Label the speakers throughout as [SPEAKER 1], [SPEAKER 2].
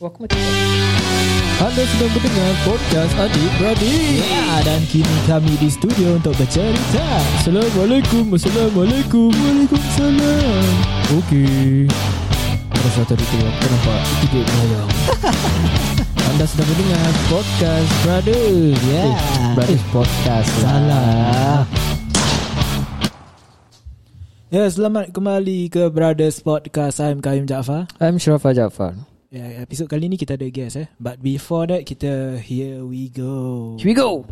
[SPEAKER 1] Aku macam
[SPEAKER 2] Anda sedang mendengar podcast Adik Beradik. Ya, dan kini kami di studio untuk bercerita. Assalamualaikum, Assalamualaikum, Waalaikumsalam. Okey. Rasa tadi tu aku nampak tiga melayang. Anda sedang mendengar podcast Brothers. Ya. Yeah. Eh, Brothers podcast. Salah. Ya, selamat kembali ke Brothers Podcast. I'm Kaim Jaafar.
[SPEAKER 3] I'm Syafa Jaafar.
[SPEAKER 2] Ya, episod kali ni kita ada guest eh. But before that kita here we go.
[SPEAKER 3] Here we go.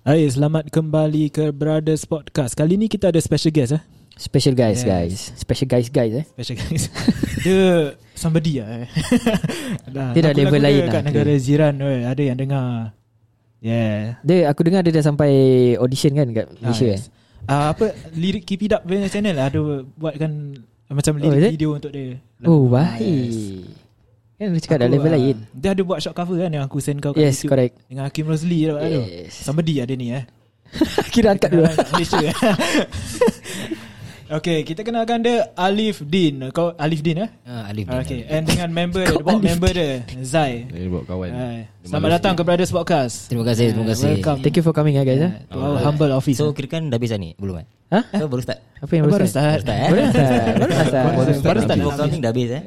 [SPEAKER 2] Hai, selamat kembali ke Brothers Podcast. Kali ni kita ada special guest eh.
[SPEAKER 3] Special guys,
[SPEAKER 2] Yes.
[SPEAKER 3] guys. Special guys, guys eh.
[SPEAKER 2] Special guest. Dia somebody lah eh. Dah,
[SPEAKER 3] Dia dah
[SPEAKER 2] lagu-lagu
[SPEAKER 3] level lain
[SPEAKER 2] dia
[SPEAKER 3] lah.
[SPEAKER 2] Kat negara jiran weh, ada yang dengar. Yeah.
[SPEAKER 3] Dia aku dengar dia dah sampai audition kan kat Malaysia eh?
[SPEAKER 2] Ah, yes. Ah, apa lirik Keep It Up punya channel ada buatkan macam
[SPEAKER 3] Oh,
[SPEAKER 2] lirik
[SPEAKER 3] is
[SPEAKER 2] oh,
[SPEAKER 3] it?
[SPEAKER 2] video untuk dia.
[SPEAKER 3] eh. Oh,
[SPEAKER 2] Ah,
[SPEAKER 3] baik.
[SPEAKER 2] yes.
[SPEAKER 3] Kan dia cakap dah
[SPEAKER 2] Aku,
[SPEAKER 3] level
[SPEAKER 2] ah,
[SPEAKER 3] lain.
[SPEAKER 2] Dia ada buat short cover kan yang aku send kau kat
[SPEAKER 3] Yes,
[SPEAKER 2] YouTube
[SPEAKER 3] correct.
[SPEAKER 2] dengan Hakim Rosli dapat tu.
[SPEAKER 3] Yes.
[SPEAKER 2] Somebody ada ni eh.
[SPEAKER 3] Kira angkat dulu.
[SPEAKER 2] Kenalan Malaysia Okay kita kenalkan dia Alif Din Kau Alif Din eh
[SPEAKER 3] Ah, Alif.
[SPEAKER 2] Okay and dengan member dia
[SPEAKER 3] Kau
[SPEAKER 2] The board
[SPEAKER 3] Alif
[SPEAKER 2] member dia Zai
[SPEAKER 4] Dia bawa kawan
[SPEAKER 5] Eh.
[SPEAKER 2] Hai. Selamat datang ke Brothers Podcast
[SPEAKER 5] Terima
[SPEAKER 3] Eh,
[SPEAKER 5] kasih, terima kasih.
[SPEAKER 2] welcome.
[SPEAKER 3] Thank you for coming ah guys eh.
[SPEAKER 2] To our humble office eh.
[SPEAKER 5] So kira kan dah habis dah ni? Belum kan?
[SPEAKER 3] Ha?
[SPEAKER 5] So baru start. eh?
[SPEAKER 3] Apa yang
[SPEAKER 2] Baru
[SPEAKER 3] baru
[SPEAKER 2] start eh.
[SPEAKER 3] Baru start. Baru start.
[SPEAKER 4] Baru start.
[SPEAKER 2] Baru start
[SPEAKER 5] Before counting dah habis eh.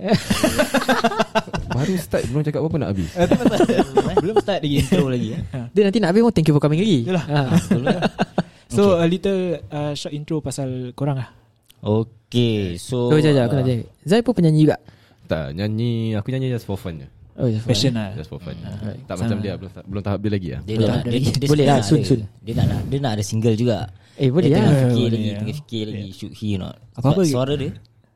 [SPEAKER 4] Baru start belum cakap apa nak habis.
[SPEAKER 2] Eh, tu pasal-
[SPEAKER 5] Belum start lagi intro lagi eh.
[SPEAKER 3] Dia nanti nak habis pun thank you for coming lagi.
[SPEAKER 2] Yalah.
[SPEAKER 3] Ah.
[SPEAKER 2] So a little uh, short intro pasal korang lah
[SPEAKER 5] Okay, so uh,
[SPEAKER 3] Oh, jap jap aku nak tanya. Zai pun penyanyi juga.
[SPEAKER 4] Tak, nyanyi aku nyanyi just for fun je.
[SPEAKER 3] Oh, ya, faham.
[SPEAKER 2] Passion lah
[SPEAKER 4] Just for fun. Tak macam dia belum ta- belum tahap dia lagi ah.
[SPEAKER 5] Ah. Dia dah nak, dia, dia
[SPEAKER 3] Boleh lah,
[SPEAKER 5] nak
[SPEAKER 3] soon,
[SPEAKER 5] ada-
[SPEAKER 3] soon.
[SPEAKER 5] Dia nak, nak dia nak ada single juga.
[SPEAKER 3] Eh, boleh
[SPEAKER 5] dia
[SPEAKER 3] lah.
[SPEAKER 5] tengah fikir
[SPEAKER 2] Boleh
[SPEAKER 5] lagi,
[SPEAKER 2] lah.
[SPEAKER 5] tengah fikir lagi should he or not.
[SPEAKER 2] Apa-apa
[SPEAKER 5] Sebab
[SPEAKER 2] lagi?
[SPEAKER 5] suara dia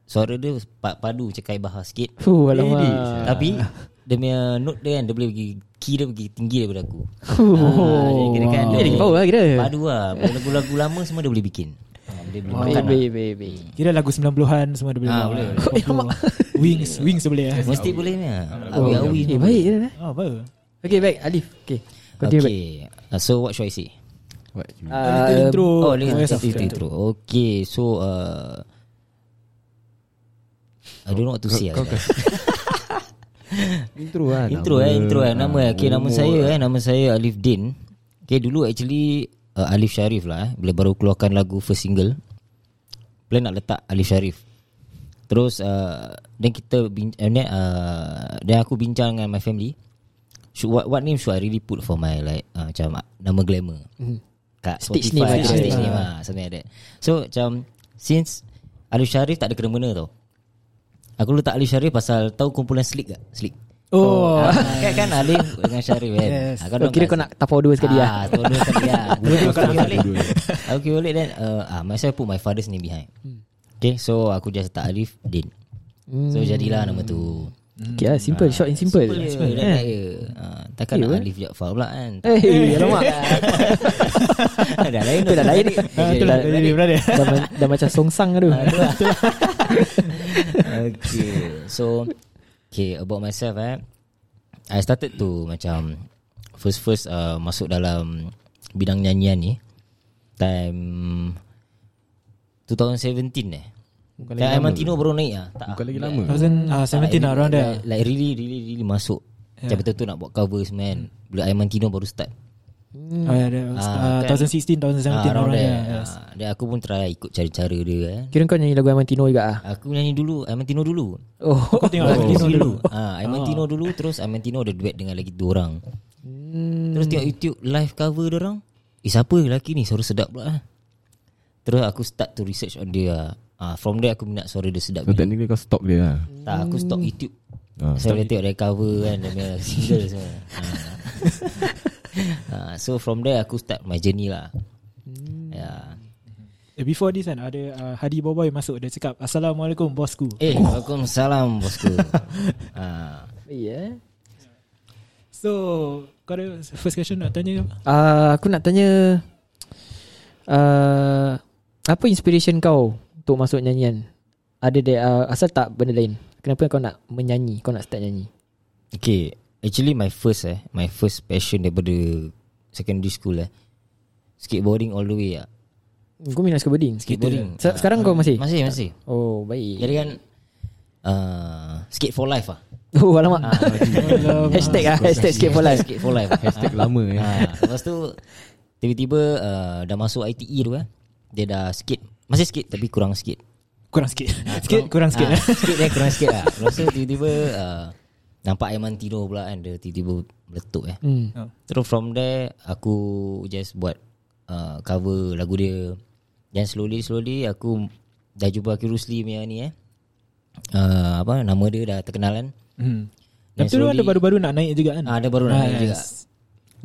[SPEAKER 5] suara dia pa- padu cekai bahar sikit.
[SPEAKER 3] Fuh, alamak.
[SPEAKER 5] Tapi dia punya note dia kan dia boleh pergi key dia pergi tinggi daripada aku.
[SPEAKER 3] Oh,
[SPEAKER 5] Ah, dia kira kan
[SPEAKER 3] Dia lagi power lah kira.
[SPEAKER 5] Padu lah. Lagu-lagu lama semua dia boleh bikin. Ah,
[SPEAKER 3] Eh,
[SPEAKER 5] Dia boleh
[SPEAKER 3] Baik,
[SPEAKER 5] makan lah.
[SPEAKER 3] baik, baik, baik.
[SPEAKER 2] Kira lagu 90-an Semua dia boleh buat.
[SPEAKER 5] Ah, boleh, boleh.
[SPEAKER 2] Pop keluar. Wings Wings tu boleh eh
[SPEAKER 5] Mesti boleh ni.
[SPEAKER 3] Oh,
[SPEAKER 5] Awi-awi
[SPEAKER 3] eh, baik je lah.
[SPEAKER 2] Oh apa
[SPEAKER 3] Okay, baik. Alif. Okay. Continue baik.
[SPEAKER 5] Okay. Uh, so what should I say?
[SPEAKER 4] What you
[SPEAKER 3] Ah,
[SPEAKER 2] A little intro
[SPEAKER 5] Oh,
[SPEAKER 2] for
[SPEAKER 5] let's
[SPEAKER 2] yourself.
[SPEAKER 5] let's do intro. Okay, so uh, I don't know what to say. lah.
[SPEAKER 4] intro lah.
[SPEAKER 5] intro eh, intro eh, nama eh. Okay, nama saya eh, nama saya Alif Din. Okay, dulu actually uh, Alif Sharif lah eh, bila baru keluarkan lagu first single. Plan nak letak Alif Sharif. Terus uh, then kita bin, uh, then, uh, then aku bincang dengan my family. Should, what, what name should I really put for my like uh, macam uh, nama glamour? Mm. Kat
[SPEAKER 3] Stage name,
[SPEAKER 5] Spotify, ah,
[SPEAKER 3] stage
[SPEAKER 5] stage
[SPEAKER 3] name.
[SPEAKER 5] name ah, something like that. So macam since Alif Sharif tak ada kena-mena tau. Aku letak Alif Sharif pasal tahu kumpulan Slick tak? Slick.
[SPEAKER 2] Oh
[SPEAKER 5] Ah, kan kan Alif dengan Syarif kan.
[SPEAKER 2] Yes.
[SPEAKER 5] Ah,
[SPEAKER 3] Oh,
[SPEAKER 5] dong
[SPEAKER 3] kira
[SPEAKER 5] kat-
[SPEAKER 3] kau nak tapau dua sekali
[SPEAKER 5] ah,
[SPEAKER 3] lah.
[SPEAKER 5] Tahu dua sekali lah.
[SPEAKER 4] Dua-dua kali. Dua-dua.
[SPEAKER 5] Aku kira balik then uh, ah myself put my father's name behind.
[SPEAKER 3] Hmm.
[SPEAKER 5] Okay, so aku just letak Alif Din. So jadilah nama tu.
[SPEAKER 3] Okay lah, simple. Short and Hmm. simple.
[SPEAKER 5] Simple
[SPEAKER 3] Eh.
[SPEAKER 5] je,
[SPEAKER 3] Ya.
[SPEAKER 5] relax je. Ah, takkan nak Alif Jaafar pula kan.
[SPEAKER 3] Eh, alamak.
[SPEAKER 5] Dah lain.
[SPEAKER 3] Itu dah lah, lain ni. Ah.
[SPEAKER 2] Ah, Itulah
[SPEAKER 3] Dah-
[SPEAKER 2] Jadi berada
[SPEAKER 3] dah, ma- dah macam songsang tu.
[SPEAKER 5] okay So Okay about myself eh I started to macam First-first uh, Masuk dalam Bidang nyanyian ni Time 2017 eh Bukan lagi Amantino baru naik lah tak,
[SPEAKER 4] Bukan lagi
[SPEAKER 5] Like-
[SPEAKER 4] lama.
[SPEAKER 2] 2017 lah around there
[SPEAKER 5] Like, like really really really masuk yeah. Macam betul-betul nak buat cover semua kan Bila Aiman Tino baru start
[SPEAKER 2] Hmm. Oh, yeah, that was, uh,
[SPEAKER 5] Ah,
[SPEAKER 2] 2016, 2017
[SPEAKER 5] Ah,
[SPEAKER 2] orang
[SPEAKER 5] around
[SPEAKER 2] dia.
[SPEAKER 5] there. Ah, Dan aku pun try ikut cara-cara dia kan.
[SPEAKER 3] Kira kau nyanyi lagu Amantino juga ah.
[SPEAKER 5] Aku nyanyi dulu Amantino dulu.
[SPEAKER 3] Oh.
[SPEAKER 2] Kau tengok lagi
[SPEAKER 5] Amantino
[SPEAKER 2] dulu.
[SPEAKER 5] Ah, Amantino dulu terus Amantino ada duet dengan lagi dua orang.
[SPEAKER 2] Hmm.
[SPEAKER 5] Terus tengok YouTube live cover dia orang. Eh siapa lelaki ni suara sedap pula lah. Terus aku start to research on dia. Ah, from there aku minat suara dia sedap.
[SPEAKER 4] So
[SPEAKER 5] ni.
[SPEAKER 4] technically kau stalk dia lah
[SPEAKER 5] Tak aku stok YouTube.
[SPEAKER 4] Ah.
[SPEAKER 5] Saya boleh tengok dia cover kan dia punya single semua. Ah. Ah, so from there aku start my journey lah.
[SPEAKER 2] Hmm.
[SPEAKER 5] Ya.
[SPEAKER 2] Eh, Before this kan ada uh, Hadi Boboy masuk dia cakap Assalamualaikum bosku.
[SPEAKER 5] Eh, Waalaikumsalam bosku. ah.
[SPEAKER 3] Yeah.
[SPEAKER 2] So kau ada first question nak tanya ke apa?
[SPEAKER 3] Uh, aku nak tanya uh, apa inspiration kau untuk masuk nyanyian? Ada dia uh, asal tak benda lain? Kenapa kau nak menyanyi? Kau nak start nyanyi?
[SPEAKER 5] Okay Actually my first eh My first passion daripada Secondary school eh Skateboarding all the way lah
[SPEAKER 3] Hmm, Kau minat skateboarding?
[SPEAKER 5] Skateboarding
[SPEAKER 3] Se- Sekarang kau masih?
[SPEAKER 5] Masih masih
[SPEAKER 3] Oh, baik.
[SPEAKER 5] Jadi kan uh, Skate for life lah
[SPEAKER 3] Oh, alamak. hashtag ah, hashtag skate for life.
[SPEAKER 5] Skate for life
[SPEAKER 4] Hashtag lama eh
[SPEAKER 5] ha, Lepas tu Tiba-tiba uh, Dah masuk ITE tu eh Dia dah skate Masih skate tapi kurang skate
[SPEAKER 2] Kurang sikit. sikit kurang sikit. eh.
[SPEAKER 5] ah, Sikit dia kurang sikit lah Lepas tu tiba-tiba uh, Nampak Aiman tidur pula kan Dia tiba-tiba meletup eh
[SPEAKER 3] Hmm.
[SPEAKER 5] Terus from there Aku just buat uh, Cover lagu dia Dan slowly slowly Aku Dah jumpa Aki Rusli punya ni eh uh, Apa Nama dia dah terkenal kan
[SPEAKER 2] Hmm.
[SPEAKER 5] Dan
[SPEAKER 2] Lepas tu dia
[SPEAKER 5] slowly-
[SPEAKER 2] ada baru-baru nak naik juga kan?
[SPEAKER 5] Ah, dia baru nak naik juga.
[SPEAKER 2] yes.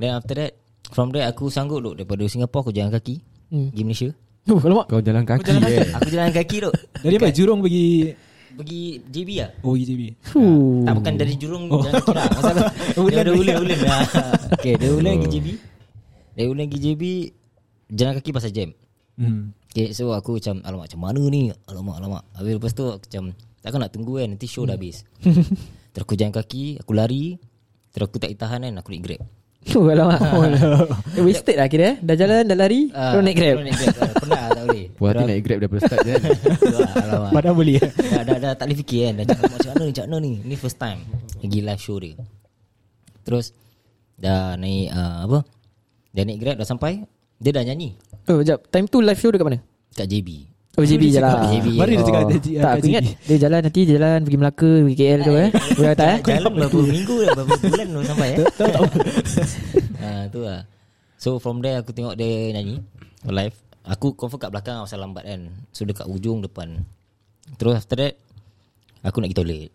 [SPEAKER 5] Then after that From there aku sanggup duk Daripada Singapore aku jalan kaki
[SPEAKER 3] Hmm.
[SPEAKER 5] Pergi Malaysia
[SPEAKER 3] Oh, alamak.
[SPEAKER 4] Kau jalan kaki eh
[SPEAKER 5] Aku jalan kaki duk
[SPEAKER 2] Dari apa? Jurong pergi E
[SPEAKER 5] Pergi JB lah
[SPEAKER 2] OEJB.
[SPEAKER 3] Fuh.
[SPEAKER 5] Tak bukan dari Jurung oh. Jangan kira Masalah Dia ada ulen ulen lah Okay dari ulen pergi JB Dari ulen pergi JB Jalan kaki pasal jam
[SPEAKER 2] Hmm.
[SPEAKER 5] Okay so aku macam Alamak macam mana ni Alamak alamak Habis lepas tu aku macam Takkan nak tunggu kan Nanti show dah habis Terus aku jalan kaki Aku lari Terus aku tak tahan kan Aku naik grab
[SPEAKER 3] Oh, alamak. Eh, wasted lah kira eh. Dah jalan, dah lari,
[SPEAKER 5] Ah,
[SPEAKER 3] uh, naik grab.
[SPEAKER 5] terus naik grab Ah, Penat lah tak boleh
[SPEAKER 4] Puas hati naik grab daripada start je kan
[SPEAKER 5] Tu lah, Alamak
[SPEAKER 2] Padahal boleh. eh.
[SPEAKER 5] dah, dah, dah tak boleh fikir kan Dah cakap macam mana ni Macam mana ni Ni first time Pergi live show dia Terus Dah naik uh, Apa Dah naik grab dah sampai Dia dah nyanyi
[SPEAKER 3] Oh, sekejap. Time tu live show dekat mana?
[SPEAKER 5] Kat JB
[SPEAKER 3] Oh, JB je lah.
[SPEAKER 5] JB.
[SPEAKER 2] Baru dia cakap
[SPEAKER 3] Oh.
[SPEAKER 2] dia J-
[SPEAKER 3] Tak,
[SPEAKER 2] kat
[SPEAKER 3] aku
[SPEAKER 2] JB.
[SPEAKER 3] ingat dia jalan nanti dia jalan pergi Melaka, pergi KL ke eh. Boleh tak eh?
[SPEAKER 5] Jalan berapa minggu dah, Berapa bulan dah sampai eh Tahu tak ha, Tu lah So from there aku tengok dia nyanyi Live Aku confirm kat belakang lah Pasal lambat kan So dekat ujung depan Terus after that Aku nak pergi toilet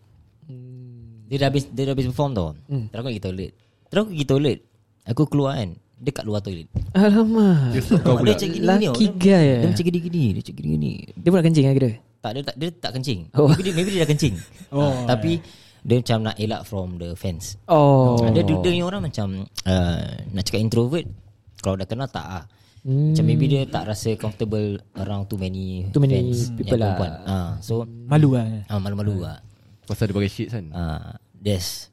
[SPEAKER 5] Dia dah habis Dia dah habis perform tau Terus aku nak pergi toilet Terus aku pergi toilet Aku keluar kan Dekat luar toilet
[SPEAKER 3] Alamak.
[SPEAKER 5] Kau dia macam gini-gini
[SPEAKER 3] Lucky
[SPEAKER 5] tau.
[SPEAKER 3] guy, eh.
[SPEAKER 5] Dia macam gini-gini Dia macam gini-gini
[SPEAKER 3] Dia pun nak kencing kan kira?
[SPEAKER 5] tak dia tak dia tak kencing.
[SPEAKER 3] Oh.
[SPEAKER 5] Oh. Maybe, dia, maybe dia dah kencing.
[SPEAKER 2] Oh,
[SPEAKER 5] Ah, tapi dia macam nak elak from the fans.
[SPEAKER 3] Oh.
[SPEAKER 5] Oh. Dia dia dia ni orang macam uh, nak cakap introvert kalau dah kenal tak ah. Hmm. Macam maybe dia tak rasa comfortable around too many
[SPEAKER 3] Too many
[SPEAKER 5] fans
[SPEAKER 3] people
[SPEAKER 5] yang
[SPEAKER 3] lah.
[SPEAKER 5] perempuan. Ah, so
[SPEAKER 2] Malu lah.
[SPEAKER 5] ah malu-malu ah.
[SPEAKER 4] Pasal dia pakai shit kan
[SPEAKER 5] Ah, yes.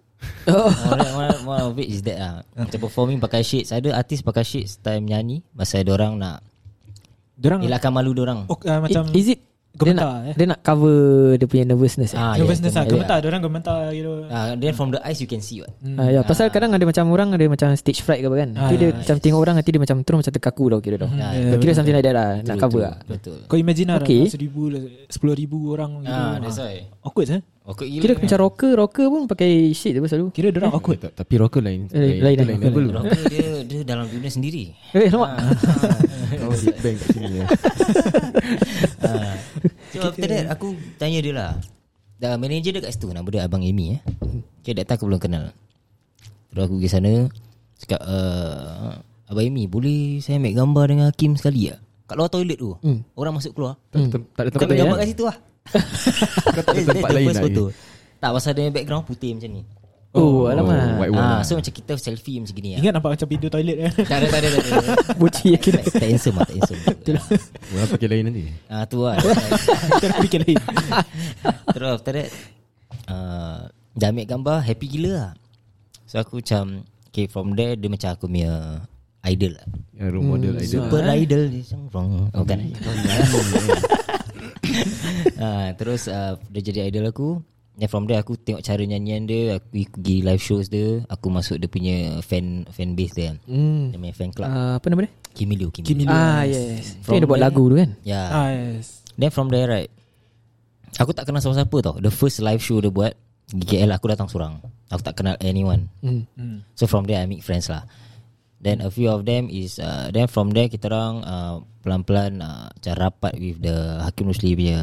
[SPEAKER 5] Oh. one, one, one of it is that ah. Macam performing pakai shades Ada artis pakai shades Time nyanyi Pasal orang nak
[SPEAKER 2] Diorang
[SPEAKER 5] Elakkan malu orang.
[SPEAKER 2] Hmm. oh, uh, macam
[SPEAKER 3] Is it dia
[SPEAKER 2] gemetar,
[SPEAKER 3] nak,
[SPEAKER 2] eh.
[SPEAKER 3] dia nak cover dia punya nervousness eh?
[SPEAKER 5] Ah,
[SPEAKER 2] nervousness lah.
[SPEAKER 5] yeah,
[SPEAKER 2] Gemetar. Diorang gemetar gitu.
[SPEAKER 5] Ah, then from the eyes you can see what.
[SPEAKER 3] Ah, ya, pasal kadang ada macam orang ada macam stage fright ke apa kan. Nanti dia macam tengok orang nanti dia macam terus macam terkaku tau kira tau. Kau kira something like that lah nak cover lah.
[SPEAKER 5] Betul.
[SPEAKER 2] Kau imagine lah
[SPEAKER 3] Okay.
[SPEAKER 2] okay. 1,000, 10,000 orang gitu.
[SPEAKER 5] Ah, that's why.
[SPEAKER 2] Awkward eh?
[SPEAKER 5] Awkward
[SPEAKER 3] Kira macam rocker rocker pun pakai shit tu selalu.
[SPEAKER 2] Kira
[SPEAKER 5] Hmm.
[SPEAKER 2] diorang
[SPEAKER 4] Aku
[SPEAKER 2] awkward.
[SPEAKER 4] tak Tapi rocker lain
[SPEAKER 3] Eh, lain, lain,
[SPEAKER 4] level
[SPEAKER 3] lain.
[SPEAKER 5] Rocker dia dia dalam dunia sendiri.
[SPEAKER 3] Eh, lama.
[SPEAKER 4] Kau di Oh, bank kat sini eh.
[SPEAKER 5] So after that aku tanya dia lah. Dah manager dia kat situ nama dia abang Amy eh. Okay, that time aku belum kenal. Terus aku pergi sana cakap uh, abang Amy boleh saya ambil gambar dengan Hakim sekali tak? Kat luar toilet tu. Orang masuk keluar.
[SPEAKER 4] Tak ada tem- tak ada
[SPEAKER 5] Kau
[SPEAKER 4] Hmm. tempat
[SPEAKER 5] ambil
[SPEAKER 4] lain
[SPEAKER 5] gambar
[SPEAKER 4] eh.
[SPEAKER 5] kat situ lah.
[SPEAKER 4] Kau
[SPEAKER 5] That's-
[SPEAKER 4] tak ada tempat
[SPEAKER 5] that's the
[SPEAKER 4] lain
[SPEAKER 5] first
[SPEAKER 4] lagi
[SPEAKER 5] photo. Tak pasal dia background putih macam ni.
[SPEAKER 3] Oh,
[SPEAKER 4] Oh,
[SPEAKER 3] alamak.
[SPEAKER 4] white wall
[SPEAKER 5] Ah,
[SPEAKER 4] lah.
[SPEAKER 5] so macam kita selfie macam gini ah.
[SPEAKER 2] Ingat nampak macam pintu toilet eh?
[SPEAKER 5] Tak ada, tak ada, tak ada.
[SPEAKER 3] Buci ya kira.
[SPEAKER 5] Tak- Tak handsome lah, tak handsome.
[SPEAKER 4] Orang pakai lain nanti
[SPEAKER 5] Ah, tu lah.
[SPEAKER 2] Kita nak fikir lain.
[SPEAKER 5] Terus after that, uh, dah ambil gambar, happy gila lah. So aku macam, okay from there, dia macam aku punya idol lah.
[SPEAKER 4] Yang role model idol
[SPEAKER 5] Super idol dia macam wrong. Oh, bukan. eh. Ah, terus uh, dia jadi idol aku. Then from there aku tengok cara nyanyian dia Aku ik- pergi live shows dia Aku masuk dia punya fan fan base dia kan
[SPEAKER 3] Hmm.
[SPEAKER 5] Dia punya fan club uh,
[SPEAKER 3] Uh, apa nama dia?
[SPEAKER 5] Kimilio
[SPEAKER 2] Kimilio.
[SPEAKER 5] Kimilio
[SPEAKER 3] Ah yes. Dia
[SPEAKER 5] From
[SPEAKER 3] ada buat
[SPEAKER 5] there-
[SPEAKER 3] lagu tu kan.
[SPEAKER 5] Ya
[SPEAKER 2] Ah, yes.
[SPEAKER 5] Then from there right Aku tak kenal siapa-siapa tau The first live show dia buat Di KL aku datang seorang Aku tak kenal anyone
[SPEAKER 3] Hmm.
[SPEAKER 2] Hmm.
[SPEAKER 5] So from there I make friends lah Then a few of them is uh, Then from there kita orang uh, Pelan-pelan uh, Macam rapat with the Hakim Rusli punya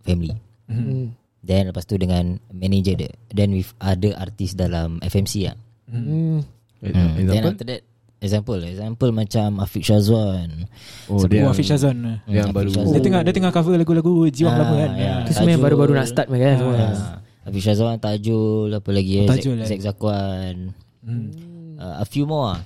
[SPEAKER 5] family
[SPEAKER 3] Hmm.
[SPEAKER 5] Then lepas tu dengan manager dia Then with other artist dalam FMC lah
[SPEAKER 3] Hmm.
[SPEAKER 5] Hmm. Then
[SPEAKER 4] Example
[SPEAKER 5] after that Example Example macam Afiq Shazwan
[SPEAKER 4] Oh
[SPEAKER 2] Sebelum
[SPEAKER 4] dia
[SPEAKER 2] Hafiz Shazwan.
[SPEAKER 5] Hmm,
[SPEAKER 4] Yang
[SPEAKER 5] Afiq
[SPEAKER 4] baru.
[SPEAKER 5] Shazwan.
[SPEAKER 2] Dia tengah dia tengah cover lagu-lagu jiwang
[SPEAKER 5] Ah,
[SPEAKER 2] lama kan.
[SPEAKER 5] ya.
[SPEAKER 3] Itu semua yang
[SPEAKER 5] Tajul.
[SPEAKER 3] baru-baru nak start mereka kan semua.
[SPEAKER 5] Ah, Afiq Shazwan Tajul Apa lagi eh?
[SPEAKER 2] Tajul, eh. Hmm.
[SPEAKER 5] Zek, Zek Zakwan uh, A few more lah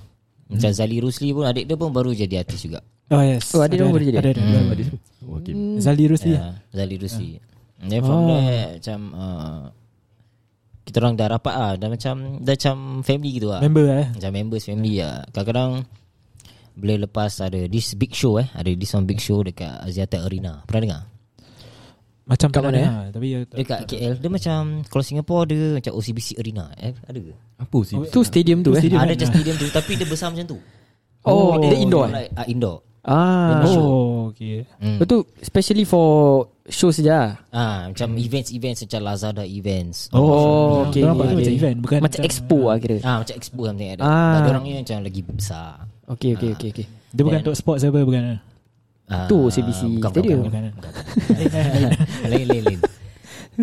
[SPEAKER 5] Macam Zali Rusli pun Adik dia pun baru jadi artis juga
[SPEAKER 2] Oh yes.
[SPEAKER 3] Oh, ada dia baru jadi? Ya.
[SPEAKER 2] Ada ada.
[SPEAKER 5] Hmm.
[SPEAKER 2] ada.
[SPEAKER 4] Oh, Hakim.
[SPEAKER 2] Zali Rusli.
[SPEAKER 5] yeah. Ah, Zali
[SPEAKER 2] Ya.
[SPEAKER 5] Rusli Then from
[SPEAKER 3] Oh.
[SPEAKER 5] there Macam uh, Kita orang dah rapat lah Dah macam Dah macam family gitu lah
[SPEAKER 2] Member eh.
[SPEAKER 5] Macam members family lah Kadang-kadang Bila lepas ada This big show eh Ada this one big show Dekat Aziata Arena Pernah dengar?
[SPEAKER 2] Macam
[SPEAKER 3] Kat
[SPEAKER 2] pernah
[SPEAKER 3] mana, eh?
[SPEAKER 2] dengar, Tapi ya, tak-
[SPEAKER 5] Dekat KL Dia macam Kalau Singapore dia Macam OCBC Arena eh, Ada ke?
[SPEAKER 4] Apa sih?
[SPEAKER 3] Tu stadium tu eh.
[SPEAKER 2] Stadium.
[SPEAKER 5] Ada
[SPEAKER 2] kan?
[SPEAKER 5] Ah, macam stadium tu Tapi dia besar macam tu
[SPEAKER 3] Oh, dia indoor. eh?
[SPEAKER 5] like, uh, Indoor
[SPEAKER 3] Ah.
[SPEAKER 2] Oh, okay.
[SPEAKER 5] Hmm.
[SPEAKER 3] Lepas tu specially for show saja.
[SPEAKER 5] Ah, macam events-events macam Lazada events.
[SPEAKER 3] Oh, okay.
[SPEAKER 2] Dia orang buat
[SPEAKER 3] okay.
[SPEAKER 2] macam event, bukan
[SPEAKER 3] macam
[SPEAKER 2] macam-
[SPEAKER 3] expo lah kira.
[SPEAKER 5] Ah, macam expo something like that.
[SPEAKER 3] Ah.
[SPEAKER 5] Ah. Dia orangnya macam lagi besar.
[SPEAKER 3] Okay, okay, okay, okay.
[SPEAKER 2] Dia bukan untuk sports apa bukan. eh?
[SPEAKER 5] Ah,
[SPEAKER 3] Tu OCBC
[SPEAKER 5] bukan,
[SPEAKER 3] Stadium.
[SPEAKER 5] bukan, bukan.
[SPEAKER 2] Bukan. eh?
[SPEAKER 5] lain, lain, lain.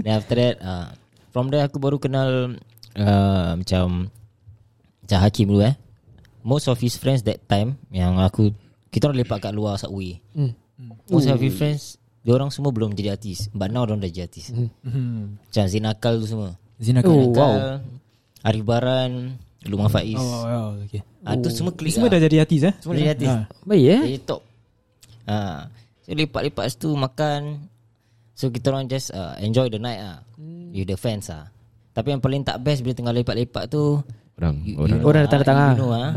[SPEAKER 5] Then after that, ah, from there aku baru kenal ah, macam macam Hakim dulu eh. Most of his friends that time yang aku kita orang lepak kat luar subway.
[SPEAKER 3] Hmm.
[SPEAKER 5] Most of his friends dia orang semua belum jadi artis. But now dia dah jadi artis.
[SPEAKER 2] Hmm.
[SPEAKER 5] Macam Zinakal tu semua.
[SPEAKER 2] Zina
[SPEAKER 3] Oh,
[SPEAKER 2] Khan.
[SPEAKER 5] Zinakal,
[SPEAKER 3] wow.
[SPEAKER 5] Arif Baran, Lukman Faiz.
[SPEAKER 2] Oh, oh, okay.
[SPEAKER 5] Ah, tu semua klik
[SPEAKER 2] Semua dah
[SPEAKER 5] lah.
[SPEAKER 2] jadi artis eh?
[SPEAKER 5] Semua dah jadi artis.
[SPEAKER 2] Ah.
[SPEAKER 3] Baik eh.
[SPEAKER 5] Jadi top. Ha. So lepak-lepak situ makan. So kita orang just uh, enjoy the night ah. With the fans ah. Tapi yang paling tak best bila tengah lepak-lepak tu
[SPEAKER 4] Orang
[SPEAKER 5] you- you
[SPEAKER 4] orang.
[SPEAKER 5] know
[SPEAKER 3] Orang
[SPEAKER 5] ah,
[SPEAKER 3] datang- datang
[SPEAKER 5] you
[SPEAKER 3] ah.
[SPEAKER 5] know ah.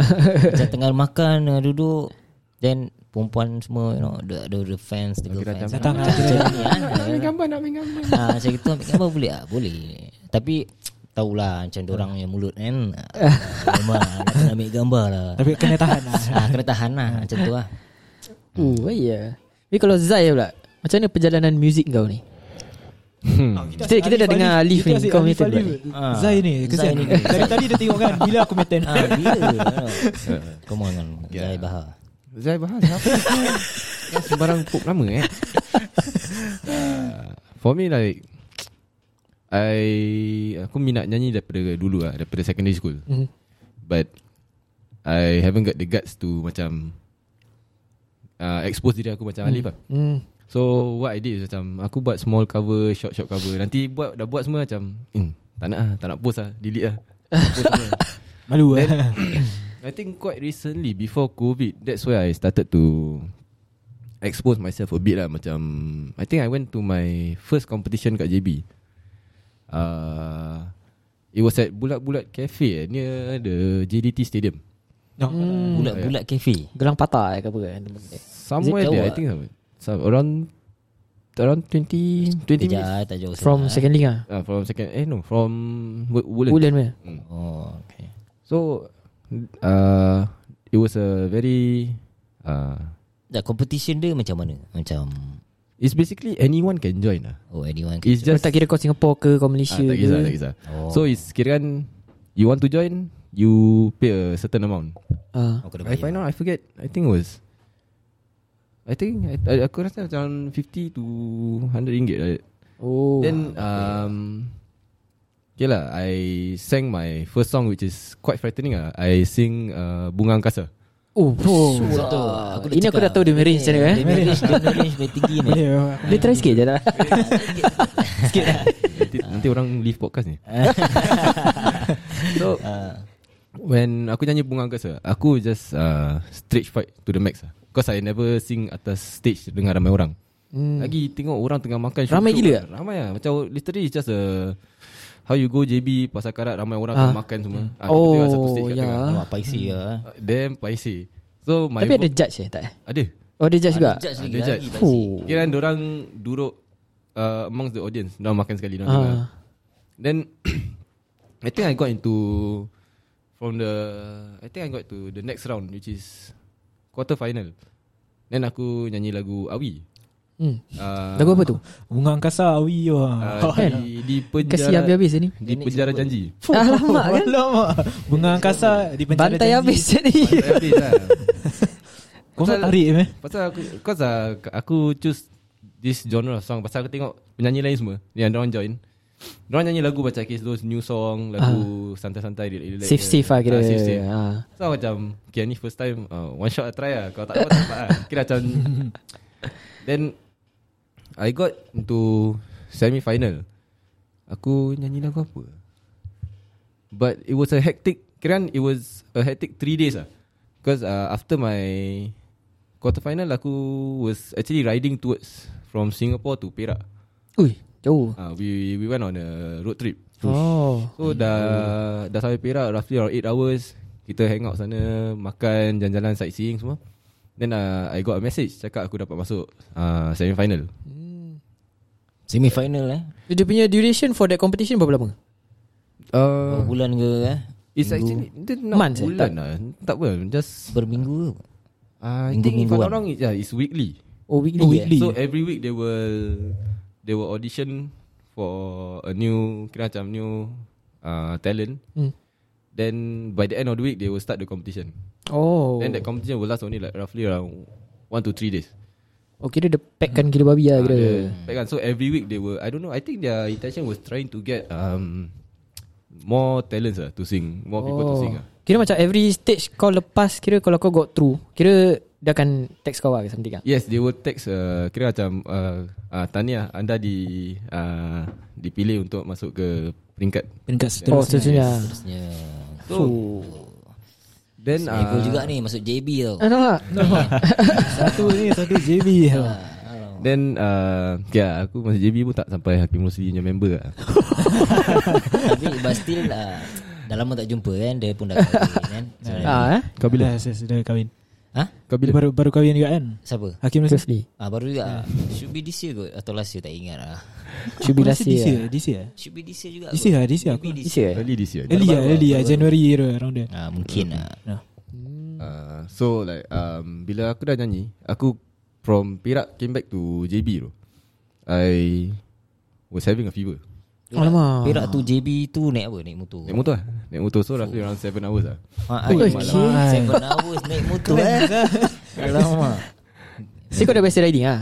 [SPEAKER 5] Macam tengah makan, tengah duduk then perempuan semua you know the the, the fans the girl fans Ah,
[SPEAKER 2] Datang lah.
[SPEAKER 5] ambil gambar nak ambil gambar ah, macam gitu ambil gambar boleh ah boleh tapi tahulah macam orang yang mulut kan ah, memang nak kena ambil gambar lah
[SPEAKER 2] Tapi kena tahan lah.
[SPEAKER 5] ah, kena tahan lah macam tu lah
[SPEAKER 3] Oh, baik ya. Tapi kalau Zai pula, macam mana perjalanan muzik kau ni?
[SPEAKER 4] Hmm.
[SPEAKER 3] Kita kita dah dengar Alif ni kau punya
[SPEAKER 2] ni
[SPEAKER 3] favorite.
[SPEAKER 5] Ah.
[SPEAKER 2] Zai ni
[SPEAKER 5] Zai
[SPEAKER 2] kesian
[SPEAKER 5] ni.
[SPEAKER 2] Dari tadi dia tengok kan Bila aku maintain
[SPEAKER 5] Ah, bila Come on kan Zai Bahar
[SPEAKER 4] Eh, Zai Bahar siapa tu? Kan sembarang pop lama eh. Ah, for me like I aku minat nyanyi daripada dulu lah, daripada secondary school.
[SPEAKER 3] Mhm.
[SPEAKER 4] But I haven't got the guts to macam uh, expose diri aku macam Alif lah.
[SPEAKER 3] Hmm.
[SPEAKER 4] So what I did is macam Aku buat small cover Short short cover Nanti buat dah buat semua macam hmm, Tak nak lah Tak nak post lah Delete lah Post semua.
[SPEAKER 2] Malu eh
[SPEAKER 4] I think quite recently Before COVID That's where I started to Expose myself a bit lah Macam I think I went to my First competition kat JB uh, It was at Bulat-Bulat Cafe eh, Near the JDT Stadium
[SPEAKER 2] No.
[SPEAKER 3] Hmm.
[SPEAKER 5] Bulat-bulat kafe
[SPEAKER 3] Gelang patah eh ke apa kan?
[SPEAKER 4] Somewhere
[SPEAKER 5] jauh
[SPEAKER 4] there
[SPEAKER 5] ah?
[SPEAKER 4] I think somewhere, some, Around Around 20 20 minutes
[SPEAKER 5] Kejap ah, tak jauh
[SPEAKER 3] From
[SPEAKER 5] sangat.
[SPEAKER 3] second league ah.
[SPEAKER 4] Uh, from second eh no from Wo- Woodlands.
[SPEAKER 3] Bulan punya.
[SPEAKER 5] Oh okay
[SPEAKER 4] So uh, it was a very uh,
[SPEAKER 5] Tak competition dia macam mana Macam
[SPEAKER 4] it's basically anyone can join lah.
[SPEAKER 5] Oh anyone can
[SPEAKER 4] It's
[SPEAKER 3] Kau
[SPEAKER 4] just
[SPEAKER 3] tak kira kau Singapore ke kau Malaysia
[SPEAKER 4] ah, tak kisah tak
[SPEAKER 3] ke.
[SPEAKER 4] kisah.
[SPEAKER 5] Oh.
[SPEAKER 4] So it's kirakan you want to join you pay a certain amount.
[SPEAKER 3] Ah.
[SPEAKER 5] Aku lah.
[SPEAKER 4] I find out I forget I think it was I think I, I- aku rasa macam 50 to 100 ringgit lah.
[SPEAKER 3] Oh.
[SPEAKER 4] Then um Okay lah I sang my first song Which is quite frightening lah I sing uh, Bunga Angkasa
[SPEAKER 3] Oh, oh.
[SPEAKER 5] Satu
[SPEAKER 3] Aku Ini aku dah tahu dia marriage macam mana
[SPEAKER 5] kan
[SPEAKER 3] eh.
[SPEAKER 5] Dia marriage Dia marriage dia tinggi ni
[SPEAKER 2] Boleh ah.
[SPEAKER 3] Dia try sikit je lah
[SPEAKER 4] nanti, nanti orang leave podcast ni So
[SPEAKER 3] Ah.
[SPEAKER 4] When aku nyanyi Bunga Angkasa Aku just uh, Straight fight to the max lah Because I never sing atas stage Dengan ramai orang
[SPEAKER 3] Hmm.
[SPEAKER 4] Lagi tengok orang tengah makan
[SPEAKER 3] Ramai
[SPEAKER 4] syok-syok
[SPEAKER 3] gila
[SPEAKER 4] lah. Ramai lah Macam literally it's just a How you go JB Pasar Karat Ramai orang tengah
[SPEAKER 3] Ah.
[SPEAKER 4] makan semua ah, kita tengok satu
[SPEAKER 3] Oh,
[SPEAKER 4] stage kat
[SPEAKER 3] ya
[SPEAKER 4] tengah.
[SPEAKER 5] Wah paisi lah
[SPEAKER 4] Uh, Damn pricey So my
[SPEAKER 3] Tapi ada
[SPEAKER 4] vo-
[SPEAKER 3] judge eh tak eh
[SPEAKER 4] Ada
[SPEAKER 3] Oh ada judge juga Oh.
[SPEAKER 5] Judge lagi
[SPEAKER 4] Ada
[SPEAKER 5] lagi
[SPEAKER 4] judge.
[SPEAKER 5] paisi
[SPEAKER 3] Fuh.
[SPEAKER 4] Kira kan dorang Duduk uh, Amongst the audience Dorang makan sekali dorang
[SPEAKER 3] Ah.
[SPEAKER 4] dengar. Then I think I got into from the I think I got to the next round which is quarter final. Then aku nyanyi lagu Awi.
[SPEAKER 3] Hmm.
[SPEAKER 4] Uh,
[SPEAKER 3] Lagu apa tu? Oh,
[SPEAKER 2] Bunga angkasa awi yo.
[SPEAKER 3] Ah,
[SPEAKER 4] Uh,
[SPEAKER 3] kan?
[SPEAKER 4] di, di
[SPEAKER 3] Kasih
[SPEAKER 4] penjara
[SPEAKER 3] habis-habis ni.
[SPEAKER 4] di penjara janji.
[SPEAKER 3] Alamak kan.
[SPEAKER 2] Alamak. Bunga angkasa di penjara
[SPEAKER 3] Bantai
[SPEAKER 2] janji.
[SPEAKER 3] habis ni.
[SPEAKER 4] Habis lah.
[SPEAKER 2] Kau tak tarik eh? meh?
[SPEAKER 4] Pasal aku Cause uh, aku choose This genre of song Pasal aku tengok Penyanyi lain semua Yang diorang join Diorang nyanyi lagu macam Case those new song Lagu santai-santai relax-relax
[SPEAKER 3] Safe safe Ah. lah kira.
[SPEAKER 4] Ah, Safe safe
[SPEAKER 3] Ah.
[SPEAKER 4] So aku macam Okay ni first time uh, One shot I try lah Kalau tak dapat tak dapat lah Kira macam Then I got into Semi final Aku nyanyi lagu apa But it was a hectic Kiran it was A hectic 3 days lah Because uh, after my Quarter final aku Was actually riding towards From Singapore to Perak
[SPEAKER 3] Ui, jauh.
[SPEAKER 4] uh, We we went on a road trip
[SPEAKER 3] Oh.
[SPEAKER 4] So dah dah sampai Perak roughly around 8 hours. Kita hang out sana, makan, jalan-jalan sightseeing semua. Then uh, I got a message cakap aku dapat masuk uh, semi final.
[SPEAKER 5] Semi final eh.
[SPEAKER 3] Hmm. Dia punya duration for that competition berapa lama? Hmm.
[SPEAKER 5] Berapa
[SPEAKER 4] Uh,
[SPEAKER 5] bulan ke eh?
[SPEAKER 4] it's actually dia nak
[SPEAKER 3] Months eh?
[SPEAKER 4] bulan lah. Tak apa, just
[SPEAKER 5] Berminggu ke?
[SPEAKER 4] uh, I
[SPEAKER 5] Minggu-
[SPEAKER 4] think if I'm
[SPEAKER 5] mingguan.
[SPEAKER 4] not wrong it's, yeah, it's weekly.
[SPEAKER 3] Oh, weekly.
[SPEAKER 2] Oh,
[SPEAKER 3] eh?
[SPEAKER 2] weekly.
[SPEAKER 4] So every week they will they will audition for a new kira macam new uh, talent.
[SPEAKER 3] Hmm.
[SPEAKER 4] Then by the end of the week they will start the competition.
[SPEAKER 3] Oh.
[SPEAKER 4] Then that competition will last only like roughly around one to three days.
[SPEAKER 3] Oh, kira dia packkan gila babi lah
[SPEAKER 4] Ah,
[SPEAKER 3] kira.
[SPEAKER 4] the- Like, kan, so every week they were I don't know I think their intention was trying to get um more talents ah to sing, more people
[SPEAKER 3] Oh.
[SPEAKER 4] to sing ah.
[SPEAKER 3] Kira macam every stage kau lepas kira kalau kau got through, kira dia akan text kau lah ke something kan.
[SPEAKER 4] Yes, they will text uh, kira macam uh, uh, tahniah anda di uh, dipilih untuk masuk ke peringkat.
[SPEAKER 2] Peringkat
[SPEAKER 3] Oh, seterusnya.
[SPEAKER 2] seterusnya.
[SPEAKER 5] Seterusnya.
[SPEAKER 4] So then
[SPEAKER 5] Saya
[SPEAKER 4] uh,
[SPEAKER 5] goal juga ni masuk JB tau.
[SPEAKER 3] Alamak.
[SPEAKER 2] satu ni satu JB. Ha.
[SPEAKER 4] then uh, yeah, aku masuk JB pun tak sampai Hakim Rosli punya member ah.
[SPEAKER 5] Tapi but still uh, dah lama tak jumpa kan dia pun dah kahwin kan. So,
[SPEAKER 3] ah, eh?
[SPEAKER 2] Kau bila dah, dah kahwin?
[SPEAKER 5] ha?
[SPEAKER 4] Kau
[SPEAKER 2] Bila
[SPEAKER 4] bila
[SPEAKER 2] baru baru kahwin juga kan?
[SPEAKER 5] Siapa?
[SPEAKER 2] Hakim Rosli.
[SPEAKER 3] Seriously.
[SPEAKER 5] Ah baru juga. Should be this year kot atau last year tak ingat lah.
[SPEAKER 3] Should be last
[SPEAKER 2] This year,
[SPEAKER 3] year.
[SPEAKER 2] this year.
[SPEAKER 5] Should be this year juga.
[SPEAKER 2] This
[SPEAKER 5] kot.
[SPEAKER 2] year, this year
[SPEAKER 5] Maybe
[SPEAKER 2] aku.
[SPEAKER 5] this
[SPEAKER 3] This year. eh?
[SPEAKER 4] early this year.
[SPEAKER 2] lah, Early lah, early lah. January around there.
[SPEAKER 5] Ah mungkin lah.
[SPEAKER 4] Uh, so like um, bila aku dah nyanyi, aku from Perak came back to JB tu. I was having a fever.
[SPEAKER 3] Alamak.
[SPEAKER 5] Perak tu JB tu naik apa? Naik motor.
[SPEAKER 4] Naik motor lah. Naik motor so roughly around 7 hours lah.
[SPEAKER 5] Ha,
[SPEAKER 3] Ui,
[SPEAKER 5] okay.
[SPEAKER 3] Oh, okay.
[SPEAKER 5] Seven hours naik motor eh. Alamak.
[SPEAKER 3] Saya kau dah biasa riding ah.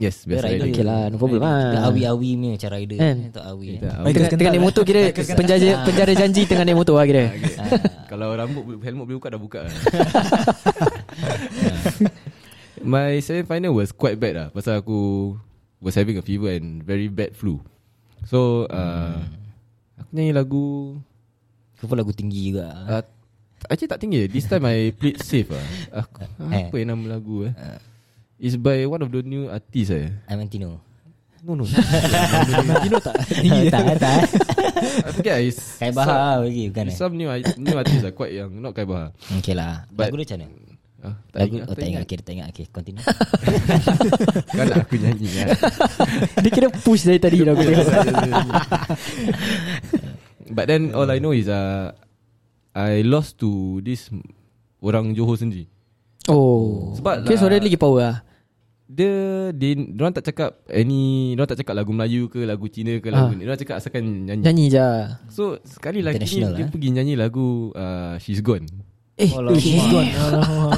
[SPEAKER 4] Yes, biasa
[SPEAKER 5] rider.
[SPEAKER 4] riding.
[SPEAKER 3] Okay lah, no problem
[SPEAKER 5] Kita
[SPEAKER 3] lah.
[SPEAKER 5] awi-awi ni macam rider.
[SPEAKER 3] Kan?
[SPEAKER 5] Tak awi. eh.
[SPEAKER 4] Kita-
[SPEAKER 3] Tengah, tengah naik motor kira penjara penjara janji tengah naik motor lah kira.
[SPEAKER 4] Kalau rambut boleh- helmet boleh buka dah buka lah. My semi final was quite bad lah pasal aku was having a fever and very bad flu. So uh, aku nyanyi lagu
[SPEAKER 5] Kau pun lagu tinggi juga.
[SPEAKER 3] Ah.
[SPEAKER 4] Uh, actually tak tinggi This time I played safe lah Aku, Apa yang nama lagu eh It's by one of the new artist eh
[SPEAKER 5] Amantino.
[SPEAKER 4] No no
[SPEAKER 2] Tino tak? Tinggi.
[SPEAKER 5] tak, tak. eh.
[SPEAKER 4] I forget it's,
[SPEAKER 5] Kai Bahar lagi bukan
[SPEAKER 4] it's
[SPEAKER 5] eh.
[SPEAKER 4] Some new, new artist lah Quite young Not Kai Bahar
[SPEAKER 5] Okey lah.
[SPEAKER 4] But-
[SPEAKER 5] Lagu dia macam mana?
[SPEAKER 4] Ah, tak
[SPEAKER 5] Lagu
[SPEAKER 4] ingat,
[SPEAKER 5] oh, tak ingat. Okay, tak ingat. Okay, continue.
[SPEAKER 4] Kan aku nyanyi kan
[SPEAKER 3] Dia kira push dari tadi lah kira.
[SPEAKER 4] But then all I know is uh, I lost to this Orang Johor sendiri
[SPEAKER 3] Oh. Kira
[SPEAKER 4] Sebab lah-
[SPEAKER 3] suara dia lagi power ah.
[SPEAKER 4] dia dia orang tak cakap any orang tak cakap lagu Melayu ke lagu Cina ke lagu
[SPEAKER 3] Ah.
[SPEAKER 4] ni. Orang cakap asalkan nyanyi.
[SPEAKER 3] Nyanyi je. ah.
[SPEAKER 4] So sekali lagi ni
[SPEAKER 5] International,
[SPEAKER 4] dia
[SPEAKER 5] eh?
[SPEAKER 4] pergi nyanyi lagu uh, She's Gone.
[SPEAKER 3] Eh,
[SPEAKER 5] Alamak.
[SPEAKER 3] she's gone.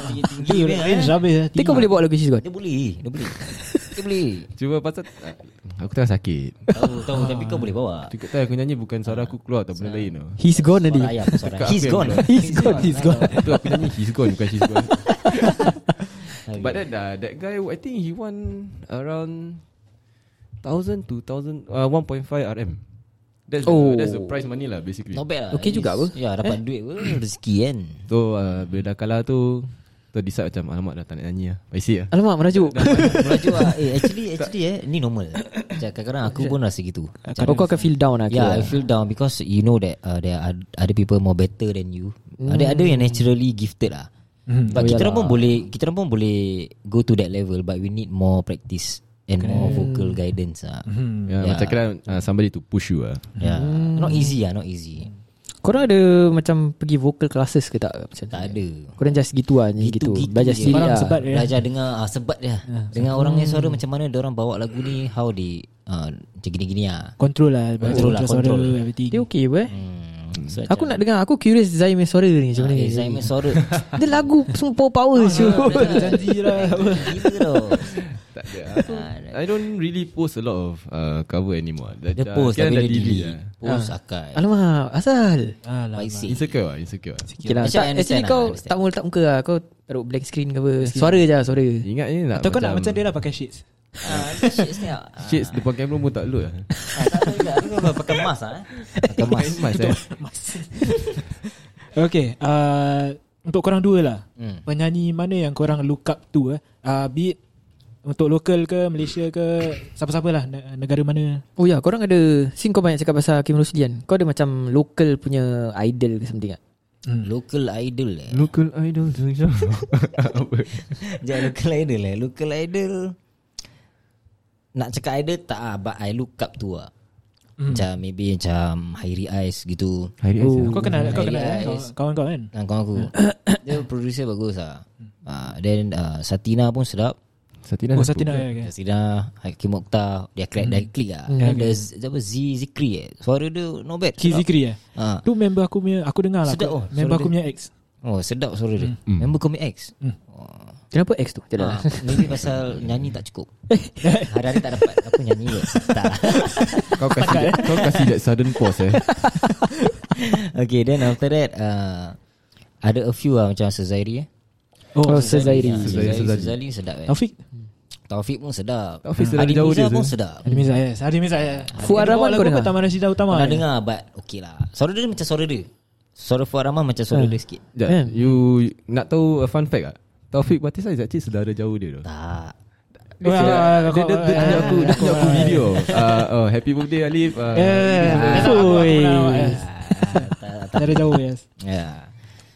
[SPEAKER 5] Tinggi-tinggi dia, eh.
[SPEAKER 2] Range habis lah.
[SPEAKER 3] Tapi kau boleh bawa lagu she's gone.
[SPEAKER 5] Dia boleh. Dia boleh. Dia boleh.
[SPEAKER 4] Cuba pasal uh, aku tengah sakit.
[SPEAKER 5] Tahu, tahu. Tapi kau boleh bawa.
[SPEAKER 4] Tiga kali aku nyanyi bukan suara aku keluar atau benda lain tau.
[SPEAKER 3] He's gone
[SPEAKER 5] Suara
[SPEAKER 3] tadi.
[SPEAKER 5] ayam. Suara
[SPEAKER 4] Cakap
[SPEAKER 5] He's
[SPEAKER 4] apa yang
[SPEAKER 5] gone.
[SPEAKER 4] boleh.
[SPEAKER 3] He's gone, he's gone.
[SPEAKER 4] Itu aku nyanyi She's Gone bukan She's Gone.
[SPEAKER 5] Okay.
[SPEAKER 4] But then uh, that guy I think he won around 1000 to 1000 uh, 1.5 RM. That's
[SPEAKER 3] Oh.
[SPEAKER 4] the, that's the prize money lah basically.
[SPEAKER 5] Not bad lah.
[SPEAKER 3] Okey juga apa? Eh?
[SPEAKER 5] Ya, dapat duit apa. Rezeki kan.
[SPEAKER 4] So uh, bila dah kalah tu tu decide macam alamak dah tak nak nyanyi lah. Baik lah.
[SPEAKER 3] Alamak, merajuk.
[SPEAKER 5] Merajuk lah. Eh, actually, actually eh. Ni normal. Macam Kadang-kadang aku pun rasa gitu.
[SPEAKER 3] Kau kau akan feel down lah
[SPEAKER 5] Yeah, I
[SPEAKER 3] kira.
[SPEAKER 5] feel down because you know that uh, there are other people more better than you. Mm. Ada ada yang naturally gifted lah. Mm. But kita orang pun boleh kita orang pun boleh go to that level but we need more practice and more vocal guidance ah.
[SPEAKER 4] yeah, Macam kira uh, Somebody to push you lah
[SPEAKER 5] Yeah. Not easy ah, not easy.
[SPEAKER 3] Korang ada macam pergi vocal classes ke tak? Macam
[SPEAKER 5] Tak
[SPEAKER 3] tu?
[SPEAKER 5] ada.
[SPEAKER 3] Korang just gitu lah gitu,
[SPEAKER 5] Gitu-gitu
[SPEAKER 3] Belajar
[SPEAKER 5] je.
[SPEAKER 3] sendiri
[SPEAKER 2] Faham
[SPEAKER 3] lah
[SPEAKER 2] sebab dia
[SPEAKER 5] Belajar dengar ah, sebat dia. Dengar orang ni suara macam mana dia orang bawa lagu ni how di ah, macam gini-gini ah.
[SPEAKER 2] Control lah Control,
[SPEAKER 5] lah,
[SPEAKER 2] suara
[SPEAKER 5] control.
[SPEAKER 2] everything.
[SPEAKER 3] Dia okay apa eh
[SPEAKER 5] Hmm. So,
[SPEAKER 3] Aku nak dengar Aku curious Zai punya suara ni Macam mana
[SPEAKER 5] eh, Zain punya suara.
[SPEAKER 3] Dia lagu Semua power power
[SPEAKER 5] Betul
[SPEAKER 3] Syul.
[SPEAKER 5] lah. Gila tau.
[SPEAKER 4] Tak ada Aku, ah. I don't really post a lot of uh, cover anymore dah,
[SPEAKER 5] Dia
[SPEAKER 4] dah-
[SPEAKER 5] post tapi
[SPEAKER 4] sekarang dah
[SPEAKER 5] dia
[SPEAKER 4] delete
[SPEAKER 5] delete.
[SPEAKER 4] lah.
[SPEAKER 5] Post akal.
[SPEAKER 3] Alamak Asal
[SPEAKER 2] Alamak.
[SPEAKER 5] Paisik.
[SPEAKER 4] Insecure lah Insecure lah
[SPEAKER 3] Okay lah
[SPEAKER 5] Actually, I
[SPEAKER 3] tak,
[SPEAKER 5] understand
[SPEAKER 3] Actually
[SPEAKER 5] lah, I
[SPEAKER 3] kau
[SPEAKER 5] understand.
[SPEAKER 3] Tak mula tak muka lah Kau taruh black screen ke apa Suara je lah suara
[SPEAKER 5] Hmm.
[SPEAKER 4] Ingat ni nak
[SPEAKER 2] Atau kau nak macam dia lah pakai shades
[SPEAKER 5] Ah, Shit siap.
[SPEAKER 4] Shades depan kamera pun tak load lah
[SPEAKER 5] Ah, tak tahu juga. Aku memang pakai mask ah. Pakai mask.
[SPEAKER 4] Mas eh
[SPEAKER 2] Okay uh, Untuk korang dua lah
[SPEAKER 5] Hmm.
[SPEAKER 2] Penyanyi mana yang korang look up to eh? uh, Be it Untuk lokal ke Malaysia ke Siapa-siapa lah ne- Negara mana
[SPEAKER 3] Oh ya korang ada Sing kau banyak cakap pasal Hakim Rosli kan Kau ada macam Local punya idol ke something tak
[SPEAKER 5] Local idol eh.
[SPEAKER 4] Local idol tu macam Apa
[SPEAKER 5] Jangan local idol eh. Local idol nak cakap idol tak ah, but I look up to ah. Mm. Macam maybe macam Hairi Ais gitu.
[SPEAKER 2] oh,
[SPEAKER 4] Hari Aisyah
[SPEAKER 2] Kau kenal Kau kenal
[SPEAKER 5] Hairi
[SPEAKER 2] kan?
[SPEAKER 5] Ais.
[SPEAKER 2] Kawan kau kan
[SPEAKER 5] Dan kawan aku. Dia producer bagus ah. Ah then ah, Satina pun sedap.
[SPEAKER 4] Satina
[SPEAKER 2] Oh
[SPEAKER 4] satu.
[SPEAKER 2] Satina ya, okay.
[SPEAKER 5] Satina, Hakim Mokhtar, dia crack dan klik ah. Ada Z- apa Z Zikri eh. Suara dia not bad.
[SPEAKER 2] Ki
[SPEAKER 5] sedap.
[SPEAKER 2] Zikri eh
[SPEAKER 5] Ah.
[SPEAKER 2] Tu member aku punya Aku dengar lah
[SPEAKER 5] Sedap
[SPEAKER 2] aku,
[SPEAKER 5] oh,
[SPEAKER 2] Member
[SPEAKER 5] suara
[SPEAKER 2] aku
[SPEAKER 5] dia.
[SPEAKER 2] punya ex
[SPEAKER 5] Oh, sedap suara dia. Member Comic X.
[SPEAKER 3] Kenapa X tu Tidak
[SPEAKER 5] Ah,
[SPEAKER 3] lah
[SPEAKER 5] maybe pasal nyanyi tak cukup. Hari-hari tak dapat aku nyanyi je. Tak.
[SPEAKER 4] Kau kasih Kau kasih that sudden pause eh
[SPEAKER 5] Okay then after that uh, Ada a few lah Macam Sezairi eh
[SPEAKER 3] Oh Sezairi
[SPEAKER 2] Sazairi.
[SPEAKER 5] Ah,
[SPEAKER 4] Sezairi,
[SPEAKER 5] Sezairi
[SPEAKER 4] Sezairi.
[SPEAKER 5] Sezairi sedap eh
[SPEAKER 2] Taufik
[SPEAKER 5] Taufik pun sedap Hmm.
[SPEAKER 4] Taufik sedap
[SPEAKER 5] Adi
[SPEAKER 4] jauh
[SPEAKER 5] Miza
[SPEAKER 4] dia
[SPEAKER 5] pun
[SPEAKER 4] tu.
[SPEAKER 5] sedap
[SPEAKER 2] Adi Mizah yes Adi Mizah yes
[SPEAKER 3] Fuad Rahman
[SPEAKER 2] Dia bawa
[SPEAKER 3] kau
[SPEAKER 2] lagu
[SPEAKER 3] dengar?
[SPEAKER 2] ke Taman Rasida Utama
[SPEAKER 5] Pernah
[SPEAKER 2] eh?
[SPEAKER 5] dengar but Okay lah Suara dia macam suara dia Suara Fuad Rahman macam suara dia sikit
[SPEAKER 4] Sekejap,
[SPEAKER 3] Man.
[SPEAKER 4] You Nak tahu a fun fact tak Taufik lah, Batisah is actually saudara jauh dia tu
[SPEAKER 5] Tak
[SPEAKER 4] Dia
[SPEAKER 2] Wah,
[SPEAKER 4] dia-
[SPEAKER 2] wah,
[SPEAKER 4] dia-
[SPEAKER 2] wah,
[SPEAKER 4] dia dia tunjuk
[SPEAKER 2] wah,
[SPEAKER 4] aku Dia tunjuk aku video Ah, oh, Happy birthday Alif Ah,
[SPEAKER 2] Eh, aku- aku pernah awak, yes. Dari jauh yes
[SPEAKER 5] yeah.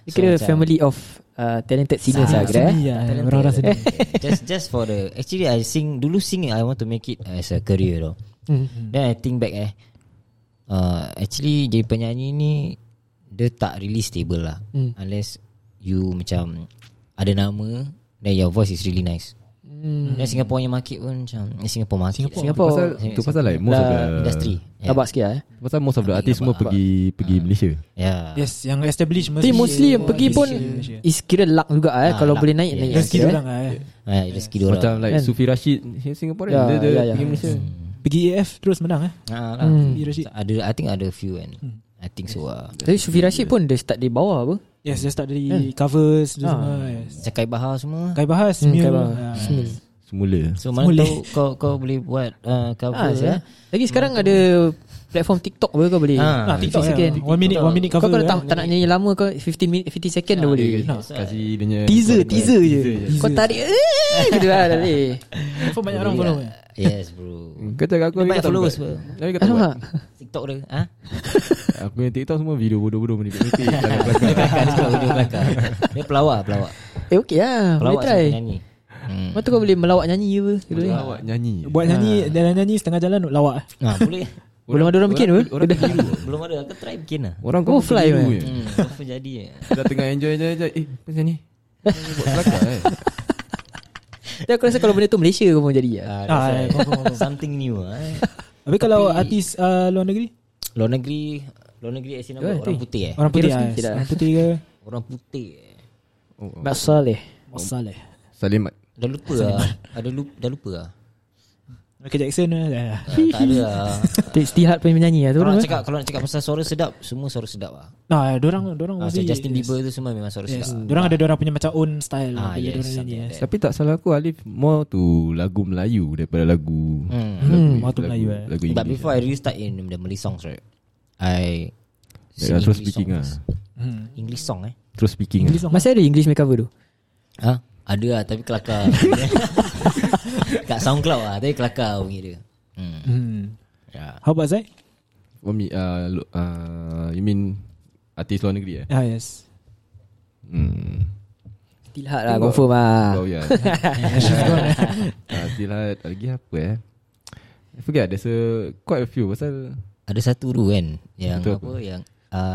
[SPEAKER 3] Dia kira family of uh, Talented singers lah kira eh
[SPEAKER 2] Seni lah Orang-orang seni
[SPEAKER 5] just just for the actually I sing dulu sing I want to make it as a career tau. Then I think back eh uh, actually jadi penyanyi ni dia tak really stable lah unless you macam ada nama then your voice is really nice. Hmm. Dan Singapore punya market pun macam eh, Singapore market.
[SPEAKER 4] Tu
[SPEAKER 3] Singapore
[SPEAKER 4] pasal Tu pasal like Most of the
[SPEAKER 5] industry. Yeah.
[SPEAKER 3] Abang sikit lah eh
[SPEAKER 4] tu Pasal most of the artist Semua pergi Pergi
[SPEAKER 3] Ah.
[SPEAKER 4] Malaysia
[SPEAKER 5] Yeah.
[SPEAKER 2] Yes Yang established
[SPEAKER 3] Tapi mostly yang pergi pun
[SPEAKER 2] Malaysia.
[SPEAKER 3] Is kira luck juga eh
[SPEAKER 5] Ah,
[SPEAKER 3] Kalau
[SPEAKER 5] luck.
[SPEAKER 3] boleh naik
[SPEAKER 5] Yeah.
[SPEAKER 3] naik
[SPEAKER 5] Yes,
[SPEAKER 2] Rezeki
[SPEAKER 3] kira, eh.
[SPEAKER 2] orang lah eh.
[SPEAKER 5] Yeah. rezeki Ah, dia
[SPEAKER 4] Macam
[SPEAKER 5] orang.
[SPEAKER 4] like
[SPEAKER 3] Kan?
[SPEAKER 4] Sufi Rashid he Singaporean
[SPEAKER 3] Ya,
[SPEAKER 4] Dia dia
[SPEAKER 3] ya, ya.
[SPEAKER 4] pergi Malaysia
[SPEAKER 2] Pergi AF terus menang eh
[SPEAKER 5] Ha lah. Hmm.
[SPEAKER 2] Pergi Rashid
[SPEAKER 5] Ada I think ada few kan. I think so ah.
[SPEAKER 3] Tapi Sufi Rashid pun Dia start di bawah apa
[SPEAKER 2] Yes dia start dari covers dia semua yes.
[SPEAKER 5] Cakai Bahar semua.
[SPEAKER 2] Kai Bahas hmm,
[SPEAKER 3] Kai Bahar.
[SPEAKER 4] Semula
[SPEAKER 5] So mana
[SPEAKER 2] Semula.
[SPEAKER 5] tahu kau kau boleh buat uh, cover
[SPEAKER 3] Ah,
[SPEAKER 5] ah,
[SPEAKER 3] sia.
[SPEAKER 5] ya.
[SPEAKER 3] Lagi sekarang ada Platform TikTok apa kau boleh
[SPEAKER 5] Ah,
[SPEAKER 2] Ah, TikTok
[SPEAKER 3] second.
[SPEAKER 2] ya. One minute, one minute
[SPEAKER 3] Kau
[SPEAKER 2] cover.
[SPEAKER 3] kalau
[SPEAKER 2] eh.
[SPEAKER 3] tak, tak nak nyanyi lama kau 15 minit 50 second dah boleh.
[SPEAKER 4] Kasih dia punya
[SPEAKER 3] Teaser, teaser je.
[SPEAKER 2] je.
[SPEAKER 3] Kau tarik eh gitu lah dah boleh.
[SPEAKER 2] Confirm banyak orang follow. eh.
[SPEAKER 5] Yes bro.
[SPEAKER 4] Kau cakap aku
[SPEAKER 5] Dia banyak
[SPEAKER 4] hari kau tak
[SPEAKER 5] followers
[SPEAKER 4] buat.
[SPEAKER 5] bro.
[SPEAKER 4] Hari kau tak buat
[SPEAKER 3] Alamak.
[SPEAKER 5] TikTok dia. Ha?
[SPEAKER 4] Aku punya TikTok semua video bodoh-bodoh Menipik-nipik belakang-belakang.
[SPEAKER 5] Belakang dia video belakang. Dia pelawak pelawak.
[SPEAKER 3] Eh okey lah, boleh
[SPEAKER 5] Pelawak
[SPEAKER 3] try.
[SPEAKER 5] sama penyanyi. Hmm.
[SPEAKER 3] Lepas tu kau boleh melawak nyanyi apa gitu
[SPEAKER 4] Boleh
[SPEAKER 3] eh.
[SPEAKER 4] awak nyanyi
[SPEAKER 2] Buat nyanyi, dalam nyanyi setengah jalan lawak. eh.
[SPEAKER 5] Ha, boleh.
[SPEAKER 3] Belum ada orang bikin apa?
[SPEAKER 4] Orang keliru
[SPEAKER 5] Belum ada aku try bikin lah.
[SPEAKER 4] Orang
[SPEAKER 3] Oh,
[SPEAKER 4] kau
[SPEAKER 3] fly,
[SPEAKER 4] keliru
[SPEAKER 3] man.
[SPEAKER 4] je.
[SPEAKER 5] Hmm, apa jadi? eh?
[SPEAKER 4] Dah tengah enjoy enjoy enjoy Eh macam ni Buat belakang eh
[SPEAKER 3] Tapi aku rasa kalau benda tu Malaysia kau pun jadi lah.
[SPEAKER 5] Ah,
[SPEAKER 2] Ah,
[SPEAKER 5] that's
[SPEAKER 2] eh,
[SPEAKER 5] right.
[SPEAKER 2] confirm, confirm.
[SPEAKER 5] Something new ah. eh.
[SPEAKER 2] Habis kalau artis uh, luar negeri?
[SPEAKER 5] Luar negeri, luar negeri as in apa? Orang putih eh.
[SPEAKER 2] Orang putih.
[SPEAKER 3] Kira
[SPEAKER 2] ah,
[SPEAKER 3] sikit lah.
[SPEAKER 2] Orang putih ke?
[SPEAKER 5] Orang putih. eh.
[SPEAKER 3] Mak Saleh.
[SPEAKER 2] Masalah.
[SPEAKER 4] Salimat
[SPEAKER 5] Dah lupa lah. Ada lupa, dah lupa lah.
[SPEAKER 2] Michael Jackson eh.
[SPEAKER 5] Ah, tak ada lah.
[SPEAKER 3] Tik Stihat punya penyanyi lah tu orang.
[SPEAKER 5] Kalau nak
[SPEAKER 3] eh.
[SPEAKER 5] cakap kalau nak cakap pasal suara sedap, semua suara sedap lah.
[SPEAKER 2] Nah, dorang dorang
[SPEAKER 5] Ah,
[SPEAKER 2] mesti
[SPEAKER 5] macam Justin Bieber tu semua memang suara
[SPEAKER 2] Oh, Yes.
[SPEAKER 5] sedap.
[SPEAKER 2] Dorang ada dorang punya macam own style
[SPEAKER 5] Ah,
[SPEAKER 2] ah, bila
[SPEAKER 5] yes,
[SPEAKER 2] dorang nyanyi.
[SPEAKER 5] something
[SPEAKER 2] Yes.
[SPEAKER 4] Tapi tak salah aku Alif More to lagu Melayu Daripada lagu
[SPEAKER 5] Hmm.
[SPEAKER 2] Hmm, waktu Melayu eh.
[SPEAKER 4] Lagu
[SPEAKER 5] But
[SPEAKER 4] English
[SPEAKER 5] before I really start in the Malay songs right I
[SPEAKER 4] Yeah, terus
[SPEAKER 5] English
[SPEAKER 4] speaking ah.
[SPEAKER 5] songs.
[SPEAKER 3] Hmm.
[SPEAKER 5] English song eh
[SPEAKER 4] Terus speaking
[SPEAKER 2] English song.
[SPEAKER 4] ah.
[SPEAKER 3] Masih ada English make cover tu.
[SPEAKER 5] Ha? Ada lah tapi kelakar Kat SoundCloud lah Tapi kelakar bunyi dia hmm. ya.
[SPEAKER 2] Hmm.
[SPEAKER 5] yeah.
[SPEAKER 2] How about Zai?
[SPEAKER 4] For me uh, lo- uh, You mean Artis luar negeri eh
[SPEAKER 2] Ah yes.
[SPEAKER 4] Hmm
[SPEAKER 3] Tilhat lah confirm lah
[SPEAKER 4] Oh yeah Ah, Silat Lagi apa eh I forget There's a Quite a few Pasal
[SPEAKER 5] Ada satu tu kan Yang
[SPEAKER 4] Betul
[SPEAKER 5] apa Yang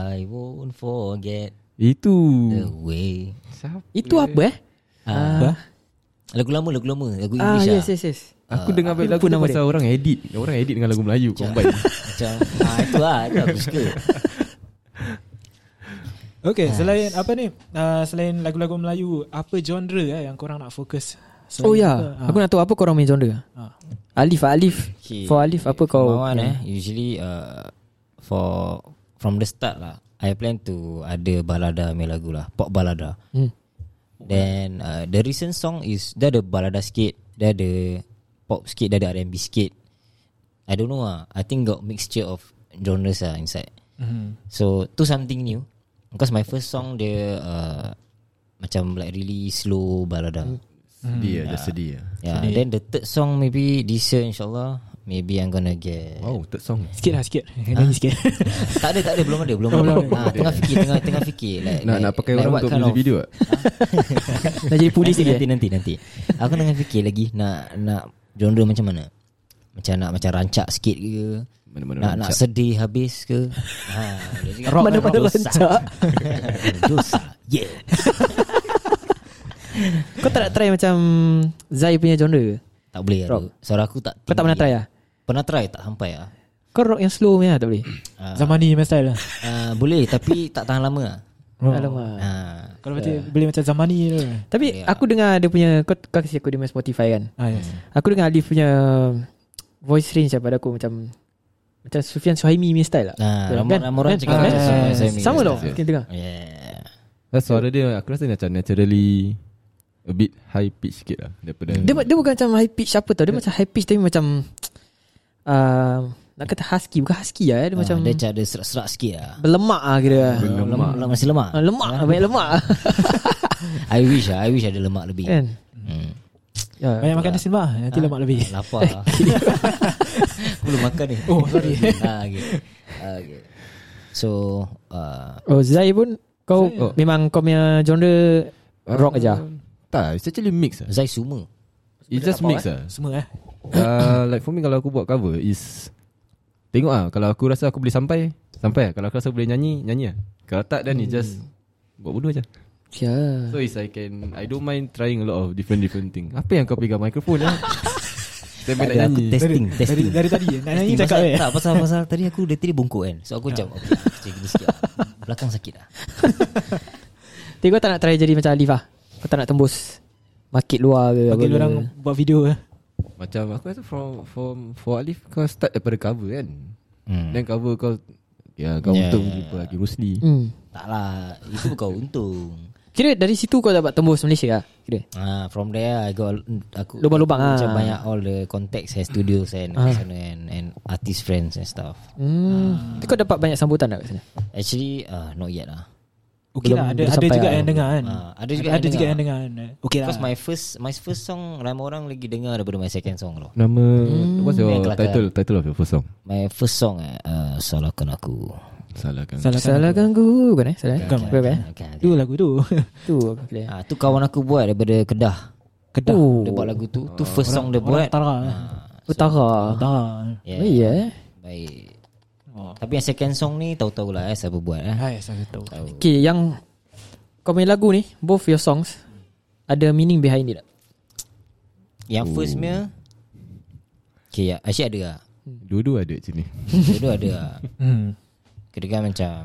[SPEAKER 5] I won't forget
[SPEAKER 4] Itu
[SPEAKER 5] The
[SPEAKER 4] Oh. Hmm.
[SPEAKER 5] way
[SPEAKER 4] Siapa
[SPEAKER 3] Itu apa eh
[SPEAKER 5] ah, Lagu lama Lagu lama Lagu
[SPEAKER 3] Ah
[SPEAKER 5] English
[SPEAKER 3] yes
[SPEAKER 5] lah
[SPEAKER 3] yes yes
[SPEAKER 4] Aku dengar baik
[SPEAKER 3] lupa
[SPEAKER 4] lagu tu
[SPEAKER 3] nama
[SPEAKER 4] Pasal orang edit Orang edit dengan lagu Melayu Combine
[SPEAKER 5] Macam ah, Itu lah Itu aku suka
[SPEAKER 2] Okay selain apa ni uh, Selain lagu-lagu Melayu Apa genre eh, yang korang nak fokus Selain
[SPEAKER 3] Oh ya
[SPEAKER 2] apa, ah,
[SPEAKER 3] Aku nak tahu apa korang main genre
[SPEAKER 2] ah.
[SPEAKER 3] Alif ah, Alif
[SPEAKER 5] Okay.
[SPEAKER 3] For Alif apa
[SPEAKER 5] For
[SPEAKER 3] kau kan?
[SPEAKER 5] Mawan eh Usually uh, For From the start lah I plan to Ada balada main lagu lah Pop balada
[SPEAKER 3] Hmm.
[SPEAKER 5] Then uh, The recent song is Dia ada balada sikit Dia ada Pop sikit Dia ada R&B sikit I don't know lah I think got mixture of Genres lah inside
[SPEAKER 2] Mhm.
[SPEAKER 5] So To something new Because my first song Dia uh, Macam like really slow balada
[SPEAKER 3] Hmm.
[SPEAKER 4] Sedih lah Dah sedih lah
[SPEAKER 5] Yeah, then the third song maybe this year insyaAllah Maybe I'm gonna get
[SPEAKER 4] Wow third song
[SPEAKER 2] Sikit lah sikit Nyanyi sikit
[SPEAKER 5] tak ada tak ada belum ada belum ada. Ha, tengah fikir tengah tengah fikir like,
[SPEAKER 4] Nak
[SPEAKER 5] like,
[SPEAKER 4] nak pakai
[SPEAKER 5] like
[SPEAKER 4] orang
[SPEAKER 5] what
[SPEAKER 4] Untuk
[SPEAKER 5] kind
[SPEAKER 4] music
[SPEAKER 5] of-
[SPEAKER 4] video tak
[SPEAKER 3] Nak jadi
[SPEAKER 5] nanti,
[SPEAKER 3] polis lagi eh?
[SPEAKER 5] nanti, nanti nanti Aku tengah fikir lagi nak nak genre macam mana? Macam nak macam rancak sikit ke?
[SPEAKER 4] Mana-mana
[SPEAKER 5] Nak nak
[SPEAKER 4] rancak.
[SPEAKER 5] sedih habis ke? ha, dia cakap, rock
[SPEAKER 3] Mana
[SPEAKER 5] kan, rock
[SPEAKER 3] pada
[SPEAKER 5] dosa.
[SPEAKER 3] rancak
[SPEAKER 5] dosa. Yeah.
[SPEAKER 3] Kau tak nak try macam Zai punya genre ke
[SPEAKER 5] Tak boleh
[SPEAKER 3] Rock.
[SPEAKER 5] aku. Suara aku tak
[SPEAKER 3] Kau tak pernah try lah
[SPEAKER 5] Pernah try tak sampai ah.
[SPEAKER 3] Kau rock yang slow punya lah, tak boleh
[SPEAKER 2] Zaman ni punya style lah
[SPEAKER 5] Uh, boleh tapi tak tahan lama ah.
[SPEAKER 3] Alamak
[SPEAKER 5] Ah. Ya.
[SPEAKER 2] Kalau berarti boleh macam zaman ni tu
[SPEAKER 3] Tapi aku dengar dia punya Kau, kau kasi aku dia punya Spotify kan
[SPEAKER 2] Ah yes
[SPEAKER 3] Aku dengar Alif punya Voice range lah pada aku Macam Macam Sufian Suhaimi punya style lah
[SPEAKER 5] Ah,
[SPEAKER 3] Kan?
[SPEAKER 5] ramai- ramai orang
[SPEAKER 3] Kan?
[SPEAKER 5] cakap
[SPEAKER 3] Ah,
[SPEAKER 5] macam Sufian Suhaimi
[SPEAKER 3] Sama
[SPEAKER 5] punya
[SPEAKER 3] tau
[SPEAKER 4] style.
[SPEAKER 3] Kita dengar
[SPEAKER 5] Yeah.
[SPEAKER 4] Nah, suara dia aku rasa macam naturally a bit high pitch sikit lah daripada
[SPEAKER 5] Hmm.
[SPEAKER 3] Dia, bu- dia bukan macam high pitch apa tau Dia macam high pitch tapi macam uh, Nak kata husky Bukan husky lah eh. Dia
[SPEAKER 5] Macam
[SPEAKER 3] macam
[SPEAKER 5] Ah, dia cak ada serak-serak sikit ah.
[SPEAKER 3] Berlemak lah kira
[SPEAKER 5] Lemak. lemak masih lemak.
[SPEAKER 3] Ah, Lemak lah Banyak lemak lah
[SPEAKER 5] I wish ah, I wish ada lemak lebih.
[SPEAKER 2] Eh.
[SPEAKER 3] Kan
[SPEAKER 5] Hmm.
[SPEAKER 3] Ya.
[SPEAKER 2] Banyak makan nasi lemak Nanti lemak lebih
[SPEAKER 5] Lapar lah. Aku belum makan ni Oh sorry ah, okay. Ah, okay. So uh,
[SPEAKER 3] Oh Zai oh. pun Kau
[SPEAKER 4] Zai.
[SPEAKER 3] memang kau punya genre Rock aja
[SPEAKER 4] Ah, Tak It's actually mix lah
[SPEAKER 5] Zai semua
[SPEAKER 4] It's just mix lah
[SPEAKER 2] Semua eh
[SPEAKER 4] uh, Like for me Kalau aku buat cover Is Tengok lah Kalau aku rasa aku boleh sampai Sampai lah Kalau aku rasa boleh nyanyi Nyanyi lah Kalau tak then it's just Buat bodoh je
[SPEAKER 3] Ya
[SPEAKER 4] So is I can I don't mind trying a lot of Different different thing Apa yang kau pegang mikrofon lah
[SPEAKER 5] Ada
[SPEAKER 4] Saya nak
[SPEAKER 5] aku
[SPEAKER 4] nyanyi
[SPEAKER 5] testing
[SPEAKER 2] dari,
[SPEAKER 5] Testing
[SPEAKER 2] dari tadi Nak nyanyi
[SPEAKER 5] Testing.
[SPEAKER 2] cakap
[SPEAKER 5] pasal,
[SPEAKER 2] eh Ya.
[SPEAKER 5] Tak pasal pasal Tadi aku dah tadi bongkok kan So aku macam Okay macam gini sikit lah. Belakang sakit lah
[SPEAKER 3] Tapi kau tak nak try jadi macam Alif lah Kau tak nak tembus Market luar ke
[SPEAKER 2] Bagi
[SPEAKER 3] apa ke.
[SPEAKER 2] orang buat video eh
[SPEAKER 4] Macam aku rasa from, from For Alif kau start daripada cover kan
[SPEAKER 5] Hmm.
[SPEAKER 4] Then cover kau Ya kau
[SPEAKER 5] Yeah.
[SPEAKER 4] yeah. untung jumpa lagi Bruce Lee
[SPEAKER 3] hmm.
[SPEAKER 5] Tak lah Itu kau untung
[SPEAKER 3] Kira dari situ kau dapat tembus Malaysia lah Kira
[SPEAKER 5] Ah, from there I got aku
[SPEAKER 3] Lubang-lubang
[SPEAKER 5] aku macam
[SPEAKER 3] ah.
[SPEAKER 5] banyak all the contacts and studios and
[SPEAKER 2] Ah.
[SPEAKER 5] uh. sana and and artist friends and stuff.
[SPEAKER 3] hmm. Kau dapat banyak sambutan tak kat sana
[SPEAKER 5] Actually uh, not yet lah.
[SPEAKER 2] Okay
[SPEAKER 3] belum
[SPEAKER 2] lah ada, ada
[SPEAKER 3] sampai
[SPEAKER 2] juga
[SPEAKER 3] lah.
[SPEAKER 2] yang dengar kan
[SPEAKER 5] Ah, ada juga yang
[SPEAKER 2] Ada juga
[SPEAKER 5] dengar.
[SPEAKER 2] yang dengar kan Okay lah
[SPEAKER 5] Because my first my first song ramai orang lagi dengar daripada my second song tau.
[SPEAKER 4] Nama Hmm. What's your
[SPEAKER 5] Main kelakar.
[SPEAKER 4] title Title of your first song
[SPEAKER 5] My first song eh uh, salahkan aku.
[SPEAKER 4] Salah kan
[SPEAKER 2] Salahkan
[SPEAKER 3] Salahkan ku Bukan eh Salah eh Bukan bukan eh
[SPEAKER 5] Okay.
[SPEAKER 2] Tu lagu tu
[SPEAKER 3] Tu eh? aku pilih
[SPEAKER 5] kan, Ah, tu kawan aku buat daripada Kedah.
[SPEAKER 2] Kedah
[SPEAKER 3] Oh.
[SPEAKER 5] Dia buat lagu tu. Tu first song dia
[SPEAKER 2] Orang
[SPEAKER 5] buat.
[SPEAKER 2] Tara
[SPEAKER 3] Utara
[SPEAKER 2] Tara
[SPEAKER 5] Yeah.
[SPEAKER 3] Oh iya eh
[SPEAKER 5] Baik.
[SPEAKER 2] Oh.
[SPEAKER 5] Tapi yang second song ni tahu-tahu lah eh siapa buat eh.
[SPEAKER 2] Hai saya tahu
[SPEAKER 3] Okay yang Kau punya lagu ni Both your songs Ada meaning behind it tak
[SPEAKER 5] Yang first punya Okay, ya. actually ada lah.
[SPEAKER 4] Dua-dua ada actually
[SPEAKER 5] Dua-dua ada lah.
[SPEAKER 2] Hmm
[SPEAKER 5] Kira kan macam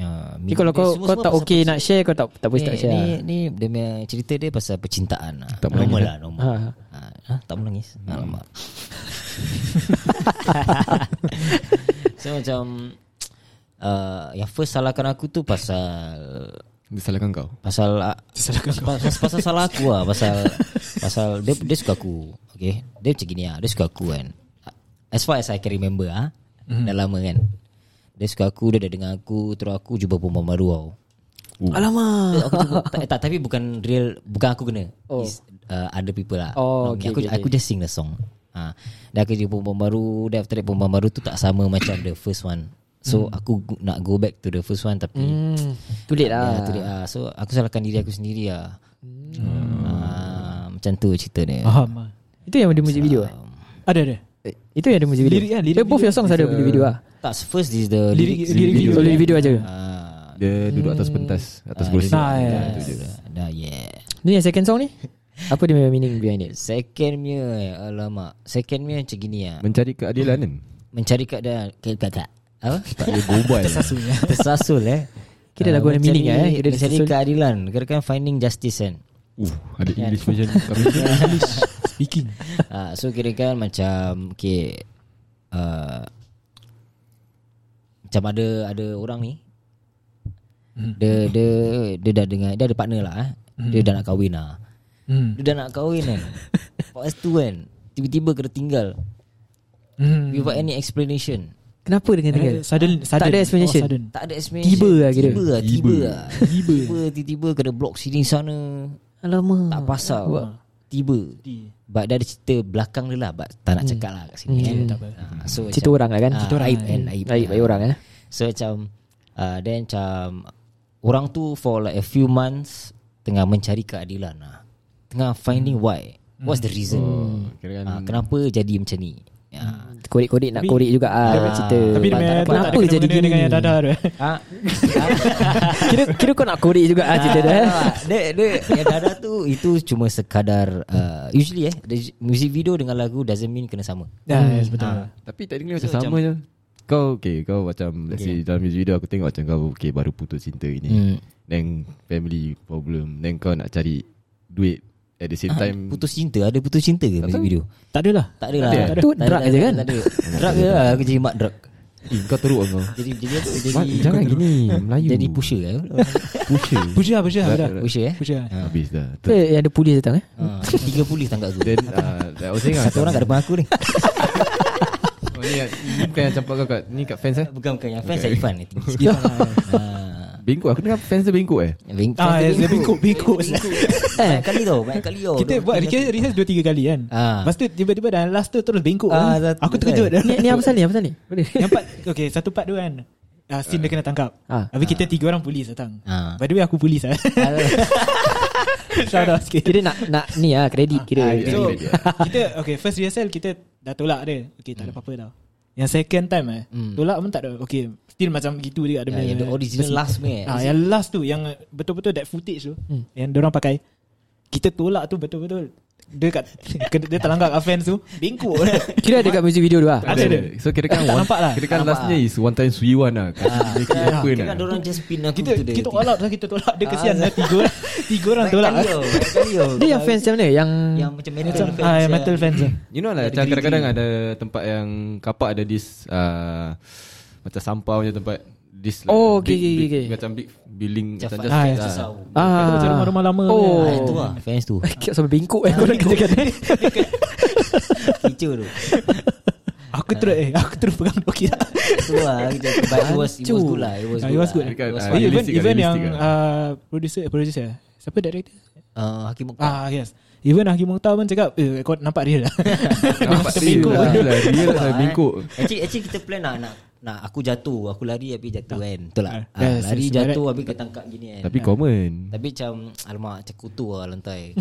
[SPEAKER 5] uh,
[SPEAKER 3] Okay, kalau kau kau tak okay nak share Kau tak tak boleh tak
[SPEAKER 5] Eh, ni,
[SPEAKER 3] share
[SPEAKER 5] ni,
[SPEAKER 3] lah.
[SPEAKER 5] ni dia punya cerita dia pasal percintaan lah.
[SPEAKER 4] Tak
[SPEAKER 5] normal
[SPEAKER 4] menangis,
[SPEAKER 5] lah normal.
[SPEAKER 3] Ha.
[SPEAKER 5] Ha. Ha, tak menangis. Hmm. Alamak. so macam uh, yang first salahkan aku tu pasal
[SPEAKER 4] Dia salahkan kau
[SPEAKER 5] pasal pasal, pasal salah aku lah pasal pasal dia dia suka aku okay dia macam gini ah dia suka aku kan as far as I can remember ah
[SPEAKER 4] Hmm.
[SPEAKER 5] mm-hmm. dah lama kan dia suka aku dia dah dengar aku terus aku jumpa perempuan baru tau
[SPEAKER 3] Alamak
[SPEAKER 5] aku jumpa, tak, tak tapi bukan real bukan aku kena oh. is uh, other people lah
[SPEAKER 3] Oh,
[SPEAKER 5] Orang-
[SPEAKER 3] okay,
[SPEAKER 5] aku
[SPEAKER 3] okay,
[SPEAKER 5] aku just sing Ha. the song ah dah kerja perempuan baru dia after that perempuan baru tu tak sama macam the first one So hmm. aku go- nak go back to the first one tapi hmm.
[SPEAKER 3] Hmm. Too late
[SPEAKER 5] ya,
[SPEAKER 3] lah.
[SPEAKER 5] tu dia. ah. So aku salahkan diri aku sendiri lah. Hmm. Ah, macam tu cerita dia.
[SPEAKER 2] Faham ah.
[SPEAKER 3] Itu yang ada music video. eh?
[SPEAKER 2] Ada ada
[SPEAKER 3] Itu yang ada music video.
[SPEAKER 2] eh, Lirik lah, lirik
[SPEAKER 3] Eh, both your songs ada music video ah.
[SPEAKER 5] Tak first is the
[SPEAKER 2] Lirik
[SPEAKER 5] lyrics.
[SPEAKER 2] lirik video
[SPEAKER 3] So lirik video aja.
[SPEAKER 5] Ah,
[SPEAKER 4] Dia duduk atas pentas
[SPEAKER 5] Hmm.
[SPEAKER 4] Atas kursi
[SPEAKER 2] Nice
[SPEAKER 4] Itu je lah.
[SPEAKER 5] dah yeah.
[SPEAKER 3] Ni yang second song ni. Apa dia punya meaning behind it?
[SPEAKER 5] Second punya eh, Alamak Second punya macam gini lah
[SPEAKER 4] Mencari keadilan kan
[SPEAKER 5] Mencari keadaan ke, tak, tak. Apa?
[SPEAKER 4] Tak boleh berubah Tersasul
[SPEAKER 5] Tersasul eh
[SPEAKER 3] Kira
[SPEAKER 5] Ah,
[SPEAKER 3] lagu ada meaning lah, eh. Kira dia
[SPEAKER 5] Mencari
[SPEAKER 3] tersasul.
[SPEAKER 5] keadilan Kadang-kadang finding justice kan
[SPEAKER 4] Uh, ada English version Kami-
[SPEAKER 2] Speaking
[SPEAKER 5] Ah, So kira-kira macam Okay uh, Macam ada Ada orang ni
[SPEAKER 3] Hmm.
[SPEAKER 5] dia, dia dia dah dengar Dia ada partner lah eh. Dia dah nak kahwin lah
[SPEAKER 2] Hmm.
[SPEAKER 5] Dia dah nak kahwin kan Lepas tu kan Tiba-tiba kena tinggal
[SPEAKER 2] Hmm.
[SPEAKER 5] Without any explanation
[SPEAKER 3] Kenapa dengan tinggal?
[SPEAKER 2] Ada Sudden, sudden
[SPEAKER 3] kan? Tak ada explanation.
[SPEAKER 2] Oh, sudden.
[SPEAKER 5] Tak ada explanation
[SPEAKER 3] Tiba lah kira.
[SPEAKER 5] Tiba lah Tiba lah
[SPEAKER 2] Tiba.
[SPEAKER 5] Tiba Tiba-tiba kena blok sini sana
[SPEAKER 3] Alamak.
[SPEAKER 5] Tak pasal Tiba But dia ada cerita belakang dia lah But
[SPEAKER 3] Hmm.
[SPEAKER 5] tak nak cakap lah kat sini kan Ah, So
[SPEAKER 3] Cerita
[SPEAKER 5] macam-
[SPEAKER 3] orang lah kan?
[SPEAKER 5] Ah,
[SPEAKER 3] Cerita orang.
[SPEAKER 5] Aib and aib
[SPEAKER 3] Baik baik orang eh.
[SPEAKER 5] So macam uh, Then macam Orang tu for like a few months Tengah mencari keadilan lah Tengah
[SPEAKER 3] Hmm.
[SPEAKER 5] finding why What's the reason
[SPEAKER 3] Oh, kan
[SPEAKER 4] kira
[SPEAKER 5] Ah, Kenapa jadi macam ni
[SPEAKER 3] Hmm.
[SPEAKER 5] Ya.
[SPEAKER 3] Korek-korek nak korek juga ah cerita.
[SPEAKER 2] Tapi
[SPEAKER 3] Ah,
[SPEAKER 2] dia punya-
[SPEAKER 3] tak
[SPEAKER 2] tak
[SPEAKER 3] Kenapa
[SPEAKER 2] ada
[SPEAKER 3] jadi
[SPEAKER 2] kena-mengena
[SPEAKER 3] gini?
[SPEAKER 2] Dengan eh? yang dadah tu
[SPEAKER 5] Ah,
[SPEAKER 3] Kira kira kau nak korek juga ah cerita dia. eh.
[SPEAKER 5] Ah, dia dia yang dada tu itu cuma sekadar uh, usually eh the music video dengan lagu doesn't mean kena sama.
[SPEAKER 2] Ya yes, betul
[SPEAKER 4] Tapi technically macam sama je Kau okay Kau macam Let's say dalam music video Aku tengok macam kau Okay baru putus cinta
[SPEAKER 5] Hmm.
[SPEAKER 4] ini Then family problem Then kau nak cari Duit At the same time
[SPEAKER 5] Ah, Putus cinta ada putus cinta ke music video?
[SPEAKER 2] Tak adalah
[SPEAKER 5] Tak ada lah.
[SPEAKER 4] ada.
[SPEAKER 5] Tak
[SPEAKER 3] Tu drug je kan?
[SPEAKER 5] Tak ada. Drug je lah aku jadi mak drug.
[SPEAKER 4] Eh, Kau teruk kau
[SPEAKER 5] Jadi jadi apa?
[SPEAKER 4] Mat,
[SPEAKER 5] Jadi
[SPEAKER 4] Jangan gini Melayu
[SPEAKER 5] jadi pusher eh.
[SPEAKER 4] Pusher Ah,
[SPEAKER 2] Puja puja dah.
[SPEAKER 5] pusher eh.
[SPEAKER 2] Puja
[SPEAKER 4] Habis dah
[SPEAKER 3] Apa yang ada polis datang eh?
[SPEAKER 2] Ah.
[SPEAKER 5] Ha, tiga polis tangkap aku.
[SPEAKER 4] Then uh, I was saying lah,
[SPEAKER 5] Satu orang kat depan aku ni.
[SPEAKER 4] oh, ni, ni bukan yang campak kau kat Ni kat fans eh
[SPEAKER 5] Bukan bukan yang fans Ifan ni. Ifan. Ah,
[SPEAKER 4] Bengkok Aku dengar fans dia bengkok eh
[SPEAKER 2] Ah, yes, bingkuk, bingkuk.
[SPEAKER 5] Eh, kali tau, banyak kali tau.
[SPEAKER 2] Kita
[SPEAKER 5] Dia-
[SPEAKER 2] buat rehearse, rehearse dua tiga kali kan.
[SPEAKER 5] Ah.
[SPEAKER 2] Lepas tu tiba-tiba dah last tu terus bengkok.
[SPEAKER 5] Ah,
[SPEAKER 2] kan.
[SPEAKER 5] dah-
[SPEAKER 2] Aku
[SPEAKER 5] betul.
[SPEAKER 2] terkejut dah.
[SPEAKER 3] Ni ni apa pasal ni? Apa pasal ni? Boleh.
[SPEAKER 2] Yang part Okay satu part tu kan uh, Scene dia kena tangkap
[SPEAKER 3] Ah.
[SPEAKER 2] Habis kita tiga orang polis datang
[SPEAKER 5] Ah.
[SPEAKER 2] By the way aku polis lah Shout out sikit
[SPEAKER 3] Kira nak nak ni ah kredit kira.
[SPEAKER 2] Ah,
[SPEAKER 4] kira-
[SPEAKER 2] So
[SPEAKER 4] kira.
[SPEAKER 2] Kita Okay first rehearsal Kita dah tolak dia Okay
[SPEAKER 5] Hmm.
[SPEAKER 2] tak ada apa-apa tau Yang second time eh Tolak pun tak ada Okay Still macam gitu juga
[SPEAKER 5] Ya, yang the original last eh. Hmm. punya.
[SPEAKER 2] Ah, yang last tu Yang betul-betul that footage tu Yang diorang pakai Kita tolak tu betul-betul Dia kat Dia terlanggar kat fans tu Bengkok
[SPEAKER 3] Kira ada kat music video tu ah.
[SPEAKER 2] Ada, ada.
[SPEAKER 4] So kira kan
[SPEAKER 2] Tak
[SPEAKER 4] one,
[SPEAKER 2] nampak lah.
[SPEAKER 4] Kira kan lastnya is One time suiwan lah Kasi dia kira apa
[SPEAKER 5] Ah, Kira
[SPEAKER 4] nak
[SPEAKER 5] kan orang just pin aku
[SPEAKER 2] Kita
[SPEAKER 5] tu dia. Ah,
[SPEAKER 2] kita all out lah Kita tolak Dia kesian lah Tiga orang Tiga orang
[SPEAKER 5] Banyak
[SPEAKER 2] tolak lah.
[SPEAKER 5] kali tau, banyak kali tau.
[SPEAKER 3] Dia yang fans macam mana? Yang
[SPEAKER 5] yang macam metal
[SPEAKER 2] Macam
[SPEAKER 5] fans
[SPEAKER 2] ah,
[SPEAKER 5] eh.
[SPEAKER 2] yang
[SPEAKER 5] yang-
[SPEAKER 2] metal fans lah.
[SPEAKER 4] You know lah Macam kadang-kadang ada Tempat yang Kapak ada this uh, Macam sampah punya tempat This like
[SPEAKER 3] Oh, okay,
[SPEAKER 4] big,
[SPEAKER 3] okay,
[SPEAKER 4] big,
[SPEAKER 3] okay.
[SPEAKER 4] Macam big building
[SPEAKER 5] Macam
[SPEAKER 4] Macam
[SPEAKER 5] fans
[SPEAKER 4] just
[SPEAKER 2] Ah,
[SPEAKER 5] fans
[SPEAKER 2] ya.
[SPEAKER 5] susah.
[SPEAKER 2] Kata macam rumah-rumah lama
[SPEAKER 3] Oh.
[SPEAKER 5] Ah, itu lah fans tu.
[SPEAKER 3] Kira sampai bengkok
[SPEAKER 2] Ah,
[SPEAKER 3] eh Kau nak kerja kat
[SPEAKER 5] Kecoh tu.
[SPEAKER 2] Aku terus eh Aku terus pegang doki lah
[SPEAKER 5] Itu lah kerja. But it was it was good lah. It was
[SPEAKER 2] Ah,
[SPEAKER 5] good.
[SPEAKER 2] it was good.
[SPEAKER 5] lah.
[SPEAKER 4] Dekat,
[SPEAKER 5] It was
[SPEAKER 4] ah,
[SPEAKER 5] fun.
[SPEAKER 2] Even
[SPEAKER 4] realistic lah,
[SPEAKER 2] even yang
[SPEAKER 4] realistic lah.
[SPEAKER 2] uh, producer producer siapa director?
[SPEAKER 5] Ah, Hakim Mokhtar.
[SPEAKER 2] Ah yes. Even Hakim Mukhtar pun cakap eh, Kau nampak real lah
[SPEAKER 4] Nampak
[SPEAKER 2] Macam
[SPEAKER 4] real
[SPEAKER 2] bengkok
[SPEAKER 4] lah
[SPEAKER 2] lah.
[SPEAKER 4] Real lah Real
[SPEAKER 5] Betul
[SPEAKER 4] lah
[SPEAKER 5] lah, eh.
[SPEAKER 4] bengkok
[SPEAKER 5] Actually actually kita plan lah nak nak aku jatuh, aku lari habis jatuh kan. Betul lah.
[SPEAKER 2] Ah, yes,
[SPEAKER 5] Ah, Lari
[SPEAKER 2] yes,
[SPEAKER 5] jatuh habis ketangkap gini kan.
[SPEAKER 4] Tapi common
[SPEAKER 5] Tapi macam Alamak macam kutu lah lantai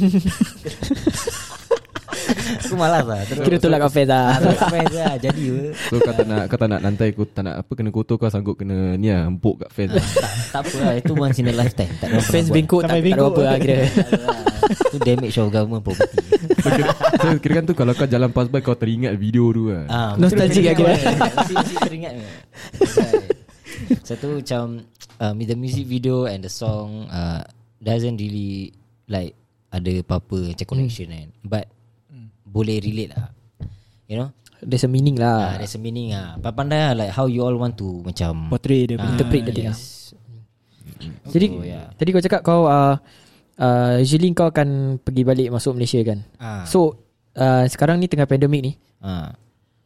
[SPEAKER 5] Aku malas lah terus-
[SPEAKER 3] Kira tolak kat fans lah
[SPEAKER 5] Terus fans lah Jadi ke
[SPEAKER 4] So kau tak nak Kau tak nak lantai Kau tak nak apa Kena kotor kau sanggup Kena ni lah Empuk kat fans
[SPEAKER 5] tak, tak apa lah Itu once in a lifetime Tak ada apa
[SPEAKER 3] Fans bengkok tak,
[SPEAKER 2] Sampai
[SPEAKER 3] tak ada
[SPEAKER 2] bengkok.
[SPEAKER 3] apa lah kira
[SPEAKER 5] Itu damage of government property
[SPEAKER 4] So kira, so, kira kan tu Kalau kau jalan pass by Kau teringat video tu lah
[SPEAKER 5] ah,
[SPEAKER 3] Nostalgic lah kira.
[SPEAKER 5] Masih masih teringat ni. Right. Satu macam um, The music video and the song uh, Doesn't really Like Ada
[SPEAKER 3] Hmm.
[SPEAKER 5] apa-apa Macam connection kan But Boleh relate lah You know
[SPEAKER 3] There's a meaning
[SPEAKER 5] Ah,
[SPEAKER 3] lah
[SPEAKER 5] there's a meaning ah. Pak pandai ah like how you all want to macam
[SPEAKER 2] Portray dia punya
[SPEAKER 3] Interpret dia tengah Jadi
[SPEAKER 5] Ah, Oh, yeah.
[SPEAKER 3] Tadi kau cakap kau uh, uh, Usually kau akan Pergi balik masuk Malaysia kan
[SPEAKER 5] Ah.
[SPEAKER 3] So uh, Sekarang ni tengah pandemik ni
[SPEAKER 5] ah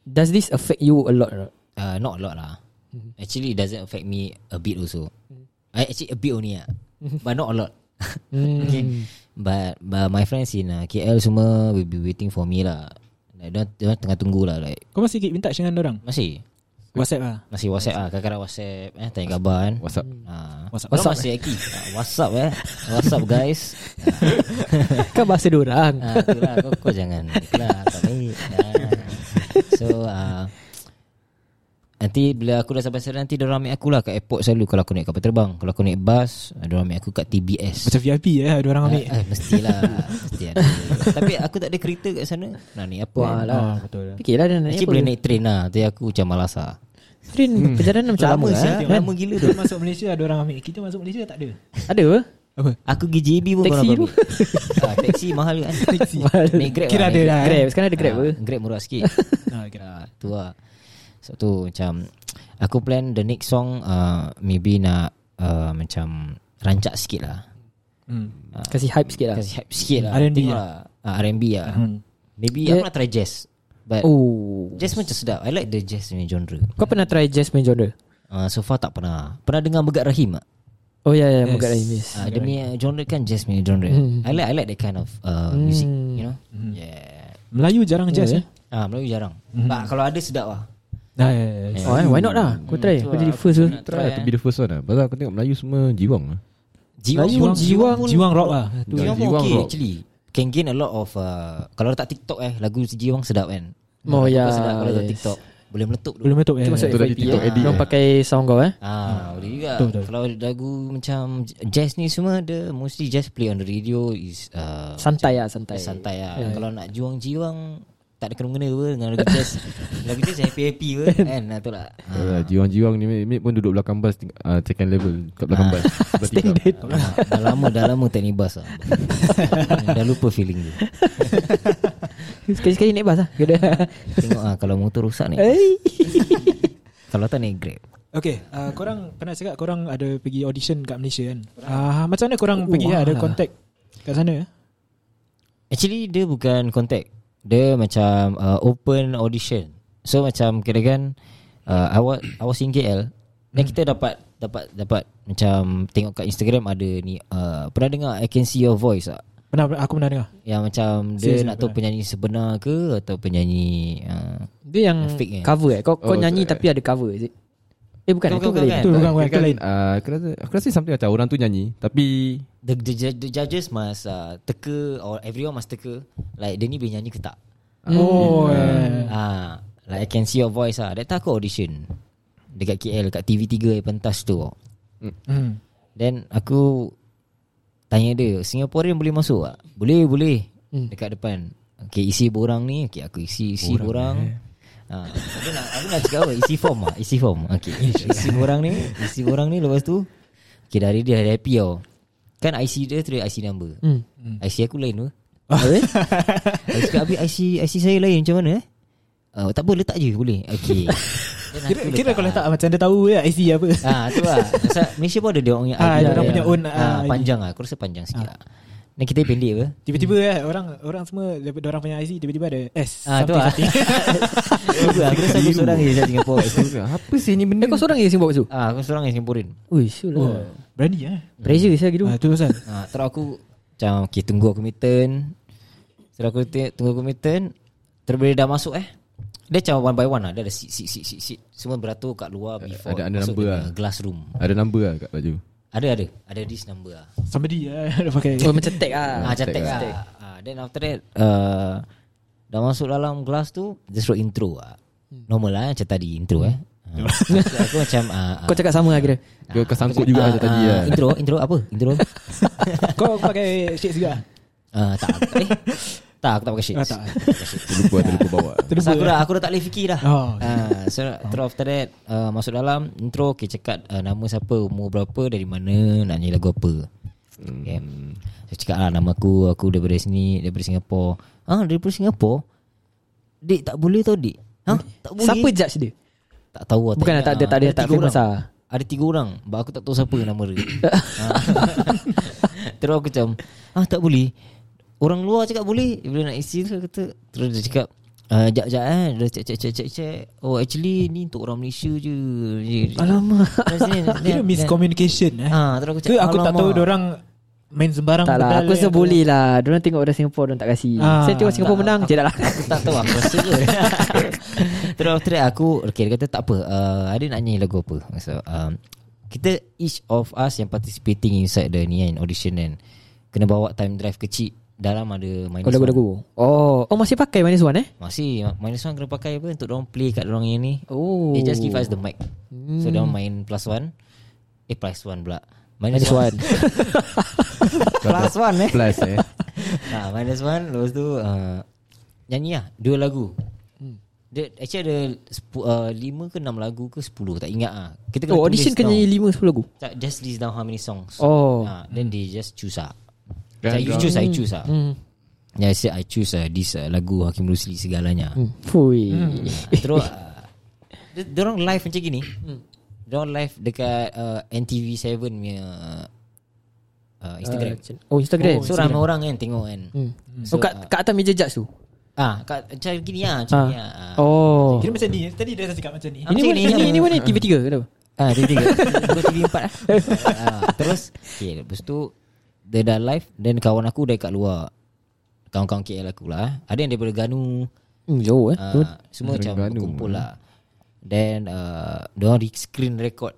[SPEAKER 3] Does this affect you a lot or not?
[SPEAKER 5] uh, not a lot lah.
[SPEAKER 3] Hmm.
[SPEAKER 5] Actually it doesn't affect me a bit also. I actually a bit only ah.
[SPEAKER 3] Hmm.
[SPEAKER 5] but not a lot. okay. But but my friends in uh, KL semua will be waiting for me lah. Like dia tengah tengah tunggu lah like
[SPEAKER 2] Kau masih keep in touch dengan orang?
[SPEAKER 5] masih.
[SPEAKER 2] WhatsApp lah
[SPEAKER 5] Masih WhatsApp ah, kadang-kadang WhatsApp eh tanya khabar kan.
[SPEAKER 4] WhatsApp
[SPEAKER 5] Ah.
[SPEAKER 2] WhatsApp.
[SPEAKER 5] Orang masih aktif. Ah, WhatsApp eh. WhatsApp guys.
[SPEAKER 3] Kan bahasa diorang
[SPEAKER 5] Ah, itulah kau, kau jangan itulah tak baik. Ah. So ah, Nanti bila aku dah sampai sana Nanti diorang ambil aku lah Kat airport selalu Kalau aku naik kapal terbang Kalau aku naik bus ah, Diorang ambil aku kat TBS
[SPEAKER 2] Macam VIP eh Ada orang ambil
[SPEAKER 5] Ah, ah, Mestilah Mesti ada Tapi aku tak ada kereta kat sana Nak naik apa
[SPEAKER 3] Wah
[SPEAKER 5] kan?
[SPEAKER 3] lah
[SPEAKER 2] Ah, Betul lah
[SPEAKER 3] Fikirlah dia nak naik
[SPEAKER 5] Actually boleh naik train lah Tapi aku macam malas lah
[SPEAKER 3] Train perjalanan macam lama
[SPEAKER 5] sial,
[SPEAKER 2] eh.
[SPEAKER 3] lah
[SPEAKER 5] tengok
[SPEAKER 3] kan?
[SPEAKER 5] Lama gila tu
[SPEAKER 2] Kita masuk Malaysia ada orang ambil Kita masuk Malaysia tak ada
[SPEAKER 3] Ada apa?
[SPEAKER 2] Apa?
[SPEAKER 5] Aku pergi JB pun
[SPEAKER 3] Taxi
[SPEAKER 5] korang
[SPEAKER 3] tu.
[SPEAKER 5] ambil. ah, Taxi mahal kan Taxi Naik grab
[SPEAKER 2] Kira
[SPEAKER 5] lah,
[SPEAKER 2] ada
[SPEAKER 5] naik
[SPEAKER 2] lah eh.
[SPEAKER 3] Grab Sekarang ada grab
[SPEAKER 5] Ah,
[SPEAKER 3] apa?
[SPEAKER 5] Grab murah sikit
[SPEAKER 2] Ah, kira.
[SPEAKER 5] ah, Tu lah So tu macam Aku plan the next song uh, Maybe nak uh, Macam Rancak sikit lah
[SPEAKER 2] Hmm.
[SPEAKER 5] Ah.
[SPEAKER 3] Kasih hype sikit lah
[SPEAKER 5] Kasih hype sikit lah
[SPEAKER 2] R&B
[SPEAKER 5] Tengok
[SPEAKER 2] lah.
[SPEAKER 5] lah ah, R&B lah
[SPEAKER 2] Hmm.
[SPEAKER 5] Maybe
[SPEAKER 3] Yeah.
[SPEAKER 5] aku nak try jazz But
[SPEAKER 3] Oh
[SPEAKER 5] Jazz macam sedap I like the jazz punya genre
[SPEAKER 3] Kau pernah try jazz main genre?
[SPEAKER 5] uh, So far tak pernah Pernah dengar Megat Rahim tak?
[SPEAKER 3] Oh ya ya
[SPEAKER 2] Yes.
[SPEAKER 3] Mugat Rahim yes.
[SPEAKER 4] Ah,
[SPEAKER 5] Uh, dia punya genre kan jazz punya genre
[SPEAKER 3] Hmm.
[SPEAKER 5] I like I like that kind of uh, music You know
[SPEAKER 4] Hmm.
[SPEAKER 5] Yeah
[SPEAKER 2] Melayu jarang jazz eh
[SPEAKER 5] Ah, Melayu jarang But kalau ada sedap lah
[SPEAKER 2] Ah, ya, ya, ya.
[SPEAKER 3] Oh, eh, why not lah Kau try Kau jadi first tu
[SPEAKER 4] Try to be the first one lah Pasal aku tengok Melayu semua jiwang lah
[SPEAKER 5] Jiwang
[SPEAKER 2] Melayu
[SPEAKER 5] pun
[SPEAKER 2] Oh, jiwang, jiwang, jiwang rock lah
[SPEAKER 5] Tu Jiwang pun
[SPEAKER 4] Jiwang
[SPEAKER 5] okay
[SPEAKER 4] rock.
[SPEAKER 5] actually Can gain a lot of uh, Kalau letak TikTok eh Lagu Jiwang sedap kan
[SPEAKER 3] Oh,
[SPEAKER 5] Lagu
[SPEAKER 3] ya,
[SPEAKER 5] sedap Kalau letak
[SPEAKER 3] yes.
[SPEAKER 5] TikTok Boleh meletup tu
[SPEAKER 2] Belum metup eh
[SPEAKER 3] Itu masuk
[SPEAKER 4] Itu dari
[SPEAKER 3] FYP
[SPEAKER 4] TikTok
[SPEAKER 3] eh.
[SPEAKER 4] edit,
[SPEAKER 3] Diorang
[SPEAKER 4] eh.
[SPEAKER 3] pakai sound kau eh
[SPEAKER 5] Ah, boleh juga
[SPEAKER 2] Betul, betul.
[SPEAKER 5] Kalau lagu macam Jazz ni semua Dia mostly jazz play on the radio Is uh,
[SPEAKER 3] Santai lah santai
[SPEAKER 5] Santai lah Kalau nak Jiwang-Jiwang Tak ada kena-mena apa Dengan lagu jazz Lagu jazz happy-happy apa Kan Nah, tu lah Ah.
[SPEAKER 4] Ah, Jiwang-jiwang ni Mate pun duduk belakang bas ting- ah, Second level Kat belakang bas Sebelah tiga.
[SPEAKER 5] Ah, Dah lama Dah lama tak naik bas lah Dah lupa feeling tu
[SPEAKER 3] Sekali-sekali naik bas lah Kena
[SPEAKER 5] Tengok ah Kalau motor rusak naik bas.
[SPEAKER 3] Eh
[SPEAKER 5] Kalau tak naik grab
[SPEAKER 2] Okay uh, Korang pernah cakap Korang ada pergi audition Kat Malaysia kan uh, Macam mana korang pergi lah Ada contact Kat sana eh?
[SPEAKER 5] Actually dia bukan contact Dia macam uh, open audition So macam kira kan uh, I, was, I was in KL Dan kita dapat Dapat dapat Macam tengok kat Instagram ada ni uh, Pernah dengar I can see your voice lah. tak?
[SPEAKER 2] Pernah Aku pernah dengar
[SPEAKER 5] Yang macam dia
[SPEAKER 2] Serious
[SPEAKER 5] nak tahu penyanyi sebenar ke Atau penyanyi uh,
[SPEAKER 3] Dia yang
[SPEAKER 5] Yang fake eh.
[SPEAKER 3] cover eh Kau, kau
[SPEAKER 4] Oh,
[SPEAKER 3] nyanyi
[SPEAKER 4] tu, eh.
[SPEAKER 3] tapi ada cover is it? Eh bukan
[SPEAKER 5] Bukan,
[SPEAKER 3] Itu
[SPEAKER 5] bukan,
[SPEAKER 3] boleh
[SPEAKER 5] bukan.
[SPEAKER 2] Itu bukan bukan
[SPEAKER 4] Kira
[SPEAKER 2] Itu
[SPEAKER 4] kan,
[SPEAKER 2] lain
[SPEAKER 4] ah, Aku rasa Aku rasa something macam Orang tu nyanyi Tapi
[SPEAKER 5] the, the, ju- the judges must uh, Teka Or everyone must teka Like dia ni boleh nyanyi ke tak
[SPEAKER 2] Oh eh.
[SPEAKER 5] Ah, Like I can see your voice ah. That time aku audition Dekat KL Dekat TV3 Pentas tu
[SPEAKER 2] hmm.
[SPEAKER 5] Then aku Tanya dia Singaporean boleh masuk tak? Boleh boleh hmm. Dekat depan Okay isi borang ni Okay aku isi isi borang, Ha, aku nak, aku nak cakap apa Isi form lah Isi form okay. Isi borang ni Isi borang ni lepas tu Okay dari dia dah happy tau Kan IC dia tu dia IC number
[SPEAKER 3] Hmm.
[SPEAKER 5] IC aku lain tu Habis Aku cakap habis IC, IC saya lain macam mana eh uh, Tak apa letak je boleh Okay Then
[SPEAKER 2] Kira,
[SPEAKER 5] aku
[SPEAKER 2] kira kalau tak Macam dia tahu ya IC apa
[SPEAKER 5] Ah tu lah Pasal Malaysia pun ada dia orang punya
[SPEAKER 2] Ah, dia orang
[SPEAKER 5] dia.
[SPEAKER 2] punya own,
[SPEAKER 5] Ah,
[SPEAKER 2] ah, ID.
[SPEAKER 5] Panjang lah Aku rasa panjang sikit lah Dan kita pendek apa
[SPEAKER 2] Tiba-tiba eh Orang orang semua Daripada orang punya IC Tiba-tiba ada S
[SPEAKER 5] Ah tu lah Aku rasa aku
[SPEAKER 4] Keliru.
[SPEAKER 5] seorang je Dari Singapura
[SPEAKER 4] Apa sih ni
[SPEAKER 3] Eh
[SPEAKER 4] benda
[SPEAKER 3] kau seorang je sibuk tu?
[SPEAKER 5] Ah, Aku seorang yang Singaporean
[SPEAKER 3] Ui sure
[SPEAKER 2] Oh,
[SPEAKER 3] lah
[SPEAKER 2] Berani eh
[SPEAKER 3] Pressure saya gitu
[SPEAKER 2] Ah, tu pasal
[SPEAKER 5] ah, Terus aku Macam okay tunggu aku meet turn Terus aku te- tunggu aku meet turn Terus bila dah masuk eh Dia macam one by one lah Dia ada seat seat seat seat, seat. Semua beratur kat luar before
[SPEAKER 4] ada- ada
[SPEAKER 5] masuk
[SPEAKER 4] number
[SPEAKER 5] dia
[SPEAKER 4] lah.
[SPEAKER 5] punya Glass room
[SPEAKER 4] Ada number lah kat baju
[SPEAKER 5] Ada ada Ada this number lah
[SPEAKER 2] Somebody eh Dia pakai
[SPEAKER 3] Oh macam tag lah
[SPEAKER 5] Ah, cantik lah. Ah, then after that, uh, dah masuk dalam kelas tu, just wrote intro lah.
[SPEAKER 3] Hmm.
[SPEAKER 5] Normal lah macam tadi intro eh. Ah, aku, aku macam ah, ah,
[SPEAKER 3] Kau cakap sama lah kira
[SPEAKER 4] Kau kau sangkut
[SPEAKER 5] ah,
[SPEAKER 4] juga macam tadi
[SPEAKER 5] ah,
[SPEAKER 3] eh.
[SPEAKER 4] lah
[SPEAKER 5] Intro, intro apa? Intro.
[SPEAKER 2] Kau pakai shades juga
[SPEAKER 5] Ah, tak. aku- Eh. Tak, aku tak pakai shades.
[SPEAKER 2] Ah, tak.
[SPEAKER 4] Terlupa terlupa bawa
[SPEAKER 5] Pasal aku
[SPEAKER 3] eh?
[SPEAKER 5] dah, aku dah tak boleh fikir dah.
[SPEAKER 2] Oh,
[SPEAKER 5] Ah, so terus after that uh, masuk dalam intro okay, cakap uh, nama siapa, umur berapa, dari mana, nak nyanyi lagu apa. Okay. Saya cakap lah nama aku, aku daripada sini, daripada Singapura. Ah, daripada Singapura? Dik tak boleh tau dik. Ha? Tak boleh.
[SPEAKER 3] Siapa judge dia?
[SPEAKER 5] Tak tahu lah.
[SPEAKER 3] Bukan lah,
[SPEAKER 5] ingat
[SPEAKER 3] tak ada-
[SPEAKER 5] lah.
[SPEAKER 3] tak ada- tak
[SPEAKER 5] tiga
[SPEAKER 3] famous
[SPEAKER 5] orang.
[SPEAKER 3] lah.
[SPEAKER 5] Ada tiga orang, but aku tak tahu siapa nama dia. Ah. terus aku macam, ah tak boleh. Orang luar cakap boleh. Bila nak isi tu kata, terus dia cakap, Uh, jap jap eh Dia cek cek cek cek cek Oh actually ni untuk orang Malaysia je Alamak
[SPEAKER 3] Alamak
[SPEAKER 5] Terus ni
[SPEAKER 2] Kira miscommunication eh
[SPEAKER 5] Ah, terus aku cakap
[SPEAKER 2] Ke aku tak
[SPEAKER 5] alamak.
[SPEAKER 2] tahu orang
[SPEAKER 1] main sembarang
[SPEAKER 3] Tak lah
[SPEAKER 1] pedal
[SPEAKER 3] Aku
[SPEAKER 1] eh,
[SPEAKER 3] rasa
[SPEAKER 1] atau-
[SPEAKER 3] boleh lah Diorang tengok orang Singapore Diorang tak kasi
[SPEAKER 1] Ah,
[SPEAKER 3] Saya tengok Singapore menang Je dah lah
[SPEAKER 5] Aku tak tahu Aku rasa je Terus after that aku Okay dia kata tak apa uh, Hari nak nyanyi lagu apa So um, Kita each of us Yang participating inside the ni kan Audition kan Kena bawa time drive kecil Dalam ada minus
[SPEAKER 3] Oh lagu-lagu Oh Oh masih pakai minus one eh
[SPEAKER 5] one. Masih Minus one kena pakai apa Untuk orang play kat orang yang ni
[SPEAKER 3] Oh
[SPEAKER 5] They just give us the mic
[SPEAKER 3] Hmm.
[SPEAKER 5] So dia orang main plus one Eh plus one pula
[SPEAKER 3] Minus one
[SPEAKER 5] Plus one eh
[SPEAKER 4] Plus eh
[SPEAKER 5] ha, Minus one Lepas tu uh, Nyanyi lah Dua lagu
[SPEAKER 3] Hmm.
[SPEAKER 5] dia actually ada sepu, uh, lima ke enam lagu ke sepuluh tak ingat ah. Kita
[SPEAKER 3] Oh audition
[SPEAKER 5] tulis
[SPEAKER 3] kena nyanyi
[SPEAKER 5] down.
[SPEAKER 3] 5-10 lagu
[SPEAKER 5] Tak, just list down how many songs.
[SPEAKER 3] Oh.
[SPEAKER 5] Ha, then they just choose ah. Macam
[SPEAKER 4] Then
[SPEAKER 5] you
[SPEAKER 4] drop.
[SPEAKER 5] choose, I choose ah.
[SPEAKER 3] Hmm.
[SPEAKER 5] Yeah, I say I choose ah this ah, lagu Hakim Rusli segalanya.
[SPEAKER 3] Hmm. Fui
[SPEAKER 5] Ah, Terus uh, dia- dia orang live macam gini.
[SPEAKER 3] Hmm.
[SPEAKER 5] Dia orang live dekat uh, NTV7 punya uh, Instagram. Uh,
[SPEAKER 3] Oh Instagram Hmm.
[SPEAKER 5] so ramai orang kan tengok kan.
[SPEAKER 3] So kat, kat atas meja judge tu
[SPEAKER 5] Ah, kat macam gini ah, macam
[SPEAKER 3] Ah.
[SPEAKER 5] ni ah. ah.
[SPEAKER 3] Oh
[SPEAKER 1] Kira macam ni
[SPEAKER 2] eh.
[SPEAKER 1] Tadi dia dah cakap macam ni
[SPEAKER 3] Ini
[SPEAKER 5] Ah, macam
[SPEAKER 3] mana
[SPEAKER 5] ni,
[SPEAKER 3] ini,
[SPEAKER 5] macam
[SPEAKER 3] ini
[SPEAKER 5] ni.
[SPEAKER 3] mana tiga-tiga ke apa?
[SPEAKER 5] Ah, tiga tiga. Dua tiga empat lah. ah, terus okay, lepas tu dia dah live then kawan aku dah kat luar. Kawan-kawan KL aku lah. Ada yang daripada Ganu.
[SPEAKER 3] Hmm, jauh eh
[SPEAKER 5] Ah, semua macam
[SPEAKER 4] Terengganu.
[SPEAKER 5] kumpul lah. Then uh, dia orang screen record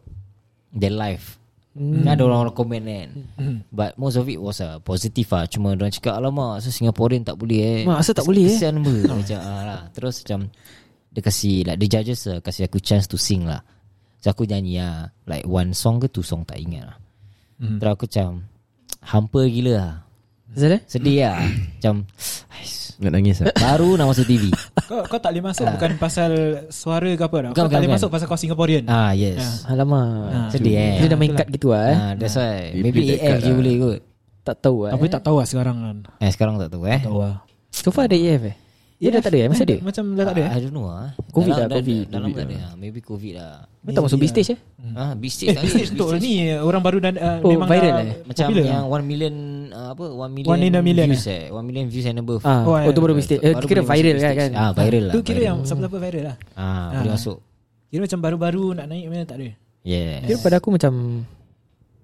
[SPEAKER 5] their live. Hmm. Kan ada orang komen kan
[SPEAKER 3] Hmm.
[SPEAKER 5] But most of it was uh, positive lah Cuma orang cakap Alamak so Singaporean tak boleh eh
[SPEAKER 3] Mak, asal tak boleh, eh?"
[SPEAKER 5] Kesian ber macam, ah, lah. Terus macam Dia kasi like, The judges uh, kasi aku chance to sing lah So aku nyanyi lah Like one song ke two song tak ingat lah
[SPEAKER 3] Hmm.
[SPEAKER 5] Terus aku macam Hampa gila lah
[SPEAKER 3] Zal eh
[SPEAKER 5] Sedih lah Macam
[SPEAKER 4] Nak nangis lah
[SPEAKER 5] Baru nak masuk TV
[SPEAKER 1] kau, kau tak boleh masuk Bukan pasal Suara ke apa tau
[SPEAKER 5] Ah. Bukan,
[SPEAKER 1] Kau tak boleh
[SPEAKER 5] bukan.
[SPEAKER 1] masuk Pasal kau Singaporean
[SPEAKER 5] Ah yes
[SPEAKER 3] Alamak
[SPEAKER 5] Sedih eh
[SPEAKER 3] Dia dah main kad gitu lah eh
[SPEAKER 5] Ah, that's why
[SPEAKER 4] Dia
[SPEAKER 5] Maybe
[SPEAKER 4] play that
[SPEAKER 5] AF
[SPEAKER 4] card
[SPEAKER 5] je
[SPEAKER 4] lah.
[SPEAKER 5] boleh kot
[SPEAKER 3] Tak tahu lah
[SPEAKER 1] Tapi
[SPEAKER 3] eh
[SPEAKER 1] tak tahu lah sekarang kan
[SPEAKER 5] Eh sekarang tak tahu eh
[SPEAKER 1] Tahu lah
[SPEAKER 3] So far ada EF eh Dia dah tak ada eh Masih ada
[SPEAKER 1] Macam dah tak ada eh
[SPEAKER 5] I don't know ah.
[SPEAKER 3] Covid
[SPEAKER 5] dalam,
[SPEAKER 3] lah, Covid.
[SPEAKER 5] Dalam
[SPEAKER 3] Covid
[SPEAKER 5] tak ada. ah. Maybe Covid lah.
[SPEAKER 3] Dia tak masuk B-stage eh
[SPEAKER 5] Ah, bisik
[SPEAKER 1] Eh,
[SPEAKER 5] tak
[SPEAKER 1] bisnes tu
[SPEAKER 5] Bisik
[SPEAKER 1] ni orang baru dan uh,
[SPEAKER 3] Oh,
[SPEAKER 1] memang
[SPEAKER 3] viral
[SPEAKER 1] dah
[SPEAKER 3] eh?
[SPEAKER 5] Macam
[SPEAKER 1] popular.
[SPEAKER 5] yang 1 million ah, apa 1 million,
[SPEAKER 1] One in a million,
[SPEAKER 5] views eh. 1 million views and above.
[SPEAKER 3] Ah,
[SPEAKER 1] Oh,
[SPEAKER 3] oh,
[SPEAKER 1] eh.
[SPEAKER 3] tu baru mistake. Eh,
[SPEAKER 5] Baru
[SPEAKER 3] kira
[SPEAKER 5] boleh
[SPEAKER 3] viral
[SPEAKER 5] masuk
[SPEAKER 3] kan kan.
[SPEAKER 5] stage. Ah, viral lah.
[SPEAKER 1] Tu kira
[SPEAKER 5] viral.
[SPEAKER 1] yang siapa viral lah.
[SPEAKER 5] ah, boleh masuk.
[SPEAKER 1] Kira macam baru-baru nak naik mana tak ada.
[SPEAKER 3] Ah,
[SPEAKER 5] Yeah.
[SPEAKER 3] Kira pada aku macam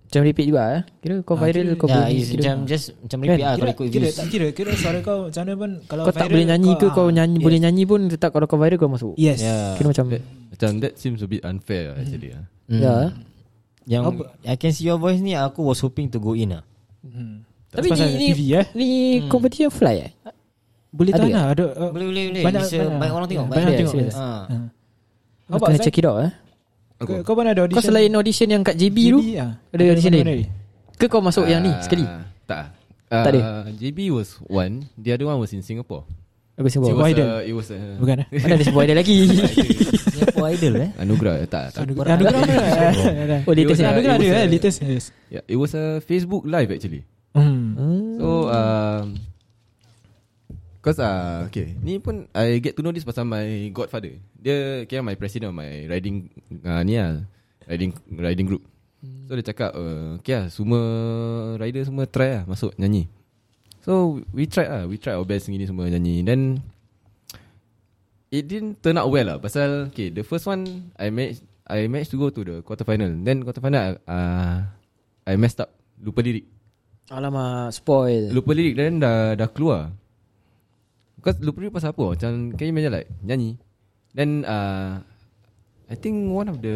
[SPEAKER 3] macam repeat juga eh. Kira kau viral kau
[SPEAKER 5] Ya,
[SPEAKER 3] boleh
[SPEAKER 5] it's
[SPEAKER 3] kira
[SPEAKER 5] macam just macam
[SPEAKER 3] Kan?
[SPEAKER 5] repeat ah
[SPEAKER 1] Kira,
[SPEAKER 5] kalau ikut
[SPEAKER 1] kira
[SPEAKER 5] views.
[SPEAKER 1] tak kira kira suara kau macam mana pun kalau
[SPEAKER 3] kau tak
[SPEAKER 1] viral,
[SPEAKER 3] boleh nyanyi ke kau
[SPEAKER 1] ah,
[SPEAKER 3] nyanyi boleh Ya. nyanyi pun tetap kalau kau viral kau masuk.
[SPEAKER 1] Yes.
[SPEAKER 3] Kira macam
[SPEAKER 4] Macam that seems a bit unfair lah actually lah.
[SPEAKER 5] Hmm.
[SPEAKER 3] ya.
[SPEAKER 5] Yang I can see your voice ni aku was hoping to go in ah.
[SPEAKER 1] Hmm.
[SPEAKER 3] Tapi
[SPEAKER 1] Pasal
[SPEAKER 3] ni ni
[SPEAKER 1] TV, eh?
[SPEAKER 3] ni competition fly eh.
[SPEAKER 1] Boleh tak
[SPEAKER 3] Ada eh?
[SPEAKER 1] nak ada uh,
[SPEAKER 5] Boleh boleh boleh.
[SPEAKER 1] Banyak-
[SPEAKER 5] Banyak, bisa,
[SPEAKER 1] banyak.
[SPEAKER 5] banyak orang tengok.
[SPEAKER 1] Banyak
[SPEAKER 5] orang
[SPEAKER 1] tengok.
[SPEAKER 5] Ah.
[SPEAKER 1] How
[SPEAKER 3] Kau
[SPEAKER 1] about
[SPEAKER 3] kena
[SPEAKER 1] Zack?
[SPEAKER 3] check it out eh.
[SPEAKER 1] kau, kau pernah ada audition?
[SPEAKER 3] Kau selain audition yang kat JB
[SPEAKER 1] JB,
[SPEAKER 3] tu
[SPEAKER 1] ah.
[SPEAKER 3] ada audition
[SPEAKER 1] mana-
[SPEAKER 3] lain.
[SPEAKER 1] mana
[SPEAKER 3] Ke kau masuk yang ni
[SPEAKER 4] Ah,
[SPEAKER 3] sekali?
[SPEAKER 4] Tak uh,
[SPEAKER 3] Tak ada?
[SPEAKER 4] JB was one The other one was in Singapore
[SPEAKER 3] Aku
[SPEAKER 4] It
[SPEAKER 3] sebut.
[SPEAKER 4] was
[SPEAKER 1] Idol.
[SPEAKER 4] a, It was a
[SPEAKER 1] Bukan eh?
[SPEAKER 3] Mana ada sebuah ada lagi.
[SPEAKER 5] Singapore Idol eh.
[SPEAKER 4] Anugerah eh, Tak, tak.
[SPEAKER 1] Anugerah Anugerah ada.
[SPEAKER 3] Oh, latest
[SPEAKER 4] It was
[SPEAKER 3] eh?
[SPEAKER 4] a-
[SPEAKER 1] Anugerah
[SPEAKER 4] it
[SPEAKER 1] ada
[SPEAKER 4] was
[SPEAKER 1] eh
[SPEAKER 4] a-
[SPEAKER 1] latest. Yes.
[SPEAKER 4] Yeah, It was a Facebook live actually
[SPEAKER 1] Hmm.
[SPEAKER 4] So um, Cause uh, Okay Ni pun I get to know this Pasal my godfather Dia Kira my president of My riding uh, Ni lah Riding Riding group So dia cakap uh, Okay lah Semua Rider semua try lah Masuk nyanyi So we tried lah We tried our best Gini semua nyanyi Then It didn't turn out well lah Pasal Okay the first one I managed I managed to go to the quarter final Then quarter final uh, I messed up Lupa lirik
[SPEAKER 3] Alamak, spoil.
[SPEAKER 4] Lupa lirik dan dah dah keluar. Because lupa lirik pasal apa? Macam can you imagine like nyanyi. Then uh, I think one of the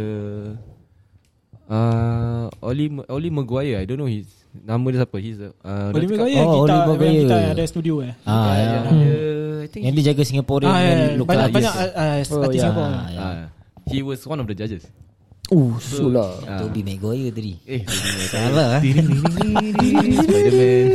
[SPEAKER 4] uh, Oli Oli Maguire, I don't know his nama dia siapa. He's a, uh,
[SPEAKER 1] Oliver
[SPEAKER 4] dia cakap-
[SPEAKER 1] Goya kita
[SPEAKER 5] Oh, Oliver
[SPEAKER 1] yang
[SPEAKER 5] Goyer.
[SPEAKER 1] kita ada studio eh.
[SPEAKER 5] Ah,
[SPEAKER 4] Ah,
[SPEAKER 5] ya.
[SPEAKER 4] yang dia, I think
[SPEAKER 5] Yang dia jaga Singaporean
[SPEAKER 1] Ah,
[SPEAKER 2] eh,
[SPEAKER 5] yang
[SPEAKER 1] ya, ya.
[SPEAKER 5] local
[SPEAKER 1] banyak
[SPEAKER 5] artist.
[SPEAKER 1] banyak ah, ah,
[SPEAKER 3] Oh,
[SPEAKER 1] artis
[SPEAKER 3] ya.
[SPEAKER 1] Singapore.
[SPEAKER 5] Ah, ya.
[SPEAKER 4] uh, he was one of the judges.
[SPEAKER 3] Uh, sulah.
[SPEAKER 5] Ah. Toby Maguire tadi
[SPEAKER 4] Eh,
[SPEAKER 5] Salah eh
[SPEAKER 4] Spiderman.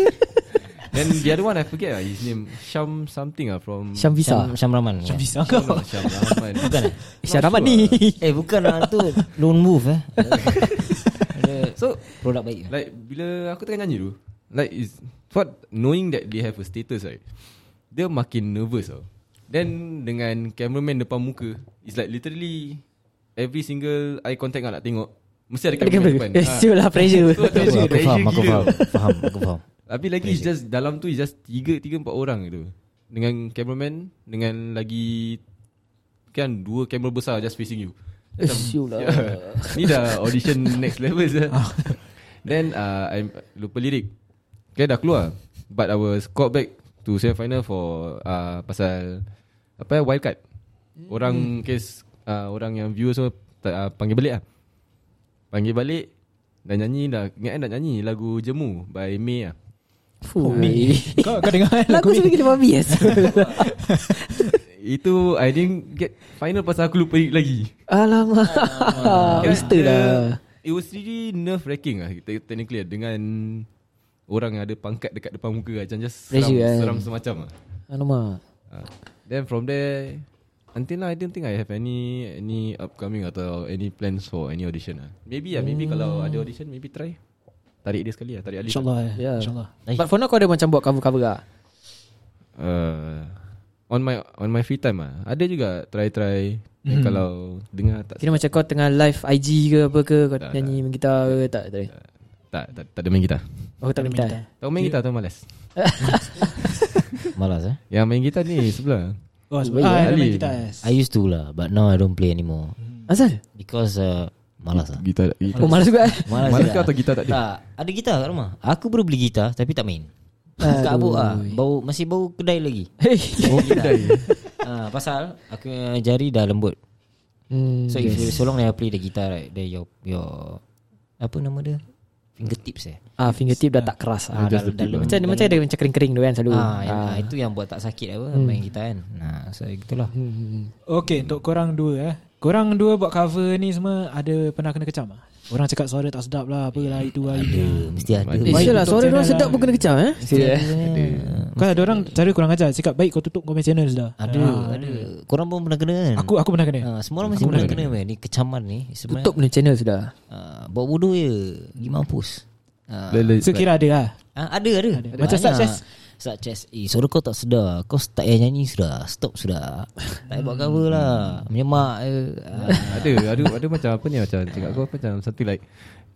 [SPEAKER 4] Then the other one I forget lah, his name Syam something ah from Oh,
[SPEAKER 3] Syam Visa.
[SPEAKER 5] Syam, Syam Rahman ya.
[SPEAKER 1] Bisa kau.
[SPEAKER 4] No, Syam Rahman.
[SPEAKER 5] Bukan eh
[SPEAKER 3] Syam Rahmat ni.
[SPEAKER 5] Eh bukan lah tu Lone Wolf eh Ada
[SPEAKER 4] So
[SPEAKER 5] Produk baik
[SPEAKER 4] Like bila aku tengah nyanyi tu Like is What Knowing that they have a status right Dia makin nervous tau Then dengan cameraman depan muka It's like literally Every single eye contact kau nak tengok Mesti ada cameraman depan
[SPEAKER 3] Eh, sulah pressure.
[SPEAKER 4] So,
[SPEAKER 5] Aku,
[SPEAKER 4] pressure,
[SPEAKER 5] aku faham Aku
[SPEAKER 4] pressure gila.
[SPEAKER 5] faham Faham Aku faham
[SPEAKER 4] Ha, Tapi lagi it's just Dalam tu it's just tiga tiga empat orang tu Dengan cameraman Dengan lagi Kan dua kamera besar just facing you
[SPEAKER 3] Eh, siulah.
[SPEAKER 4] Ni dah audition next level je Then uh, I lupa lirik Okay dah keluar But I was called back To semi final for uh, Pasal Apa ya Wildcard Orang case uh, Orang yang viewer semua tak, uh, Panggil balik lah Panggil balik Dah nyanyi dah Ingat kan nak nyanyi Lagu Jemu By May lah
[SPEAKER 3] Fuh,
[SPEAKER 2] Kau, kau dengar kan
[SPEAKER 3] Lagu
[SPEAKER 2] lagu
[SPEAKER 3] sebelum
[SPEAKER 2] ni?
[SPEAKER 3] kita babi eh? yes.
[SPEAKER 4] Itu I didn't get final Pasal aku lupa it lagi
[SPEAKER 3] Alamak
[SPEAKER 4] Kira-
[SPEAKER 3] Mister
[SPEAKER 4] Kan? dia-
[SPEAKER 3] lah
[SPEAKER 4] It was really nerve wracking lah te- Technically lah, Dengan Orang yang ada pangkat Dekat depan muka lah Macam just seram,
[SPEAKER 3] Pressure kan?
[SPEAKER 4] seram semacam lah
[SPEAKER 3] Alamak
[SPEAKER 4] Ah. Then from there Until now I don't think I have any Any upcoming Atau any plans For any audition lah Maybe lah Maybe kalau ada audition Maybe try Tarik dia sekali lah Tarik Alif
[SPEAKER 2] InsyaAllah eh.
[SPEAKER 3] Ya.
[SPEAKER 2] InsyaAllah
[SPEAKER 3] But for now kau ada macam buat cover-cover ah? tak?
[SPEAKER 4] uh, On my On my free time lah Ada juga Try-try Then Kalau Dengar tak
[SPEAKER 3] Kira macam kau tengah live IG ke apa ke Kau
[SPEAKER 4] Tak,
[SPEAKER 3] nyanyi main gitar ke tak tak ada.
[SPEAKER 4] tak, tak, tak ada main gitar
[SPEAKER 3] Oh tak minta eh?
[SPEAKER 4] Tak main gitar tu malas
[SPEAKER 5] Malas eh
[SPEAKER 4] Yang main gitar ni sebelah
[SPEAKER 2] Oh sebab Ah
[SPEAKER 4] Ali.
[SPEAKER 2] nama kita eh.
[SPEAKER 5] I used to lah But now I don't play anymore
[SPEAKER 3] Asal?
[SPEAKER 5] Because uh, Malas lah
[SPEAKER 4] Gitar, gitar.
[SPEAKER 3] Oh malas juga eh
[SPEAKER 5] Malas,
[SPEAKER 4] Malas
[SPEAKER 5] juga.
[SPEAKER 4] ke atau gitar tak ada?
[SPEAKER 5] Tak Ada gitar kat rumah Aku baru beli gitar Tapi tak main Kat abuk lah bau, Masih bau kedai lagi
[SPEAKER 3] Hey.
[SPEAKER 4] Oh kedai
[SPEAKER 5] ha, Pasal Aku punya jari dah lembut
[SPEAKER 3] Hmm.
[SPEAKER 5] So if you so long that I play the guitar right Then your Your Apa nama dia Fingertips eh
[SPEAKER 3] Ah fingertip dah tak keras ah,
[SPEAKER 5] dah-
[SPEAKER 3] dah,
[SPEAKER 5] dah-
[SPEAKER 3] Macam macam ada macam kering-kering tu kan selalu
[SPEAKER 5] Ah, yang, ah. Itu yang buat tak sakit apa Main gitar kan Nah, So gitulah
[SPEAKER 2] Okay untuk korang dua eh Korang dua buat cover ni semua Ada pernah kena kecam ah? Orang cakap suara tak sedap lah Apalah itu lah
[SPEAKER 5] Ada
[SPEAKER 2] itu
[SPEAKER 5] Mesti ada
[SPEAKER 3] Eh, sure
[SPEAKER 2] Baik
[SPEAKER 3] lah
[SPEAKER 2] untuk
[SPEAKER 3] Suara
[SPEAKER 2] channel
[SPEAKER 3] diorang sedap
[SPEAKER 2] lah.
[SPEAKER 3] pun kena kecam eh
[SPEAKER 4] Ada
[SPEAKER 2] Kan ada orang cara kurang ajar Cakap baik kau tutup kau punya channel sudah
[SPEAKER 5] Ada Ada Korang pun pernah kena kan
[SPEAKER 2] Aku aku pernah kena
[SPEAKER 5] Ah, Semua orang mesti pernah kena kan Ni kecaman ni Sebenarnya
[SPEAKER 3] Tutup ni channel sudah
[SPEAKER 5] ah, Bawa bodoh je Pergi mampus Ah,
[SPEAKER 4] Lele-
[SPEAKER 2] So kira ada lah
[SPEAKER 5] Ah, ada, ada ada.
[SPEAKER 2] Macam
[SPEAKER 5] Banyak.
[SPEAKER 2] Such as?
[SPEAKER 5] Such as Eh suara kau tak sedar Kau tak payah nyanyi sudah Stop sudah Tak payah buat cover lah Menyemak je Ah,
[SPEAKER 4] ada ada ada macam apa ni macam cakap aku apa, macam something like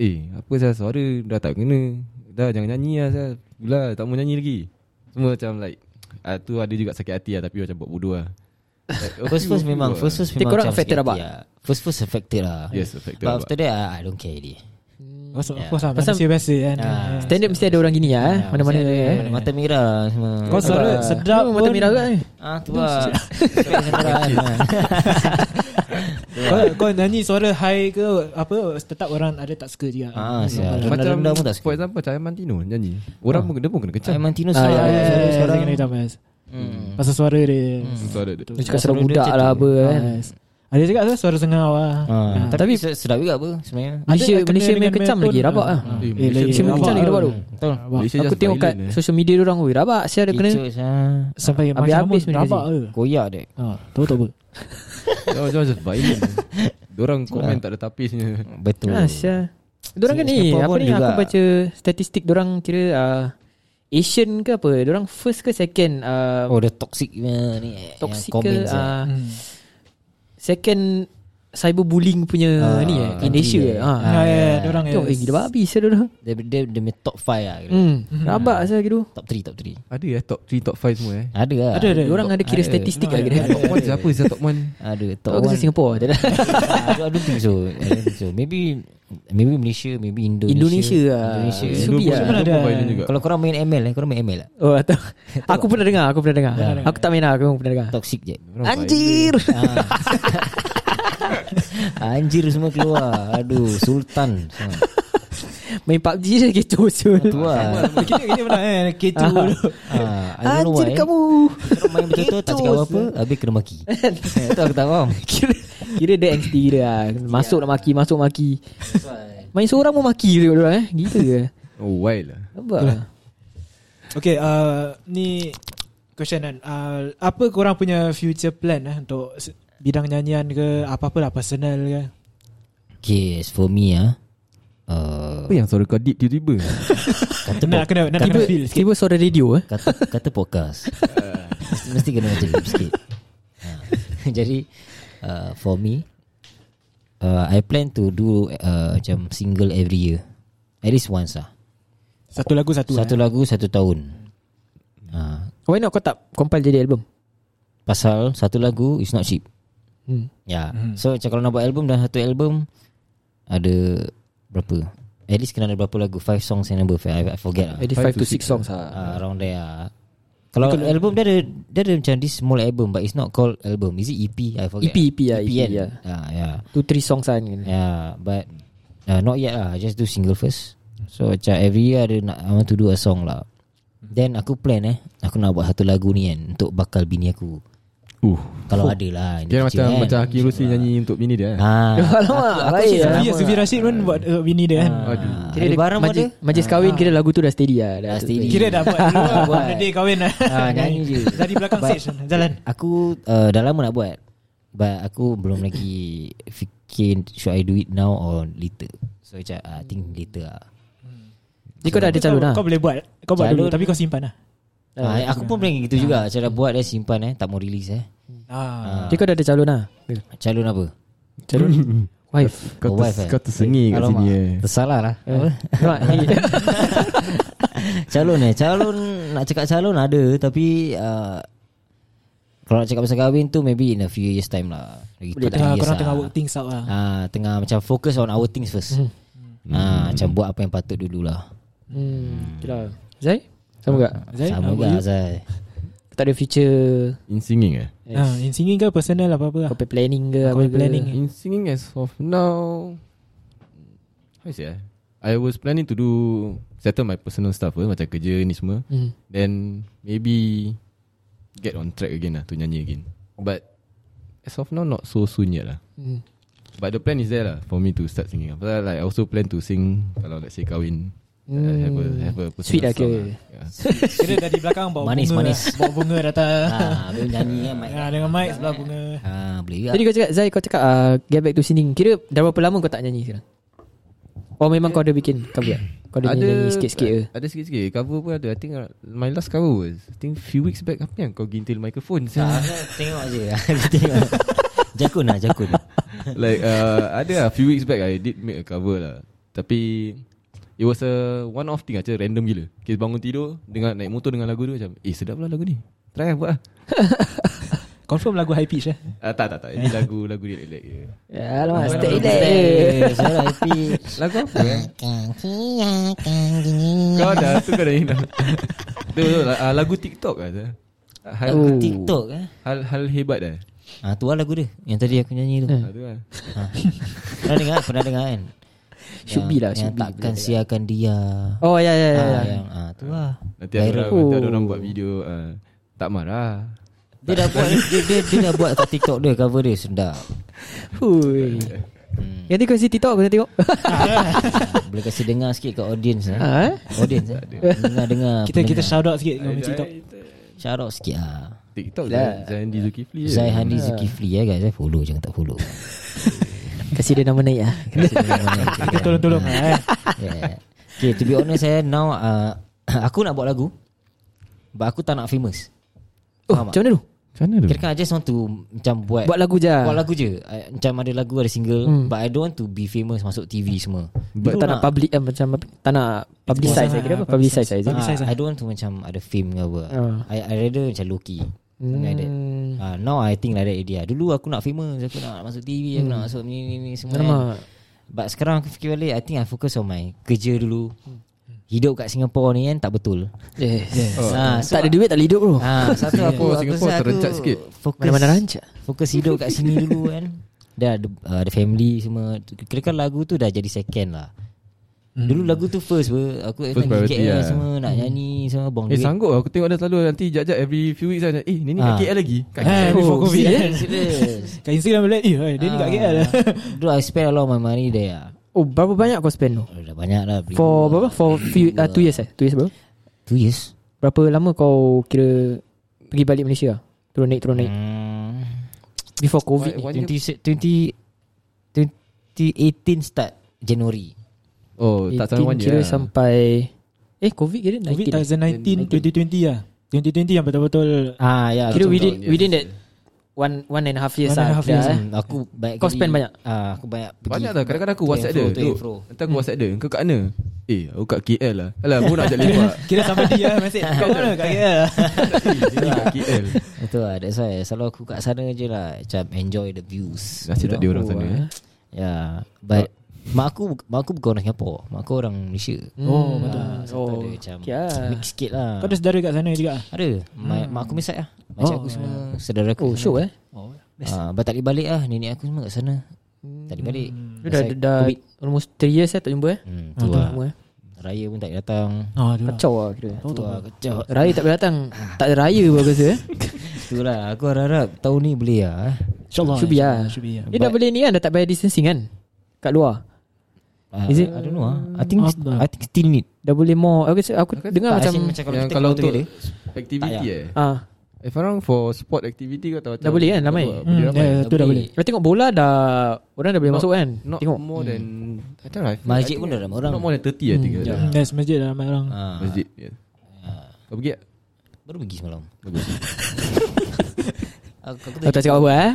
[SPEAKER 4] eh apa saya suara dah tak kena dah jangan nyanyi lah saya pula tak mau nyanyi lagi semua macam like ah, tu ada juga sakit hati lah tapi macam buat bodoh lah Like, oh,
[SPEAKER 5] First
[SPEAKER 4] you-
[SPEAKER 5] first
[SPEAKER 4] you
[SPEAKER 5] memang
[SPEAKER 4] buat
[SPEAKER 5] First first
[SPEAKER 3] Tapi
[SPEAKER 5] memang
[SPEAKER 3] korang
[SPEAKER 5] macam
[SPEAKER 3] affected
[SPEAKER 5] sakit
[SPEAKER 3] abak?
[SPEAKER 5] hati lah. First first affected lah
[SPEAKER 4] Yes, affected
[SPEAKER 5] But
[SPEAKER 4] abak.
[SPEAKER 5] after that I, I don't care already
[SPEAKER 2] Kau yeah. faham Manusia biasa kan
[SPEAKER 5] Ah,
[SPEAKER 3] Standard mesti ada orang gini
[SPEAKER 5] Ya,
[SPEAKER 3] lah eh Mana-mana eh
[SPEAKER 5] Mata- Mata merah semua
[SPEAKER 2] Kau suara sedap
[SPEAKER 3] Mata
[SPEAKER 2] pun
[SPEAKER 3] merah kan eh
[SPEAKER 5] Ah tu lah Suara merah kan.
[SPEAKER 2] kau, kau nyanyi suara high ke Apa Tetap orang ada tak suka juga
[SPEAKER 5] Ah siap
[SPEAKER 4] lah. macam
[SPEAKER 5] Rendah-rendah pun tak
[SPEAKER 4] for
[SPEAKER 5] suka
[SPEAKER 4] example macam Mantino nyanyi orang pun dia pun kena kecam
[SPEAKER 5] Aiman Tino
[SPEAKER 3] Ah,
[SPEAKER 5] suara
[SPEAKER 3] ya, ya, Hmm.
[SPEAKER 2] Eh,
[SPEAKER 5] suara-
[SPEAKER 2] saya
[SPEAKER 5] suara-
[SPEAKER 2] kena hitam Mas
[SPEAKER 5] Hmm.
[SPEAKER 2] Pasal suara dia
[SPEAKER 4] suara dia
[SPEAKER 3] Dia cakap serang budak lah apa kan
[SPEAKER 2] Yes. Ada cakap tu suara sengau lah
[SPEAKER 5] Ah, Tapi se- sedap juga apa sebenarnya
[SPEAKER 3] Malaysia
[SPEAKER 2] Ada-
[SPEAKER 3] Malaysia
[SPEAKER 2] kena
[SPEAKER 3] main
[SPEAKER 2] dengan
[SPEAKER 3] kecam
[SPEAKER 2] tone
[SPEAKER 3] lagi
[SPEAKER 2] lah.
[SPEAKER 3] rabak lah
[SPEAKER 4] Eh,
[SPEAKER 2] Eh,
[SPEAKER 4] Malaysia
[SPEAKER 2] lagi
[SPEAKER 3] Malaysia main
[SPEAKER 2] rabak
[SPEAKER 3] kecam lagi
[SPEAKER 2] lah.
[SPEAKER 3] rabak tu
[SPEAKER 5] Betul
[SPEAKER 4] Malaysia
[SPEAKER 3] Aku
[SPEAKER 4] just
[SPEAKER 3] tengok kat
[SPEAKER 4] violent eh.
[SPEAKER 3] social media orang Wih rabak Saya ada kena
[SPEAKER 5] Kicau ah.
[SPEAKER 2] Sampai
[SPEAKER 3] Habis-habis
[SPEAKER 2] macam
[SPEAKER 3] punya
[SPEAKER 2] rabak
[SPEAKER 3] gaji.
[SPEAKER 2] ke
[SPEAKER 5] Koyak dek
[SPEAKER 2] Ah, Tahu tak apa
[SPEAKER 4] Dia macam just violent eh. Diorang komen tak ada tapisnya
[SPEAKER 5] Betul
[SPEAKER 3] Ah, Asya. Diorang kan ni
[SPEAKER 5] Singapore
[SPEAKER 3] Apa
[SPEAKER 5] pun
[SPEAKER 3] ni aku
[SPEAKER 5] juga.
[SPEAKER 3] baca Statistik diorang kira uh, Asian ke apa Diorang first ke second uh,
[SPEAKER 5] Oh the toxic punya ni eh,
[SPEAKER 3] Toxic
[SPEAKER 5] yang
[SPEAKER 3] ke
[SPEAKER 5] comments, eh.
[SPEAKER 3] uh, Second Cyberbullying punya Ni eh In
[SPEAKER 5] country
[SPEAKER 3] Asia
[SPEAKER 5] eh.
[SPEAKER 3] eh. ah.
[SPEAKER 2] Ya ya Diorang
[SPEAKER 3] Tengok eh gila babi Saya diorang
[SPEAKER 5] Dia dia dia punya top 5 lah kira.
[SPEAKER 3] hmm. Rabak saya gitu
[SPEAKER 5] Top 3 top 3
[SPEAKER 4] Ada ya top 3 top 5 semua eh
[SPEAKER 5] Ada lah
[SPEAKER 2] Ada ada
[SPEAKER 3] Diorang ada kira statistik lah kira
[SPEAKER 4] Top 1 siapa Siapa top 1
[SPEAKER 5] Ada top
[SPEAKER 3] Kau
[SPEAKER 5] one
[SPEAKER 3] kasi Singapore
[SPEAKER 5] lah.
[SPEAKER 3] tak ada.
[SPEAKER 5] I don't think so I don't think so Maybe Maybe Malaysia Maybe Indonesia
[SPEAKER 3] Indonesia lah
[SPEAKER 5] Indonesia
[SPEAKER 3] Subi lah
[SPEAKER 4] pun- Indo pun
[SPEAKER 2] Ada.
[SPEAKER 4] violent juga
[SPEAKER 5] Kalau korang main ML eh Korang main ML lah
[SPEAKER 3] Oh atau Aku pernah dengar Aku pernah dengar Aku tak main lah Aku pernah dengar
[SPEAKER 5] Toxic je
[SPEAKER 3] Anjir
[SPEAKER 5] Anjir semua keluar Aduh Sultan semua.
[SPEAKER 3] Main PUBG je kecoh siul
[SPEAKER 5] Tu lah
[SPEAKER 2] Kita kita pernah eh Ketu dulu
[SPEAKER 5] Ah, I don't know
[SPEAKER 3] Anjir
[SPEAKER 5] why
[SPEAKER 3] kamu
[SPEAKER 5] Korang main begitu Tak cakap apa Habis kena maki Eh, Itu aku tak faham
[SPEAKER 3] Kira Kira dia angsty dia lah Masuk nak maki Masuk maki Main seorang pun maki dia orang eh Gila ke
[SPEAKER 4] Oh wild lah
[SPEAKER 3] Apa
[SPEAKER 2] Okay uh, Ni Question kan uh, Apa korang punya future plan eh, Untuk se- Bidang nyanyian ke Apa-apalah personal ke
[SPEAKER 5] Okay As for me ah uh,
[SPEAKER 4] Apa yang suara kau deep tiba-tiba
[SPEAKER 5] Kata
[SPEAKER 2] Nak
[SPEAKER 5] po-
[SPEAKER 2] kena Nak
[SPEAKER 3] Tiba,
[SPEAKER 2] kena feel sikit
[SPEAKER 3] tiba suara radio eh
[SPEAKER 5] kata, kata podcast mesti, mesti kena macam deep sikit ha. Jadi uh, For me uh, I plan to do uh, Macam single every year At least once lah
[SPEAKER 2] Satu lagu satu,
[SPEAKER 5] Satu
[SPEAKER 2] eh.
[SPEAKER 5] lagu satu tahun ha.
[SPEAKER 3] Why not kau tak Compile jadi album
[SPEAKER 5] Pasal satu lagu Is not cheap
[SPEAKER 3] Hmm.
[SPEAKER 5] Ya yeah. So macam kalau nak buat album Dah satu album Ada Berapa At least kena ada berapa lagu Five songs and above I, I forget lah
[SPEAKER 3] At least 5 to 6 songs lah
[SPEAKER 5] uh, Around there lah Kalau album dia ada Dia ada macam This small album But it's not called album Is it EP? I
[SPEAKER 4] E
[SPEAKER 5] forget
[SPEAKER 3] EP, EP lah, EP,
[SPEAKER 5] kan?
[SPEAKER 3] yeah.
[SPEAKER 5] Ah, yeah.
[SPEAKER 3] Tu 3 songs lah ni
[SPEAKER 5] Yeah, but uh, not yet lah. I just do single first. So macam every year ada nak I want to do a song lah.
[SPEAKER 4] Hmm.
[SPEAKER 5] Then aku plan eh, aku nak buat satu lagu ni kan untuk bakal bini aku.
[SPEAKER 4] Uh.
[SPEAKER 5] Kalau ada lah. ini kecil
[SPEAKER 4] Kira macam
[SPEAKER 5] kan.
[SPEAKER 4] macam Hakim Rusli nyanyi untuk bini dia. eh.
[SPEAKER 5] Ha.
[SPEAKER 3] Alamak Baik lah
[SPEAKER 1] Ya, Sufi Rashid pun buat uh, bini dia kan.
[SPEAKER 5] Ah,
[SPEAKER 3] Kira
[SPEAKER 5] ada
[SPEAKER 3] dia
[SPEAKER 5] barang pun ada.
[SPEAKER 3] majlis, majlis kahwin Kira lagu tu dah steady lah
[SPEAKER 5] Dah steady.
[SPEAKER 1] Kira dah buat dulu lah.
[SPEAKER 5] Buat.
[SPEAKER 1] Benda dia kahwin lah.
[SPEAKER 5] Ah, nyanyi je.
[SPEAKER 1] Dari belakang
[SPEAKER 5] But-
[SPEAKER 1] stage jalan.
[SPEAKER 5] Aku uh, dah lama nak buat. But aku belum lagi fikir should I do it now or later. So macam uh, think later lah.
[SPEAKER 3] Jadi kau dah ada calon lah
[SPEAKER 1] Kau boleh buat. Kau buat dulu
[SPEAKER 5] Calon.
[SPEAKER 1] tapi kau simpan lah.
[SPEAKER 5] Ah, aku pun plan gitu juga. Macam dah buat dah simpan eh, tak mau release eh.
[SPEAKER 1] Ah.
[SPEAKER 3] Jadi kau dah ada calon lah
[SPEAKER 5] Calon apa?
[SPEAKER 3] Calon Wife
[SPEAKER 4] Kau,
[SPEAKER 5] Oh,
[SPEAKER 4] ters,
[SPEAKER 5] wife, eh?
[SPEAKER 4] kau tersengi kat
[SPEAKER 5] Alamak,
[SPEAKER 4] sini eh.
[SPEAKER 5] Tersalah lah
[SPEAKER 3] Nampak?
[SPEAKER 5] Calon eh Calon Nak cakap calon ada Tapi uh, Kalau nak cakap pasal kahwin tu Maybe in a few years time lah Lagi
[SPEAKER 1] Boleh
[SPEAKER 5] two,
[SPEAKER 1] tengah
[SPEAKER 5] three years
[SPEAKER 1] Ah, korang
[SPEAKER 5] lah.
[SPEAKER 1] tengah work Hmm. things out lah.
[SPEAKER 5] Ah, Tengah macam fokus on our things first Ah, Macam buat apa yang patut lah. dululah
[SPEAKER 3] Hmm Kira Zai Sama gak?
[SPEAKER 1] Zai, how
[SPEAKER 5] Sama
[SPEAKER 1] about
[SPEAKER 5] juga
[SPEAKER 1] you?
[SPEAKER 5] Zai
[SPEAKER 3] Tak ada future
[SPEAKER 4] In singing eh.
[SPEAKER 3] Yes.
[SPEAKER 1] Ah, in singing ke personal apa-apa lah.
[SPEAKER 3] Kau punya planning ke
[SPEAKER 1] Kau
[SPEAKER 3] apa
[SPEAKER 1] punya
[SPEAKER 3] ke?
[SPEAKER 1] planning.
[SPEAKER 4] In singing as of now How is it eh? I was planning to do Settle my personal stuff eh, Macam kerja ni semua
[SPEAKER 3] Hmm.
[SPEAKER 4] Then Maybe Get on track again lah To nyanyi again But As of now Not so soon yet lah
[SPEAKER 3] Hmm.
[SPEAKER 4] But the plan is there lah For me to start singing Pasal like I also plan to sing Kalau let's say kahwin uh, Have a, have a personal
[SPEAKER 3] Hmm. Sweet lah
[SPEAKER 4] song
[SPEAKER 3] kira.
[SPEAKER 4] yeah.
[SPEAKER 1] Kira dari belakang bawa
[SPEAKER 5] Manis,
[SPEAKER 1] bunga. lah.
[SPEAKER 5] manis.
[SPEAKER 1] Bawa bunga datang.
[SPEAKER 5] ah, Boleh nyanyi kan Mike
[SPEAKER 1] Ah, dengan mic sebelah bunga.
[SPEAKER 5] ah, Boleh juga
[SPEAKER 3] Jadi kau cakap Zai kau cakap uh, Get back to singing Kira dah berapa lama kau tak nyanyi sekarang? Oh memang kau ada bikin cover tak? Kau ada, nyanyi sikit-sikit ke?
[SPEAKER 4] Ada sikit-sikit Cover pun ada I think uh, My last cover was I think few weeks back Apa yang kau gintil microphone
[SPEAKER 5] Ah,
[SPEAKER 4] sia?
[SPEAKER 5] Tengok je Tengok Jakun lah Jakun
[SPEAKER 3] Ah,
[SPEAKER 4] like uh, ada lah few weeks back I did make a cover lah. Tapi it was a one off thing aja random gila. Kita bangun tidur dengan naik motor dengan lagu tu macam eh sedap lah lagu ni. Try lah buat lah.
[SPEAKER 1] Confirm lagu high pitch eh.
[SPEAKER 4] Ah, tak tak tak ini lagu lagu dia relax je.
[SPEAKER 3] Ya lah stay there.
[SPEAKER 5] Stay Suara happy
[SPEAKER 4] Lagu apa eh? Kau dah tu kau dah ingat. Tu tu, ah, lagu TikTok lah. tu. Hal,
[SPEAKER 5] Lagu TikTok eh
[SPEAKER 4] hal hal hebat dah.
[SPEAKER 5] Ah tu lah lagu dia Yang tadi aku nyanyi
[SPEAKER 3] Eh.
[SPEAKER 5] tu
[SPEAKER 4] Ah, tu lah.
[SPEAKER 5] Pernah dengar Pernah dengar kan
[SPEAKER 3] Should
[SPEAKER 5] Yang-
[SPEAKER 3] be lah,
[SPEAKER 5] Yang
[SPEAKER 3] should be.
[SPEAKER 5] takkan siakan dia
[SPEAKER 3] Oh ya ya ya.
[SPEAKER 5] Ah,
[SPEAKER 3] ya.
[SPEAKER 5] yang ah, tu lah
[SPEAKER 4] Nanti ada
[SPEAKER 5] Viral.
[SPEAKER 4] orang, nanti ada orang buat video ah, tak marah.
[SPEAKER 5] Dia dah buat dia, dia, dia dah buat kat TikTok dia Cover dia sedap
[SPEAKER 3] Hui. Nanti kau kasi TikTok kau tengok.
[SPEAKER 5] Ah, Boleh kasi dengar sikit kat audience eh.
[SPEAKER 3] Ha?
[SPEAKER 5] Audience eh Dengar-dengar
[SPEAKER 1] Kita kita shout out sikit dengan TikTok.
[SPEAKER 5] Shout out sikit ah.
[SPEAKER 4] TikTok lah. Zain
[SPEAKER 3] Ya,
[SPEAKER 4] Zulkifli. je.
[SPEAKER 5] Zai Handi Zulkifli eh guys eh. Follow jangan tak follow
[SPEAKER 3] Kasi dia nama naik ah.
[SPEAKER 5] Kasi dengar mana je.
[SPEAKER 1] Kita tolong-tolong
[SPEAKER 5] Ah.
[SPEAKER 1] lah eh.
[SPEAKER 5] yeah. kan. Ya, Okay to be honest saya Now uh, Aku nak buat lagu But aku tak nak famous
[SPEAKER 3] Oh,
[SPEAKER 5] Faham
[SPEAKER 3] macam
[SPEAKER 5] tak?
[SPEAKER 3] mana tu?
[SPEAKER 4] Macam mana tu?
[SPEAKER 5] Kira kan I just want to Macam buat
[SPEAKER 3] Hmm. Buat lah. lagu je. ah.
[SPEAKER 5] Buat lagu je I, Macam ada lagu Ada single hmm. But I don't want to be famous Masuk TV semua
[SPEAKER 3] But tak nak public eh, macam apa? Tak nak publicize saya kira apa? Publicize eh, saya.
[SPEAKER 5] Ah, I don't want to macam Ada fame ke apa
[SPEAKER 3] lah. Ah.
[SPEAKER 5] I, I rather macam low-key Something like that
[SPEAKER 3] Hmm.
[SPEAKER 5] Ah, Now I think like that idea Dulu aku nak famous Aku nak masuk TV
[SPEAKER 3] Hmm.
[SPEAKER 5] Aku nak masuk ni ni ni semua kan.
[SPEAKER 3] Nama.
[SPEAKER 5] But sekarang aku fikir balik I think I focus on my Kerja dulu Hidup kat Singapore ni kan Tak betul
[SPEAKER 3] Yes.
[SPEAKER 4] Oh.
[SPEAKER 5] Ah, so
[SPEAKER 3] Tak ada duit tak boleh hidup bro.
[SPEAKER 5] Ah, satu aku
[SPEAKER 4] Singapore- Singapore
[SPEAKER 5] rasa
[SPEAKER 4] terencat sikit.
[SPEAKER 5] Fokus
[SPEAKER 3] Mana-mana rancak.
[SPEAKER 5] Fokus hidup kat sini dulu kan. Dah ada uh, ada family semua. Kira kan lagu tu dah jadi second lah. Dulu lagu tu first ber. Aku
[SPEAKER 4] Hmm. First
[SPEAKER 5] nak pergi
[SPEAKER 4] priority
[SPEAKER 5] KL
[SPEAKER 4] lah.
[SPEAKER 5] semua nak nyanyi semua bong
[SPEAKER 4] Eh
[SPEAKER 5] duit.
[SPEAKER 4] sanggup aku tengok dia selalu nanti jajak every few weeks aja. Eh, ni ni
[SPEAKER 5] Ah.
[SPEAKER 4] kat KL lagi. Kat
[SPEAKER 1] Eh,
[SPEAKER 4] KL.
[SPEAKER 1] before COVID
[SPEAKER 3] Oh,
[SPEAKER 5] serious,
[SPEAKER 1] kan.
[SPEAKER 5] serious.
[SPEAKER 1] Kat Instagram boleh, eh, dia ni kat KL lah.
[SPEAKER 5] Dulu I spend a lot of my money there. lah.
[SPEAKER 3] Oh, berapa banyak kau spend tu?
[SPEAKER 5] Oh, dah banyak lah. beli
[SPEAKER 3] For
[SPEAKER 5] dua.
[SPEAKER 3] berapa? For few uh, two years eh? Two years bro.
[SPEAKER 5] Two years.
[SPEAKER 3] Berapa lama kau kira pergi balik Malaysia? Turun naik turun naik.
[SPEAKER 5] Hmm,
[SPEAKER 3] Before COVID ni.
[SPEAKER 5] 20,
[SPEAKER 4] Why- why-
[SPEAKER 5] 20, 2018 start Januari.
[SPEAKER 4] Oh, tak sampai
[SPEAKER 3] 18
[SPEAKER 4] one
[SPEAKER 3] kira
[SPEAKER 4] year. lah.
[SPEAKER 3] sampai Eh COVID kira 19
[SPEAKER 1] COVID 2019,
[SPEAKER 3] eh?
[SPEAKER 1] 2020 lah. 2020 yang betul-betul
[SPEAKER 5] Ah ya.
[SPEAKER 3] Kira
[SPEAKER 5] betul.
[SPEAKER 3] within
[SPEAKER 4] tahun, yes.
[SPEAKER 3] within that One one and a half years
[SPEAKER 1] One and a
[SPEAKER 3] lah
[SPEAKER 1] half years,
[SPEAKER 3] kira, eh.
[SPEAKER 5] Hmm, aku banyak
[SPEAKER 3] Kau
[SPEAKER 5] kali-
[SPEAKER 3] spend banyak?
[SPEAKER 5] Ah, aku banyak pergi.
[SPEAKER 4] Banyak dah kadang-kadang aku
[SPEAKER 5] To
[SPEAKER 4] WhatsApp
[SPEAKER 5] and
[SPEAKER 4] dia.
[SPEAKER 5] fro, to
[SPEAKER 4] Duk,
[SPEAKER 5] and fro.
[SPEAKER 4] Nanti aku WhatsApp dia. Kau kat mana? Eh, aku kat KL lah. Alah, aku nak ajak lepak.
[SPEAKER 1] Kira sama dia lah Masih Kau mana kat KL
[SPEAKER 4] Eh, Sini kat KL.
[SPEAKER 5] Betul lah That's why Selalu aku kat sana je lah Macam enjoy the views
[SPEAKER 4] Nasib tak ada orang eh?
[SPEAKER 5] Oh,
[SPEAKER 4] sana.
[SPEAKER 5] eh. Yeah But Mak aku Mak aku bukan orang Singapura Mak aku orang Malaysia
[SPEAKER 1] Oh, betul.
[SPEAKER 5] Ah, so
[SPEAKER 3] Oh,
[SPEAKER 5] oh. ada macam
[SPEAKER 3] okay lah.
[SPEAKER 5] Mix sikit lah
[SPEAKER 1] Kau ada saudara kat sana juga?
[SPEAKER 5] Ada Mak, mak aku misai lah Macam oh, aku semua Saudara aku
[SPEAKER 3] Oh syok eh
[SPEAKER 2] Hmm.
[SPEAKER 5] Ah, Abang tak boleh balik lah Nenek aku semua kat sana Tak boleh balik
[SPEAKER 3] Dia dah,
[SPEAKER 5] Pasal
[SPEAKER 3] dah
[SPEAKER 5] COVID.
[SPEAKER 3] almost 3 years eh tak jumpa eh
[SPEAKER 5] Hmm, tu lah
[SPEAKER 3] Semua eh
[SPEAKER 5] Raya pun tak boleh datang
[SPEAKER 1] Oh,
[SPEAKER 2] Hmm.
[SPEAKER 1] ada.
[SPEAKER 3] Kacau lah kira
[SPEAKER 5] Tu lah kacau
[SPEAKER 3] Raya tak boleh datang Tak ada raya pun aku rasa eh
[SPEAKER 5] Tu lah Aku harap-harap tahun ni boleh lah eh.
[SPEAKER 1] InsyaAllah.
[SPEAKER 3] Should be lah
[SPEAKER 1] Should be, yeah.
[SPEAKER 3] Dia dah boleh ni kan Dah tak payah distancing kan Kat luar
[SPEAKER 5] Ah,
[SPEAKER 3] Is it-
[SPEAKER 5] I don't know ah. I think
[SPEAKER 1] Apa?
[SPEAKER 5] I think still need
[SPEAKER 3] Dah boleh more Aku, rasa- aku dengar macam
[SPEAKER 5] Tak, as in macam kalau
[SPEAKER 4] Yang
[SPEAKER 5] kita
[SPEAKER 4] kalau
[SPEAKER 5] keluar
[SPEAKER 4] untuk
[SPEAKER 5] together,
[SPEAKER 4] Activity
[SPEAKER 5] tak
[SPEAKER 4] eh
[SPEAKER 3] ah,
[SPEAKER 4] If orang for sport activity kau tahu
[SPEAKER 3] Dah boleh kan, ramai?
[SPEAKER 1] Hmm,
[SPEAKER 4] Boleh ramai
[SPEAKER 2] ya.
[SPEAKER 1] yeah, tu dah boleh.
[SPEAKER 3] Kau tengok bola dah Orang dah boleh
[SPEAKER 4] Not-
[SPEAKER 3] masuk kan
[SPEAKER 4] Not
[SPEAKER 3] Tengok
[SPEAKER 4] more than I don't know I feel-
[SPEAKER 5] Masjid
[SPEAKER 4] I
[SPEAKER 5] pun
[SPEAKER 4] think
[SPEAKER 5] dah ramai orang.
[SPEAKER 4] Not more than 30 I think ya.
[SPEAKER 1] Hmm,
[SPEAKER 2] ya.
[SPEAKER 1] There's masjid lah ramai orang.
[SPEAKER 5] Ah,
[SPEAKER 4] Masjid yeah. Kau pergi tak?
[SPEAKER 5] Baru pergi semalam
[SPEAKER 4] Bagus
[SPEAKER 5] Aku, aku
[SPEAKER 3] Kau tak cakap apa eh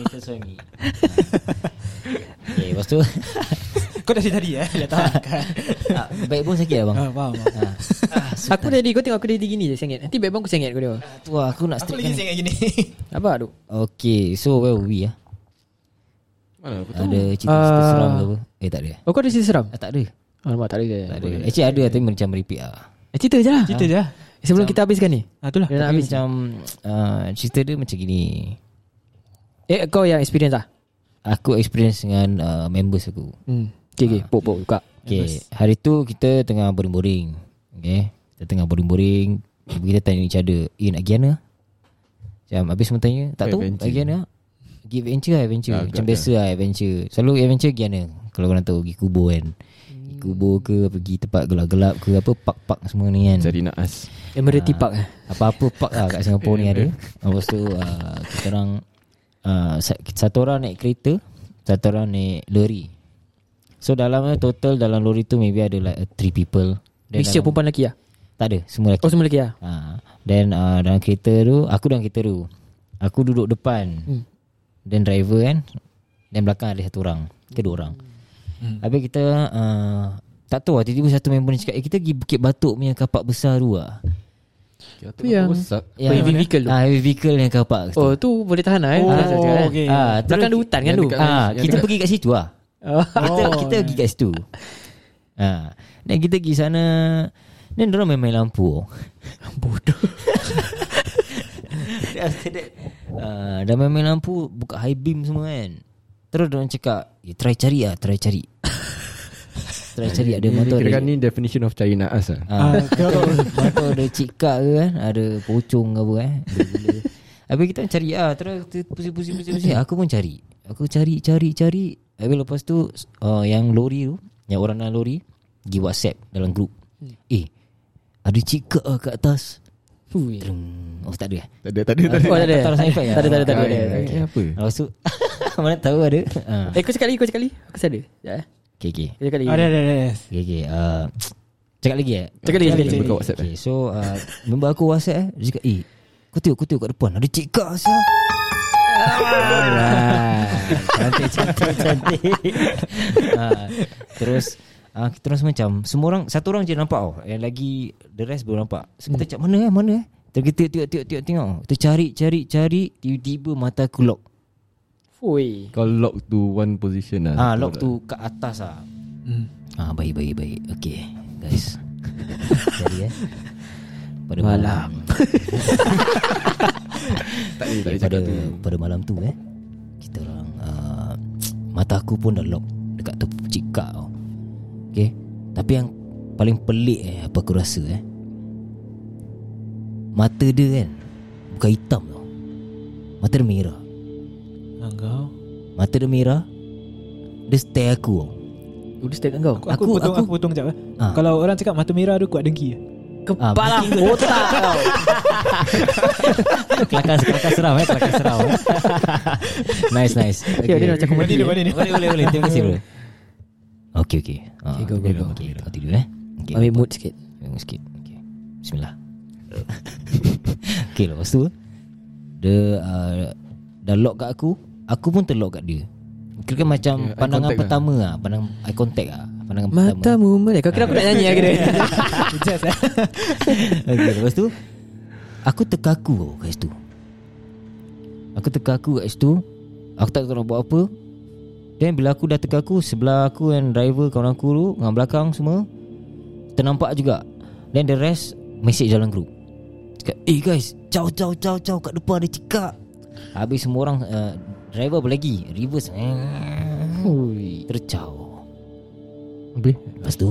[SPEAKER 5] Mr. Suami Okay Eh, lepas tu
[SPEAKER 1] Kau dah cerita tadi eh? Dah tahu kan?
[SPEAKER 5] ah, Baik pun sakit abang
[SPEAKER 1] Ah, Faham. faham.
[SPEAKER 3] Aku tadi kau tengok aku tadi gini je sengit Nanti backbone aku sengit kau dia
[SPEAKER 5] Tu lah aku nak
[SPEAKER 1] Aku
[SPEAKER 5] straight
[SPEAKER 1] lagi
[SPEAKER 5] kan
[SPEAKER 1] ingat gini.
[SPEAKER 3] Apa tu
[SPEAKER 5] Okay so where were we ah?
[SPEAKER 4] Mana aku tahu
[SPEAKER 5] Ada cerita-cerita
[SPEAKER 3] Ah.
[SPEAKER 5] seram ke apa Eh tak ada
[SPEAKER 3] Oh kau ada cerita seram
[SPEAKER 5] ah, Tak ada
[SPEAKER 3] Alamak tak ada
[SPEAKER 5] Tak ada Actually ada tapi macam repeat lah
[SPEAKER 3] Eh cerita je lah
[SPEAKER 1] Cerita je lah.
[SPEAKER 3] Eh, Sebelum kita habiskan ni
[SPEAKER 1] Ah, itulah.
[SPEAKER 3] Dia nak
[SPEAKER 5] Tapi
[SPEAKER 3] habis
[SPEAKER 5] macam ah, Cerita dia macam gini
[SPEAKER 3] Eh kau yang experience lah
[SPEAKER 5] Aku experience dengan ah, members aku
[SPEAKER 3] hmm. Okay okay Pok pok buka
[SPEAKER 5] Okay Hari tu kita tengah boring-boring Okay Kita tengah boring-boring Kita tanya each other Eh nak pergi mana Macam habis semua tanya Tak tahu
[SPEAKER 4] Adventure.
[SPEAKER 5] Nak pergi mana Pergi adventure lah adventure
[SPEAKER 4] Agak
[SPEAKER 5] Macam
[SPEAKER 4] dah.
[SPEAKER 5] biasa lah adventure Selalu adventure pergi mana Kalau korang tahu Pergi kubur kan
[SPEAKER 3] Hmm.
[SPEAKER 5] Pergi kubur ke Pergi tempat gelap-gelap ke Apa park-park semua ni kan
[SPEAKER 4] Cari naas
[SPEAKER 3] Emirati Park eh
[SPEAKER 5] apa-apa park lah kat Singapura ni ada Lepas tu uh, kita orang uh, sa- Satu orang naik kereta Satu orang naik lori So dalamnya total dalam lori tu maybe ada like uh, three people Then
[SPEAKER 3] Mixture
[SPEAKER 5] dalam-
[SPEAKER 3] perempuan lelaki lah
[SPEAKER 5] Tak ada semua
[SPEAKER 3] Oh
[SPEAKER 5] lelaki
[SPEAKER 3] semua lelaki lah
[SPEAKER 5] ha. Then uh, dalam kereta tu Aku dalam kereta tu Aku duduk depan
[SPEAKER 3] Hmm.
[SPEAKER 5] Then driver kan Then belakang ada satu orang Ke dua orang Habis kita uh, Tak tahu lah tiba-tiba satu member ni cakap Eh kita pergi Bukit Batok punya kapak besar tu lah
[SPEAKER 4] Kira tu
[SPEAKER 3] Tu yang-
[SPEAKER 4] Rosak
[SPEAKER 3] Apa, Oh, heavy vehicle tu?
[SPEAKER 5] Ah, heavy vehicle yang car park
[SPEAKER 3] Oh tu boleh tahan lah eh
[SPEAKER 1] Oh,
[SPEAKER 3] Tahan sekejap, eh.
[SPEAKER 1] okay.
[SPEAKER 5] Ah, terus
[SPEAKER 3] Belakang ada hutan kan
[SPEAKER 4] yang
[SPEAKER 3] tu
[SPEAKER 4] dekat-
[SPEAKER 5] ah,
[SPEAKER 4] yang
[SPEAKER 5] kita
[SPEAKER 4] dekat-
[SPEAKER 5] pergi kat situ lah.
[SPEAKER 3] Oh.
[SPEAKER 5] Kita kita pergi kat situ. Ah, dan kita pergi sana dan dorang main-main lampu. Bodoh. After that ah, Dah main-main lampu Buka high beam semua kan Terus dia cakap eh, Try cari lah Try cari Try cari ada
[SPEAKER 4] Ni
[SPEAKER 5] motor
[SPEAKER 4] kira
[SPEAKER 5] ada
[SPEAKER 4] ni definition of cari naas lah
[SPEAKER 5] Ah, Motor ada cikak ke kan Ada pocong ke apa eh Gila-gila. Habis kita cari ah Terus kita pusing-pusing pusing-pusing Aku pun cari Aku cari cari cari Habis lepas tu uh, Yang lori tu Yang orang dalam lori Pergi whatsapp dalam group Eh Ada cikak lah kat atas
[SPEAKER 3] Ui.
[SPEAKER 5] Terung. Oh tak ada eh
[SPEAKER 4] Tak ada tak ada tak ada
[SPEAKER 3] Oh tak ada
[SPEAKER 5] Tak ada sound effect
[SPEAKER 3] Tak ada tak ada tak ada,
[SPEAKER 4] Ah,
[SPEAKER 3] tak ada.
[SPEAKER 4] eh, Apa
[SPEAKER 5] Lepas tu Mana tahu ada ah.
[SPEAKER 3] Eh kau cakap lagi kau cakap lagi Aku sadar Sekejap eh
[SPEAKER 5] Okay okay
[SPEAKER 3] Kau cakap lagi
[SPEAKER 1] Ada, ada, ada.
[SPEAKER 5] Okay okay uh, Cakap lagi eh
[SPEAKER 3] Cakap lagi cakap lagi
[SPEAKER 4] Buka whatsapp eh
[SPEAKER 5] Okay so uh, Member aku whatsapp eh Dia cakap Eh kau tengok kau tengok kat depan Ada cik kak asal Cantik cantik cantik ha, Terus ah, Kita terus macam Semua orang Satu orang je nampak tau Yang lagi The rest belum nampak so, Kita cakap mana eh Mana eh Terus kita tengok tengok tengok tengok Kita cari cari cari Tiba-tiba mata aku lock
[SPEAKER 3] Fui
[SPEAKER 4] Kau lock to one position
[SPEAKER 5] Ah,
[SPEAKER 4] lah
[SPEAKER 5] lock tu kat atas ah. Ah, baik baik baik. Okey, guys. Jadi eh. Pada malam.
[SPEAKER 4] Tak ada tak ada
[SPEAKER 5] pada
[SPEAKER 4] cakap tu
[SPEAKER 5] pada malam tu eh. Kita orang uh, mata aku pun dah lock dekat tu cikak tau. Okey. Tapi yang paling pelik eh apa aku rasa eh. Mata dia kan bukan hitam tau. Mata dia merah.
[SPEAKER 1] Ah, Kau.
[SPEAKER 5] Mata dia merah. Dia stare aku oh. tau.
[SPEAKER 3] Udah stay kat kau
[SPEAKER 1] Aku, aku,
[SPEAKER 5] Aku-
[SPEAKER 1] potong,
[SPEAKER 5] aku-
[SPEAKER 1] aku, potong sekejap eh.
[SPEAKER 5] Ah.
[SPEAKER 1] Kalau orang cakap mata merah tu kuat dengki eh?
[SPEAKER 3] Kepala botak kau
[SPEAKER 5] kelakar kelakar seram eh kelakar seram. eh. Ya, nice nice.
[SPEAKER 3] Okay, dia macam kan. komedi
[SPEAKER 1] Mana ni?
[SPEAKER 5] Boleh boleh boleh terima kasih bro. Okay okay. Ah,
[SPEAKER 3] Okay, go, go, go.
[SPEAKER 5] Okay, kau tidur eh. Okay.
[SPEAKER 3] Ambil mood sikit
[SPEAKER 5] Bangun sikit. Okay. Bismillah. okay lepas tu dia uh, dah lock kat aku, aku pun terlock kat dia. Kira kan macam
[SPEAKER 4] Okay, eye
[SPEAKER 5] pandangan
[SPEAKER 4] contact lah.
[SPEAKER 5] pertama ah, pandang eye contact ah, pandangan pertama.
[SPEAKER 3] Matamu melek Kau kira aku nak nyanyi lah kira
[SPEAKER 5] okay, lepas tu Aku terkaku tau kat situ Aku terkaku kat situ Aku tak tahu nak buat apa Then bila aku dah terkaku Sebelah aku and driver kawan aku tu Dengan belakang semua Ternampak juga Then the rest Mesej dalam group Cakap Eh guys Jauh jauh jauh jauh Kat depan ada cikak Habis semua orang uh, Driver apa lagi Reverse
[SPEAKER 3] Ui.
[SPEAKER 5] Terjauh
[SPEAKER 4] Boleh
[SPEAKER 5] Lepas tu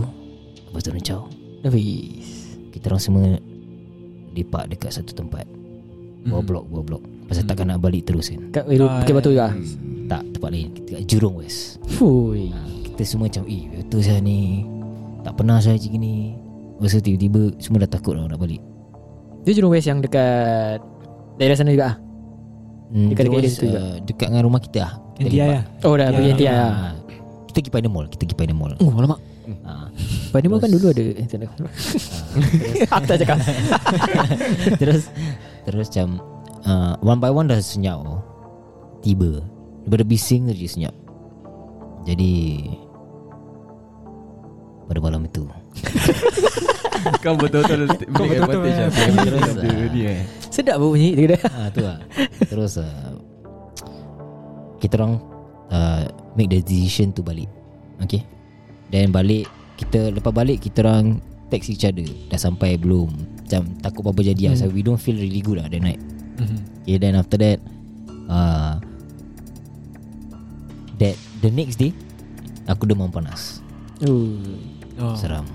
[SPEAKER 5] Lepas tu terjauh
[SPEAKER 3] Dah habis.
[SPEAKER 5] Kita orang semua Lepak dekat satu tempat Buah blok Buah blok Pasal takkan nak balik terus kan
[SPEAKER 3] Kat Wiru
[SPEAKER 1] Ah,
[SPEAKER 3] Bukit Batu juga.
[SPEAKER 5] Tak tempat lain Kita kat Jurong West
[SPEAKER 3] Fui.
[SPEAKER 5] Kita semua macam Eh betul saya ni Tak pernah saya macam ni Lepas tu tiba-tiba Semua dah takut lah nak balik
[SPEAKER 3] Dia Jurong West yang dekat daerah sana juga ah.
[SPEAKER 5] hmm,
[SPEAKER 3] Dekat-
[SPEAKER 5] Jurong
[SPEAKER 3] dekat
[SPEAKER 5] West,
[SPEAKER 3] situ juga.
[SPEAKER 5] uh, Dekat dengan rumah kita lah Kita
[SPEAKER 1] NTI
[SPEAKER 5] lepak.
[SPEAKER 1] lah
[SPEAKER 3] Oh dah pergi NTI ah.
[SPEAKER 5] Ah, Kita pergi Pioneer Mall Kita pergi Pioneer Mall
[SPEAKER 3] Oh alamak.
[SPEAKER 5] Ah,
[SPEAKER 3] Pada kan dulu ada eh, sana. Aku tak cakap.
[SPEAKER 5] Terus Terus macam uh, One by one dah senyap oh. Tiba Daripada bising Dia senyap Jadi Pada malam itu
[SPEAKER 4] Kau betul-betul Kau
[SPEAKER 1] betul-betul,
[SPEAKER 4] advantage
[SPEAKER 1] eh.
[SPEAKER 4] lah Boleh
[SPEAKER 5] Terus,
[SPEAKER 4] benda ni eh
[SPEAKER 3] Sedap pun bunyi dia.
[SPEAKER 5] ah, tu lah Terus uh, Kita orang uh, Make the decision to balik Okay Then balik Kita Lepas balik Kita orang Text each other Dah sampai belum Macam takut apa-apa jadi lah So we don't feel really good lah That night Okay then after that uh, That The next day Aku demam panas
[SPEAKER 3] Uh.
[SPEAKER 1] oh.
[SPEAKER 5] Seram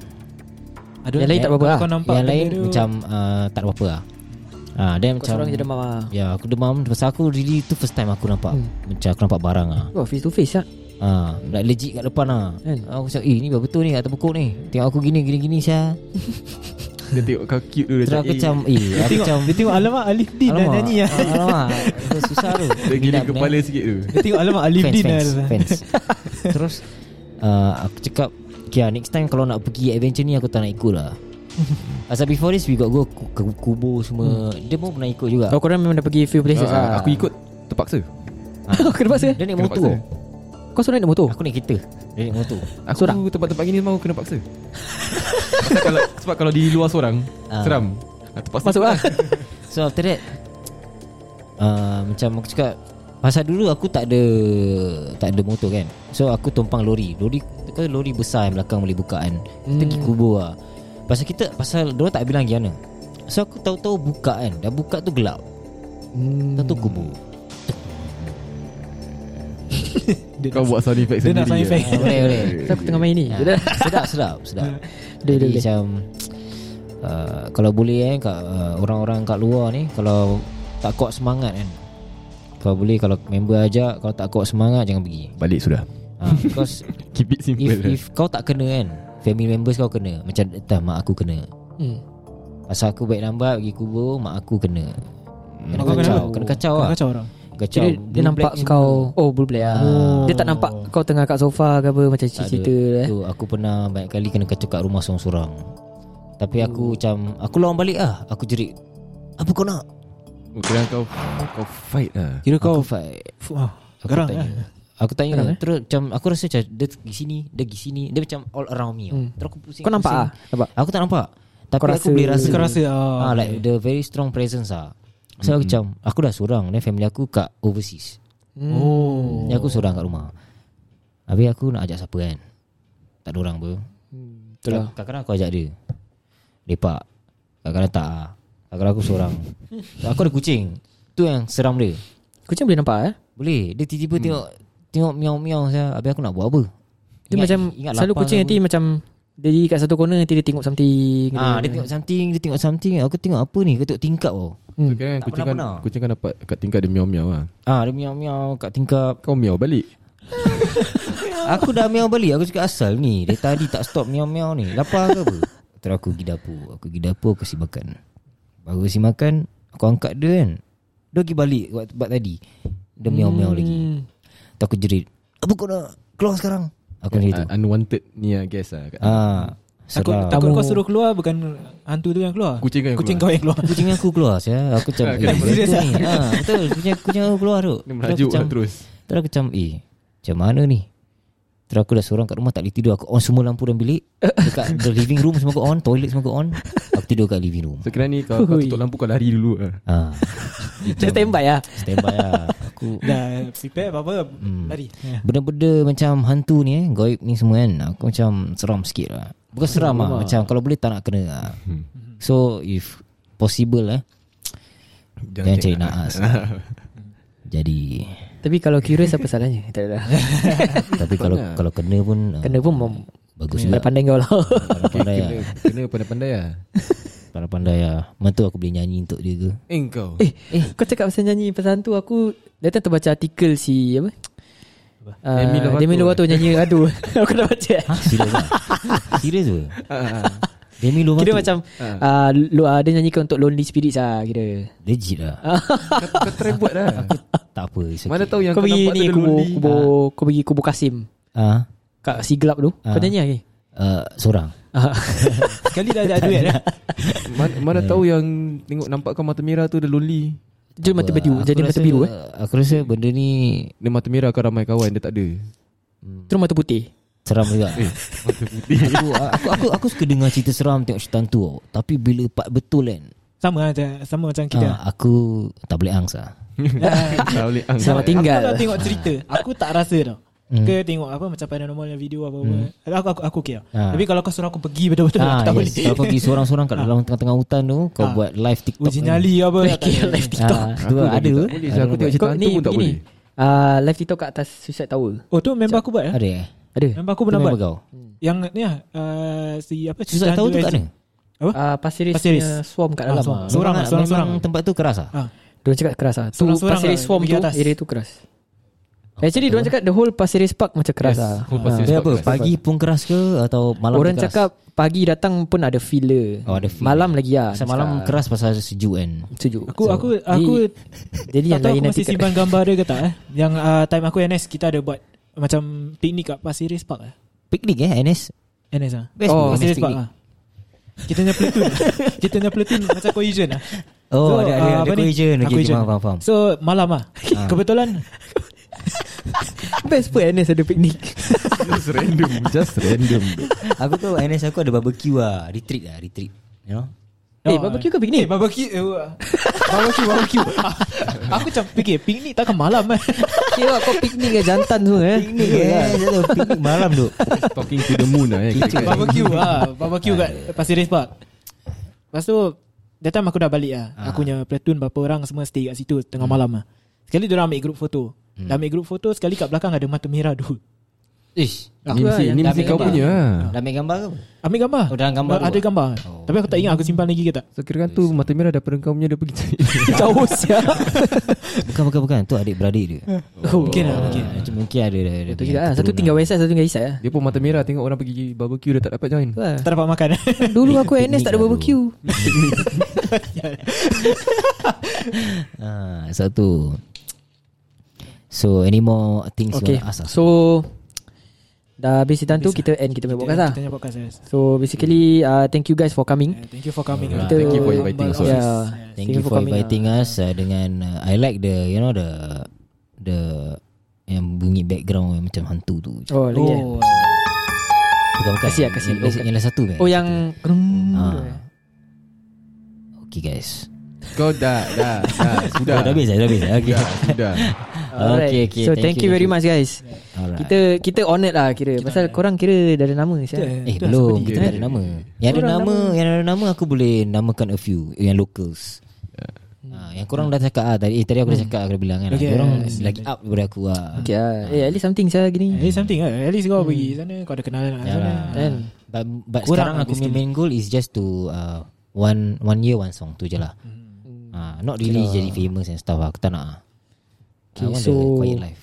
[SPEAKER 1] Ada
[SPEAKER 3] Yang lain tak apa-apa lah.
[SPEAKER 1] Kau nampak
[SPEAKER 5] Yang
[SPEAKER 1] benda
[SPEAKER 5] lain
[SPEAKER 1] tu-
[SPEAKER 5] macam uh, Tak ada apa-apa lah Ah, then
[SPEAKER 3] Kau
[SPEAKER 5] macam
[SPEAKER 3] seorang je demam ah.
[SPEAKER 5] Ya aku demam Pasal aku really Tu first time aku nampak
[SPEAKER 3] Hmm.
[SPEAKER 5] Macam aku nampak barang ah.
[SPEAKER 3] Oh face to face ah.
[SPEAKER 5] Ha, like legit kat depan ah.
[SPEAKER 3] Kan?
[SPEAKER 5] Aku cakap, "Eh, ni betul ni kat tepukuk ni. Tengok aku gini gini gini saya."
[SPEAKER 4] Dia tengok kau cute dulu
[SPEAKER 5] Terus aku macam, "Eh,
[SPEAKER 1] Dia
[SPEAKER 5] aku
[SPEAKER 1] tengok,
[SPEAKER 5] macam
[SPEAKER 1] dia tengok alamak Alif Din dah nyanyi lah
[SPEAKER 5] ah, Alamak. Aku susah tu.
[SPEAKER 4] Dia gila
[SPEAKER 5] Minat
[SPEAKER 4] kepala
[SPEAKER 5] benar.
[SPEAKER 4] sikit tu
[SPEAKER 1] Dia tengok alamak Alif
[SPEAKER 5] Fans,
[SPEAKER 1] Din
[SPEAKER 5] fans,
[SPEAKER 1] lah
[SPEAKER 5] fans. Terus uh, aku cakap, "Okay, ah, next time kalau nak pergi adventure ni aku tak nak ikut lah." Asal before this we got go ku- ke kubur semua.
[SPEAKER 3] Hmm.
[SPEAKER 5] Dia pun pernah ikut juga.
[SPEAKER 3] Kau korang memang dah pergi few places ah.
[SPEAKER 4] Ah, Aku ikut Terpaksa
[SPEAKER 3] Kau kena paksa.
[SPEAKER 5] Dia naik
[SPEAKER 4] Kena
[SPEAKER 5] motor.
[SPEAKER 3] Kau seorang naik motor.
[SPEAKER 5] Aku naik kereta. Dia naik motor.
[SPEAKER 4] Aku
[SPEAKER 3] Seorang?
[SPEAKER 4] tempat-tempat gini semua aku kena paksa Pasal kalau, Sebab kalau di luar seorang
[SPEAKER 5] Ah.
[SPEAKER 4] Seram Ah, Terpaksa
[SPEAKER 3] Masuk lah.
[SPEAKER 5] So after that uh, Macam aku cakap Pasal dulu aku tak ada Tak ada motor kan So aku tumpang lori Lori Kau lori besar yang belakang boleh buka kan Kita pergi kubur lah Pasal kita Pasal diorang tak bilang pergi mana So aku tahu-tahu buka kan Dah buka tu gelap hmm. Tahu tu kubur
[SPEAKER 4] Kau buat sound effect
[SPEAKER 1] Dia
[SPEAKER 4] sendiri
[SPEAKER 1] nak sound effect.
[SPEAKER 5] Ah, Boleh boleh
[SPEAKER 3] Saya aku tengah main ni.
[SPEAKER 5] Ah, Sedap sedap sedap
[SPEAKER 3] Boleh,
[SPEAKER 5] Jadi
[SPEAKER 3] boleh,
[SPEAKER 5] macam uh, Kalau boleh kan kat, uh, Orang-orang kat luar ni Kalau tak kuat semangat kan Kalau boleh Kalau member ajak Kalau tak kuat semangat Jangan pergi
[SPEAKER 4] Balik sudah
[SPEAKER 5] uh, Because
[SPEAKER 4] Keep it simple
[SPEAKER 5] if, if kau tak kena kan Family members kau kena Macam entah mak aku kena
[SPEAKER 3] Hmm.
[SPEAKER 5] Pasal aku baik lambat Pergi kubur Mak aku kena Kena
[SPEAKER 1] Kau kena
[SPEAKER 5] kacau
[SPEAKER 1] apa?
[SPEAKER 5] Kena kacau
[SPEAKER 1] Kau
[SPEAKER 5] lah
[SPEAKER 1] Kacau orang
[SPEAKER 5] Kacau
[SPEAKER 3] Jadi dia
[SPEAKER 5] Blue
[SPEAKER 3] nampak
[SPEAKER 5] black
[SPEAKER 3] kau Oh blue black ah.
[SPEAKER 1] Oh.
[SPEAKER 3] Dia tak nampak kau tengah kat sofa ke apa Macam cerita
[SPEAKER 5] ada.
[SPEAKER 3] eh.
[SPEAKER 5] Tu aku pernah banyak kali kena kacau kat rumah seorang-seorang. Tapi aku macam aku lawan balik ah. Aku jerit. Apa kau nak?
[SPEAKER 4] Oh, Kira kau Kau fight lah
[SPEAKER 1] Kira kau
[SPEAKER 5] Aku fight.
[SPEAKER 1] Fuh, ah,
[SPEAKER 5] Aku
[SPEAKER 1] Garang
[SPEAKER 5] tanya.
[SPEAKER 1] lah
[SPEAKER 5] Aku tanya terus macam aku rasa macam dia pergi sini, dia pergi sini, dia macam all around me. Hmm. Terus aku pusing.
[SPEAKER 3] Kau nampak
[SPEAKER 5] pusing.
[SPEAKER 3] ah? Nampak?
[SPEAKER 5] Aku tak nampak. Tapi
[SPEAKER 3] Kau
[SPEAKER 5] aku
[SPEAKER 3] rasa-
[SPEAKER 5] boleh rasa.
[SPEAKER 1] Kau rasa, oh,
[SPEAKER 5] ah, like the very strong presence ah. So aku macam aku dah seorang dan family aku kat overseas.
[SPEAKER 3] Hmm.
[SPEAKER 1] Oh
[SPEAKER 5] Ni aku seorang kat rumah. Habis aku nak ajak siapa kan? Tak ada orang pun.
[SPEAKER 3] Betul lah
[SPEAKER 5] Kadang-kadang aku ajak dia Lepak Kadang-kadang tak ah. Kadang-kadang aku seorang Aku ada kucing Tu yang seram dia
[SPEAKER 3] Kucing boleh nampak eh
[SPEAKER 5] Boleh Dia tiba-tiba hmm. tengok Tengok miau-miau saya Habis aku nak buat apa
[SPEAKER 3] Dia macam Selalu
[SPEAKER 5] lapar lah
[SPEAKER 3] kucing
[SPEAKER 5] ke
[SPEAKER 3] nanti
[SPEAKER 5] apa.
[SPEAKER 3] macam Dia di kat satu corner Nanti dia tengok something
[SPEAKER 5] ah, Dia tengok something Dia tengok something Aku tengok apa ni Aku tengok tingkap oh. tau hmm. Tak
[SPEAKER 4] So kira kucing kan
[SPEAKER 5] pernah-pernah.
[SPEAKER 4] Kucing kan dapat Kat tingkat dia miau-miau lah
[SPEAKER 5] Ah, dia miau-miau kat tingkap
[SPEAKER 4] Kau miau balik
[SPEAKER 5] Aku dah miau balik Aku cakap asal ni Dia tadi tak stop miau-miau ni Lapar ke apa Terus aku pergi dapur Aku pergi dapur Aku kasi makan Baru kasi makan Aku angkat dia kan Dia pergi balik Buat tempat tadi Dia miau-miau lagi
[SPEAKER 3] Hmm.
[SPEAKER 5] Tu aku jerit Apa kau nak Keluar sekarang Aku macam itu
[SPEAKER 4] Ah, Unwanted ni lah guess lah kat-
[SPEAKER 5] Ah,
[SPEAKER 1] Takut,
[SPEAKER 5] Sedap
[SPEAKER 1] takut kau suruh keluar Bukan hantu tu yang keluar
[SPEAKER 4] Kucing kau yang
[SPEAKER 1] Kucing
[SPEAKER 4] keluar.
[SPEAKER 1] kau yang keluar
[SPEAKER 5] Kucing aku keluar saya. Aku macam eh,
[SPEAKER 1] serius
[SPEAKER 5] betul ni. Ah, Betul Kucing, kucing aku keluar tu
[SPEAKER 4] Dia
[SPEAKER 5] Terus
[SPEAKER 4] merajuk
[SPEAKER 5] aku macam-
[SPEAKER 4] lah terus
[SPEAKER 5] Terus aku macam Eh macam mana ni Terus aku dah seorang kat rumah Tak boleh tidur Aku on semua lampu dalam bilik Dekat the living room semua aku on Toilet semua aku on Aku tidur kat living room
[SPEAKER 4] So kira ni kau, kau tutup lampu kau lari dulu lah
[SPEAKER 5] ah,
[SPEAKER 3] Dia standby lah
[SPEAKER 5] Standby lah Aku
[SPEAKER 2] Dah prepare apa-apa
[SPEAKER 5] Hmm.
[SPEAKER 2] Lari
[SPEAKER 5] Eh.
[SPEAKER 2] Ya.
[SPEAKER 5] Benda-benda macam hantu ni eh Goib ni semua kan Aku macam seram sikit lah Bukan seram lah Macam kalau boleh tak nak kena lah So if possible eh Jangan cari naas Jadi
[SPEAKER 3] Tapi kalau curious apa salahnya Tak ada lah
[SPEAKER 5] Tapi kalau kalau kena pun ah,
[SPEAKER 3] Kena pun mem-
[SPEAKER 5] Bagus juga
[SPEAKER 3] Pandai-pandai kau lah
[SPEAKER 5] Pandai-pandai
[SPEAKER 4] Kena,
[SPEAKER 5] lah
[SPEAKER 4] kena pandai-pandai lah
[SPEAKER 5] Pandai-pandai lah Mantu aku boleh nyanyi untuk dia ke
[SPEAKER 4] Eh kau
[SPEAKER 3] Eh, eh kau cakap pasal nyanyi pasal hantu aku datang terbaca artikel si apa? Uh,
[SPEAKER 4] Demi Lovato.
[SPEAKER 3] Demi Lovato nyanyi aduh aku dah baca.
[SPEAKER 5] Ha serius lah Serius ke Demi Lovato
[SPEAKER 3] Kira macam uh, lu, uh, dia nyanyikan untuk Lonely Spirits ah kira.
[SPEAKER 5] Legit lah
[SPEAKER 4] Kau kau try buat lah
[SPEAKER 5] Tak apa it's okay.
[SPEAKER 4] Mana tahu yang
[SPEAKER 3] kau
[SPEAKER 4] kau
[SPEAKER 3] pergi
[SPEAKER 4] nampak
[SPEAKER 3] ni
[SPEAKER 4] tu
[SPEAKER 3] kubur,
[SPEAKER 4] lonely
[SPEAKER 3] kubur kau pergi kubur Kasim
[SPEAKER 5] Ah,
[SPEAKER 3] kat si gelap tu. Kau
[SPEAKER 5] Ah.
[SPEAKER 3] nyanyi lagi.
[SPEAKER 5] ah, Seorang
[SPEAKER 3] Ah.
[SPEAKER 2] Sekali dah ada duit eh.
[SPEAKER 4] Mana, mana tahu yang Tengok nampak kau mata merah tu Dia lonely
[SPEAKER 3] Dia mata
[SPEAKER 5] Apa,
[SPEAKER 3] biru,
[SPEAKER 5] aku
[SPEAKER 3] jadi mata
[SPEAKER 5] rasa-
[SPEAKER 3] biru eh.
[SPEAKER 5] Aku rasa benda ni
[SPEAKER 4] Dia mata merah kau ramai kawan Dia tak ada
[SPEAKER 3] eh. Terus mata putih.
[SPEAKER 5] seram juga.
[SPEAKER 4] Eh.
[SPEAKER 5] aku, aku aku aku suka dengar cerita seram tengok cerita hantu tau. Tapi bila part betul kan,
[SPEAKER 2] Sama lah macam- Sama macam kita
[SPEAKER 5] ah, aku tak boleh angs lah.
[SPEAKER 4] Tak boleh ah. ang
[SPEAKER 3] Selamat
[SPEAKER 2] Aku
[SPEAKER 3] tinggal.
[SPEAKER 2] kalau tengok cerita Aku tak rasa tau
[SPEAKER 5] Hmm.
[SPEAKER 2] Ke tengok apa Macam paranormal video apa-apa Aku aku, aku okay tau
[SPEAKER 5] Ah.
[SPEAKER 2] Tapi kalau kau suruh aku pergi Betul-betul
[SPEAKER 5] Ah,
[SPEAKER 2] Aku tak
[SPEAKER 5] yes. Kalau
[SPEAKER 2] boleh
[SPEAKER 5] pergi seorang-seorang kat dalam tengah-tengah hutan tu, kau
[SPEAKER 2] Ah.
[SPEAKER 5] buat live TikTok.
[SPEAKER 2] Uji nyali ke apa tak
[SPEAKER 3] Okay,
[SPEAKER 2] boleh.
[SPEAKER 3] live TikTok.
[SPEAKER 5] Ah, tu ada.
[SPEAKER 4] Aku lagi tak boleh Saya Aku tengok cerita
[SPEAKER 3] Kau
[SPEAKER 4] hantu
[SPEAKER 3] ni
[SPEAKER 4] pun tak boleh
[SPEAKER 3] begini. Ah, live TikTok kat atas Suicide Tower.
[SPEAKER 2] Oh tu member aku buat eh?
[SPEAKER 5] Ada eh?
[SPEAKER 3] Ada.
[SPEAKER 2] Member aku
[SPEAKER 5] Tu
[SPEAKER 2] pernah
[SPEAKER 5] member
[SPEAKER 2] buat
[SPEAKER 5] kau.
[SPEAKER 2] Yang ni lah uh, Si apa
[SPEAKER 5] Susah tahu tu kat mana?
[SPEAKER 3] Ah, Pasir Ris
[SPEAKER 2] Pasir Ris.
[SPEAKER 3] punya swarm kat dalam.
[SPEAKER 2] Ah, swarm.
[SPEAKER 3] ah.
[SPEAKER 2] Seorang
[SPEAKER 5] Memang-
[SPEAKER 2] lah, seorang-seorang.
[SPEAKER 5] memang Tempat tu keras ah.
[SPEAKER 2] Ah.
[SPEAKER 3] Diorang cakap keras ah. Tu
[SPEAKER 2] Seorang-seorang
[SPEAKER 3] Pasir Ris
[SPEAKER 2] lah,
[SPEAKER 3] Swarm
[SPEAKER 2] pergi
[SPEAKER 3] tu
[SPEAKER 2] atas.
[SPEAKER 3] area tu keras. Actually diorang cakap the whole Pasir Ris Park macam keras ah.
[SPEAKER 4] whole Pasir Ris
[SPEAKER 5] Dia
[SPEAKER 4] Tempat
[SPEAKER 5] apa?
[SPEAKER 4] keras.
[SPEAKER 5] Pagi pun keras ke atau malam
[SPEAKER 3] Orang
[SPEAKER 5] pun keras?
[SPEAKER 3] cakap pagi datang pun ada feeler.
[SPEAKER 5] Oh, ada feel.
[SPEAKER 3] Malam lagi ah.
[SPEAKER 5] pasal malam keras pasal sejuk kan.
[SPEAKER 3] sejuk.
[SPEAKER 2] Aku aku aku
[SPEAKER 3] jadi
[SPEAKER 2] tak
[SPEAKER 3] yang
[SPEAKER 2] tahu
[SPEAKER 3] lain
[SPEAKER 2] aku
[SPEAKER 3] nanti
[SPEAKER 2] masih
[SPEAKER 3] kat-
[SPEAKER 2] simpan gambar dia ke tak eh. Yang uh, time aku NS kita ada buat macam piknik kat Pasir Ris Park eh.
[SPEAKER 5] Piknik eh NS?
[SPEAKER 2] NS ah. oh,
[SPEAKER 5] Best pun
[SPEAKER 2] Pasir
[SPEAKER 5] NS
[SPEAKER 2] Ris Park
[SPEAKER 5] piknik.
[SPEAKER 2] ah. Kita punya platoon Kita punya platoon Macam cohesion lah
[SPEAKER 5] Oh, ada ada
[SPEAKER 2] ah,
[SPEAKER 5] ada
[SPEAKER 2] apa ni?
[SPEAKER 5] cohesion.
[SPEAKER 2] Ah,
[SPEAKER 5] Okay, okay, faham faham. Ah. faham.
[SPEAKER 2] So malam lah Kebetulan
[SPEAKER 3] best pun NS ada piknik.
[SPEAKER 4] Just random Just random
[SPEAKER 5] aku tu NS aku ada barbecue lah Retreat lah Retreat You know
[SPEAKER 3] Eh, barbecue ke piknik?
[SPEAKER 2] Eh barbecue eh, wah. Barbecue barbecue Ah, Aku macam fikir Piknik takkan malam eh
[SPEAKER 3] Kira lah kau piknik ke jantan semua eh.
[SPEAKER 5] Piknik lah Piknik malam tu
[SPEAKER 4] Talking to the moon lah eh, kira-kira.
[SPEAKER 2] Barbecue ah, Barbecue kat
[SPEAKER 5] ya,
[SPEAKER 2] Pasir Ris Park Lepas tu That time aku dah balik lah
[SPEAKER 5] Ah.
[SPEAKER 2] Aku punya platoon Berapa orang semua stay kat situ Tengah
[SPEAKER 5] Hmm.
[SPEAKER 2] malam lah Sekali diorang ambil group foto Dah ambil group foto Sekali kat belakang ada mata merah tu
[SPEAKER 5] Ish
[SPEAKER 4] Ni mesti, ni mesti kau punya lah.
[SPEAKER 5] Dah ambil gambar ke
[SPEAKER 2] Ambil gambar
[SPEAKER 5] Oh, dalam gambar tu
[SPEAKER 2] Ada
[SPEAKER 5] ah?
[SPEAKER 2] gambar Tapi aku tak ingat Aku simpan lagi ke tak
[SPEAKER 4] So kira kan tu mata merah daripada kau punya dia pergi cari.
[SPEAKER 3] Jauh sia.
[SPEAKER 5] Bukan bukan bukan Tu adik-beradik dia
[SPEAKER 2] Oh, Mungkin lah mungkin
[SPEAKER 5] Ah, Macam mungkin ada ada- ada
[SPEAKER 3] Itu
[SPEAKER 5] punya lah.
[SPEAKER 3] juga ah. Satu
[SPEAKER 5] keturunan.
[SPEAKER 3] tinggal West side, satu tinggal East side ah.
[SPEAKER 4] Dia pun mata merah tengok orang pergi barbecue dia tak dapat join.
[SPEAKER 3] Tu lah.
[SPEAKER 2] Tak dapat makan
[SPEAKER 3] Dulu aku
[SPEAKER 5] Piknik
[SPEAKER 3] NS tak ada
[SPEAKER 5] lah dulu.
[SPEAKER 3] barbecue.
[SPEAKER 5] Ah, Satu So any more things
[SPEAKER 3] Okay
[SPEAKER 5] you wanna ask us?
[SPEAKER 3] So Dah habis cerita tu Kita end kita punya podcast lah
[SPEAKER 2] Kita punya podcast yes.
[SPEAKER 3] So basically uh, Thank you guys for coming
[SPEAKER 5] Hmm?
[SPEAKER 2] Yeah, Thank you for coming
[SPEAKER 5] Alright.
[SPEAKER 2] Kita
[SPEAKER 4] Thank you for inviting us.
[SPEAKER 2] humble
[SPEAKER 3] Yeah.
[SPEAKER 2] host.
[SPEAKER 5] Thank you for inviting us uh, Dengan uh, I like the You know the The Yang bunyi background yang Macam hantu tu
[SPEAKER 3] Oh lagi oh.
[SPEAKER 2] Oh
[SPEAKER 5] Bukan bukan
[SPEAKER 3] Kasih lah, kasih.
[SPEAKER 5] Yang, yang, yang lain satu kan
[SPEAKER 3] oh yang
[SPEAKER 5] Ah. Okay guys
[SPEAKER 4] Kau dah, dah, dah. Sudah.
[SPEAKER 5] Dah habis dah dah habis Okay
[SPEAKER 4] Sudah, sudah.
[SPEAKER 3] Alright.
[SPEAKER 5] Okay okay
[SPEAKER 3] So thank, you very much guys
[SPEAKER 5] Alright.
[SPEAKER 3] Kita kita honored lah kira Pasal korang kira Dah ada nama siapa?
[SPEAKER 5] Eh belum Kita tak ada nama Yang ada nama Yang ada nama aku boleh Namakan a few Yang locals
[SPEAKER 4] Ya.
[SPEAKER 5] Ha, yang korang dah cakap ah tadi eh, tadi
[SPEAKER 3] Hmm.
[SPEAKER 5] aku dah cakap aku dah bilang kan. Okay, korang lagi up daripada aku ah.
[SPEAKER 3] Okay lah Eh at least something saya
[SPEAKER 2] At
[SPEAKER 3] gini
[SPEAKER 2] least something lah At least kau pergi
[SPEAKER 5] Hmm.
[SPEAKER 2] sana Kau ada kenalan kat sana
[SPEAKER 5] Kan? But, but sekarang aku punya main goal is just to uh, one one year one song tu je lah.
[SPEAKER 3] Hmm.
[SPEAKER 5] Ah, not really jadi famous and stuff. lah. Aku tak nak. ah.
[SPEAKER 3] Okay,
[SPEAKER 5] I want
[SPEAKER 3] so-
[SPEAKER 5] the quiet life.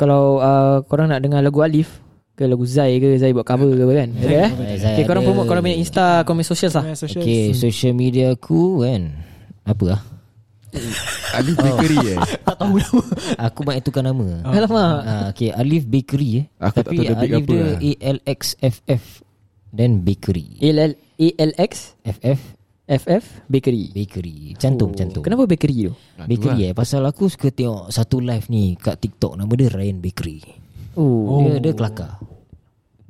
[SPEAKER 3] Kalau uh, korang nak dengar lagu Alif Ke lagu Zai ke Zai buat cover ke apa kan Okay eh
[SPEAKER 5] Zai
[SPEAKER 3] Okay korang
[SPEAKER 5] ada.
[SPEAKER 3] promote Korang punya Insta Korang punya socials lah
[SPEAKER 2] Punya social
[SPEAKER 5] Okay, social media aku kan apa ah? Oh.
[SPEAKER 4] Alif Bakery eh.
[SPEAKER 5] Aku banyak tukar nama.
[SPEAKER 3] Alamak
[SPEAKER 5] Ah, okay, Alif Bakery eh.
[SPEAKER 4] Aku tak
[SPEAKER 5] Tapi
[SPEAKER 4] tahu dia bake
[SPEAKER 5] Alif
[SPEAKER 4] apa
[SPEAKER 5] dia
[SPEAKER 4] lah.
[SPEAKER 5] ALXFF then bakery.
[SPEAKER 3] AL ALX
[SPEAKER 5] FF
[SPEAKER 3] FF Bakery Oh.
[SPEAKER 5] bakery. Cantum cantum.
[SPEAKER 3] Kenapa bakery tu?
[SPEAKER 4] lah.
[SPEAKER 5] Bakery eh Pasal aku suka tengok Satu live ni Kat TikTok Nama dia Ryan Bakery
[SPEAKER 3] Oh
[SPEAKER 5] oh. Dia dia kelakar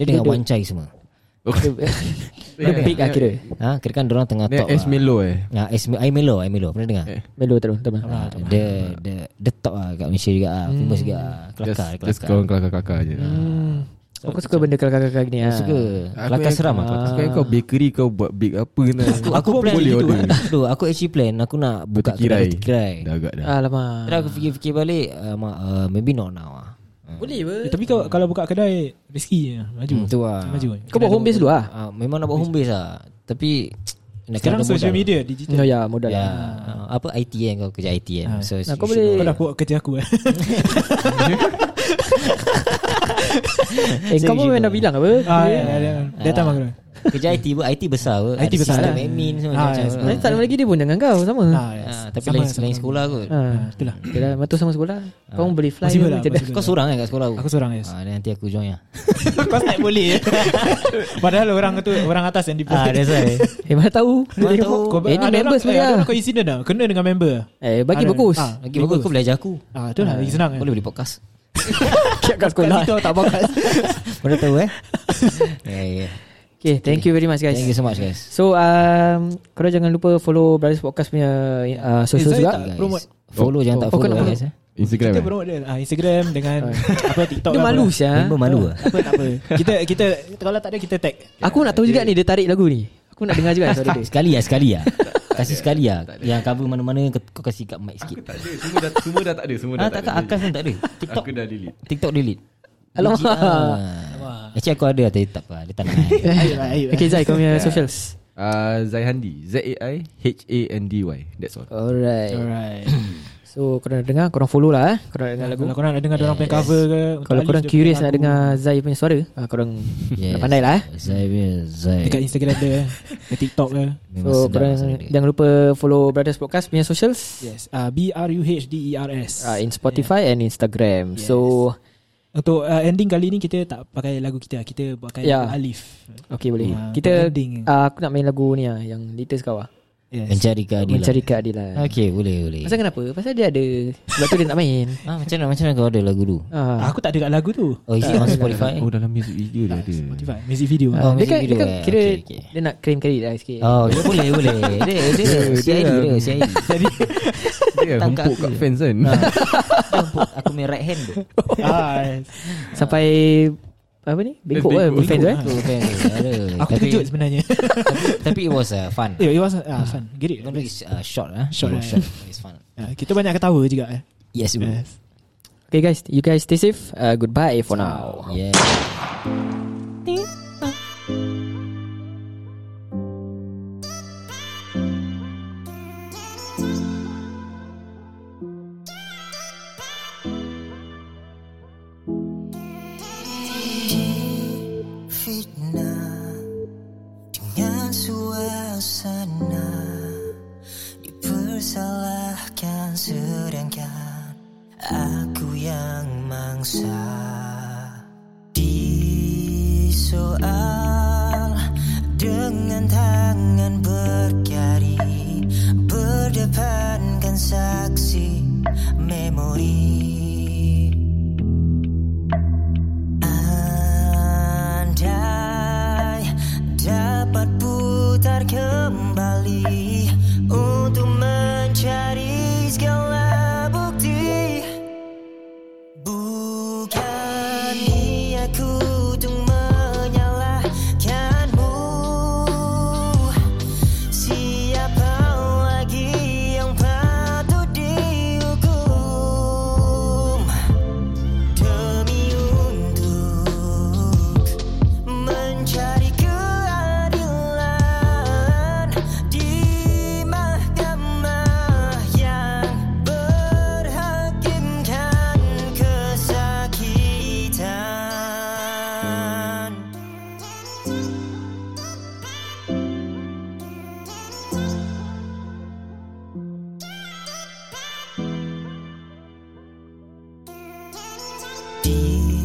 [SPEAKER 5] Dia dengan wancai semua
[SPEAKER 3] Dia big lah kira
[SPEAKER 5] Ha, kira kan orang tengah top.
[SPEAKER 4] Dia
[SPEAKER 5] lah.
[SPEAKER 4] S Melo eh
[SPEAKER 5] Ah, S Melo. I Melo, I Melo. Pernah dengar?
[SPEAKER 4] Eh,
[SPEAKER 3] Melo terus teman.
[SPEAKER 5] Ah, dia dia dia top lah kat Malaysia juga ah. Famous juga ah.
[SPEAKER 4] Just,
[SPEAKER 5] Kelakar,
[SPEAKER 4] just
[SPEAKER 5] kelakar.
[SPEAKER 4] korang kelakar-kelakar je lah.
[SPEAKER 3] Aku suka benda kelakar-kelakar ni ah.
[SPEAKER 5] Suka. Kelakar
[SPEAKER 4] yang-
[SPEAKER 5] seram ah. kelakar.
[SPEAKER 4] Sekarang kau bakery kau buat big apa nak
[SPEAKER 5] Aku, aku plan
[SPEAKER 4] boleh
[SPEAKER 5] gitu.
[SPEAKER 4] order
[SPEAKER 5] Aduh, aku actually plan aku nak buka
[SPEAKER 4] Bertikirai
[SPEAKER 5] kedai kirai.
[SPEAKER 4] Dah agak
[SPEAKER 5] Ah,
[SPEAKER 2] Ah,
[SPEAKER 4] dah
[SPEAKER 3] Alamak.
[SPEAKER 5] Terus aku fikir-fikir balik uh, mak, uh, maybe not now ah.
[SPEAKER 2] Boleh apa Eh, Tapi kau, kalau buka kedai Risky je Maju
[SPEAKER 5] Hmm, tu lah.
[SPEAKER 2] Maju
[SPEAKER 3] Kau buat home base dulu ah.
[SPEAKER 5] Uh, memang nak buat home base ah. Tapi nak
[SPEAKER 2] Sekarang
[SPEAKER 5] kena ada
[SPEAKER 2] social
[SPEAKER 5] modal.
[SPEAKER 2] media Digital
[SPEAKER 3] No ya modal
[SPEAKER 5] Ya,
[SPEAKER 3] lah.
[SPEAKER 5] ah, apa IT kan kau kerja IT kan.
[SPEAKER 2] Ah.
[SPEAKER 3] Nah,
[SPEAKER 5] So you
[SPEAKER 3] kau
[SPEAKER 5] should
[SPEAKER 2] Kau
[SPEAKER 5] know.
[SPEAKER 2] dah buat kerja aku eh
[SPEAKER 3] Eh kau pun dah bilang apa?
[SPEAKER 2] Ah, ya, ya, ya. Datang aku
[SPEAKER 5] kerja IT pun IT besar apa.
[SPEAKER 2] IT besar
[SPEAKER 5] Sistem
[SPEAKER 2] lah.
[SPEAKER 5] admin semua
[SPEAKER 2] Ah,
[SPEAKER 5] macam.
[SPEAKER 2] yes,
[SPEAKER 5] macam.
[SPEAKER 3] Nanti tak lama lagi dia pun dengan kau sama.
[SPEAKER 2] Ah, yes.
[SPEAKER 5] Ah, tapi
[SPEAKER 2] Sama,
[SPEAKER 5] lain
[SPEAKER 2] sama.
[SPEAKER 5] lain sekolah Hmm. kot.
[SPEAKER 2] Ah,
[SPEAKER 3] Ha.
[SPEAKER 2] Itulah
[SPEAKER 3] Yalah, memang tu sama sekolah. Kau beli fly
[SPEAKER 2] Possible lah,
[SPEAKER 3] macam dah.
[SPEAKER 2] possible.
[SPEAKER 5] Kau seorang kan kat sekolah
[SPEAKER 2] Aku seorang yes
[SPEAKER 5] Ah, nanti aku join lah.
[SPEAKER 2] Kau tak
[SPEAKER 5] ya.
[SPEAKER 2] boleh Padahal orang tu Orang atas yang
[SPEAKER 5] ah,
[SPEAKER 2] deploy
[SPEAKER 5] that's why.
[SPEAKER 3] Eh mana tahu?
[SPEAKER 5] Mana tahu.
[SPEAKER 2] Kau
[SPEAKER 3] Eh, ni member
[SPEAKER 2] ada orang- eh, ada
[SPEAKER 3] sebenarnya.
[SPEAKER 2] orang Kau incident dah Kena dengan member
[SPEAKER 3] Eh bagi
[SPEAKER 2] Ada.
[SPEAKER 3] bagus.
[SPEAKER 2] Ah,
[SPEAKER 5] Lagi bagus kau belajar aku.
[SPEAKER 2] Ah, itulah lagi senang
[SPEAKER 5] Boleh beli podcast.
[SPEAKER 3] Kiak kat sekolah.
[SPEAKER 2] Kau tak bakat
[SPEAKER 5] Mana tahu eh. yeah, yeah.
[SPEAKER 3] Okay, thank you very much guys.
[SPEAKER 5] Thank you so much guys.
[SPEAKER 3] So um, korang jangan lupa follow Brothers Podcast punya uh,
[SPEAKER 2] Eh,
[SPEAKER 3] social
[SPEAKER 2] Zai
[SPEAKER 3] juga.
[SPEAKER 2] tak-
[SPEAKER 5] Guys,
[SPEAKER 2] Promote.
[SPEAKER 5] Follow jangan tak
[SPEAKER 3] Oh, kau nak
[SPEAKER 5] follow eh,
[SPEAKER 3] follow?
[SPEAKER 5] guys. eh.
[SPEAKER 4] Instagram
[SPEAKER 2] Kita
[SPEAKER 4] eh
[SPEAKER 2] promote dia ah, Instagram dengan Apa TikTok
[SPEAKER 3] Dia
[SPEAKER 2] apa
[SPEAKER 3] malu
[SPEAKER 2] lah.
[SPEAKER 3] sia.
[SPEAKER 5] Member malu ah.
[SPEAKER 2] Tak apa tak apa Kita kita Kalau tak ada kita tag
[SPEAKER 3] Aku nak tahu juga ni dia tarik lagu ni. Aku nak dengar juga suara dia.
[SPEAKER 5] Sekali ah, sekali ah. Kasih sekali ah. Yang cover mana-mana ke- kau kasih kat mic sikit.
[SPEAKER 4] Tak ada Semua dah, semua dah tak ada Semua dah
[SPEAKER 5] Ah,
[SPEAKER 4] tak
[SPEAKER 5] takkan
[SPEAKER 4] ada
[SPEAKER 5] Akas pun tak ada. TikTok
[SPEAKER 4] Aku dah delete
[SPEAKER 5] TikTok delete.
[SPEAKER 2] lah.
[SPEAKER 3] Alamak.
[SPEAKER 5] Ah. Actually aku ada tapi tak apa. Dia tak nak. eh.
[SPEAKER 2] Ayuh lah ayuh lah.
[SPEAKER 3] Okay Zai kau punya socials.
[SPEAKER 4] uh, Zaihandi Z-A-I-H-A-N-D-Y That's all
[SPEAKER 3] Alright.
[SPEAKER 2] Alright
[SPEAKER 3] So korang dah dengar korang follow lah eh. Korang dengar lagu.
[SPEAKER 2] Kalau korang nak dengar Diorang punya cover ke untuk
[SPEAKER 3] Kalau
[SPEAKER 2] Alif
[SPEAKER 3] korang
[SPEAKER 2] dia
[SPEAKER 3] curious
[SPEAKER 2] punya
[SPEAKER 3] nak
[SPEAKER 2] lagu,
[SPEAKER 3] dengar Zai punya suara, ah, korang
[SPEAKER 5] Yes.
[SPEAKER 3] dah pandai lah eh.
[SPEAKER 5] Zai punya Zai.
[SPEAKER 2] Dekat Instagram dia Ke TikTok ke
[SPEAKER 5] Memang
[SPEAKER 3] So
[SPEAKER 5] sedap
[SPEAKER 3] korang
[SPEAKER 5] lah suara dia.
[SPEAKER 3] jangan lupa follow Brothers Podcast punya socials.
[SPEAKER 2] Yes uh, B-R-U-H-D-E-R-S
[SPEAKER 3] Uh, in Spotify yeah. and Instagram. Yes. So
[SPEAKER 2] Untuk uh, ending kali ni Kita tak pakai lagu kita Kita pakai
[SPEAKER 3] Ya.
[SPEAKER 2] lagu Alif
[SPEAKER 3] okay boleh.
[SPEAKER 2] Ah,
[SPEAKER 3] Kita
[SPEAKER 2] ending.
[SPEAKER 3] uh, aku nak main lagu ni ah yang latest kau ah.
[SPEAKER 2] Yes
[SPEAKER 5] Mencari keadilan.
[SPEAKER 3] Mencari keadilan.
[SPEAKER 5] Okey, boleh boleh.
[SPEAKER 3] Pasal kenapa? Pasal dia ada Sebab tu dia tak main
[SPEAKER 5] Ah, macam mana macam mana kau ada lagu tu?
[SPEAKER 3] ah.
[SPEAKER 2] Aku tak ada kat lagu tu
[SPEAKER 5] Oh, is it on Spotify?
[SPEAKER 4] Oh dalam music video dah ada
[SPEAKER 2] Spotify Music video
[SPEAKER 3] dia
[SPEAKER 5] Ah. music
[SPEAKER 3] kan, dia
[SPEAKER 5] video
[SPEAKER 3] kan
[SPEAKER 5] eh.
[SPEAKER 3] kira
[SPEAKER 5] Okay, okay.
[SPEAKER 3] Dia nak claim credit lah sikit
[SPEAKER 5] Oh, dia boleh boleh. Dia dia CID dia CID. Jadi
[SPEAKER 4] Dia
[SPEAKER 5] Tangkap aku
[SPEAKER 4] humpuk kat
[SPEAKER 5] je. Ah.
[SPEAKER 4] fans kan
[SPEAKER 5] aku punya right hand tu.
[SPEAKER 2] ah, yes.
[SPEAKER 3] Sampai Apa ni? Bengkok
[SPEAKER 4] Bengkok.
[SPEAKER 3] lah Bengkok,
[SPEAKER 4] Bengkok,
[SPEAKER 3] tu eh
[SPEAKER 5] Tu fan tu. Aduh.
[SPEAKER 2] Aku
[SPEAKER 5] Tapi-
[SPEAKER 2] terkejut sebenarnya
[SPEAKER 5] Tapi, tapi it was uh, fun.
[SPEAKER 2] Yeah, Eh, it was uh, fun Get it
[SPEAKER 5] Even it's uh, short lah.
[SPEAKER 2] Short,
[SPEAKER 5] It was
[SPEAKER 2] eh.
[SPEAKER 5] short. It's fun.
[SPEAKER 2] Ah, Kita banyak ketawa juga eh.
[SPEAKER 5] Yes, it was.
[SPEAKER 2] Yes.
[SPEAKER 3] Okay guys You guys stay safe uh, Goodbye for now
[SPEAKER 5] Yeah.
[SPEAKER 6] fitnah dengan suasana dipersalahkan sedangkan aku yang mangsa di soal dengan tangan berjari berdepankan saksi memori Andai dapat putar kembali untuk mencari segala bukti, bukan niatku untuk menyalahkanmu. Siapa lagi yang patut dihukum? Demi untuk mencari keadilan di mahkamah yang berhakimkan kesakitan. di Ha.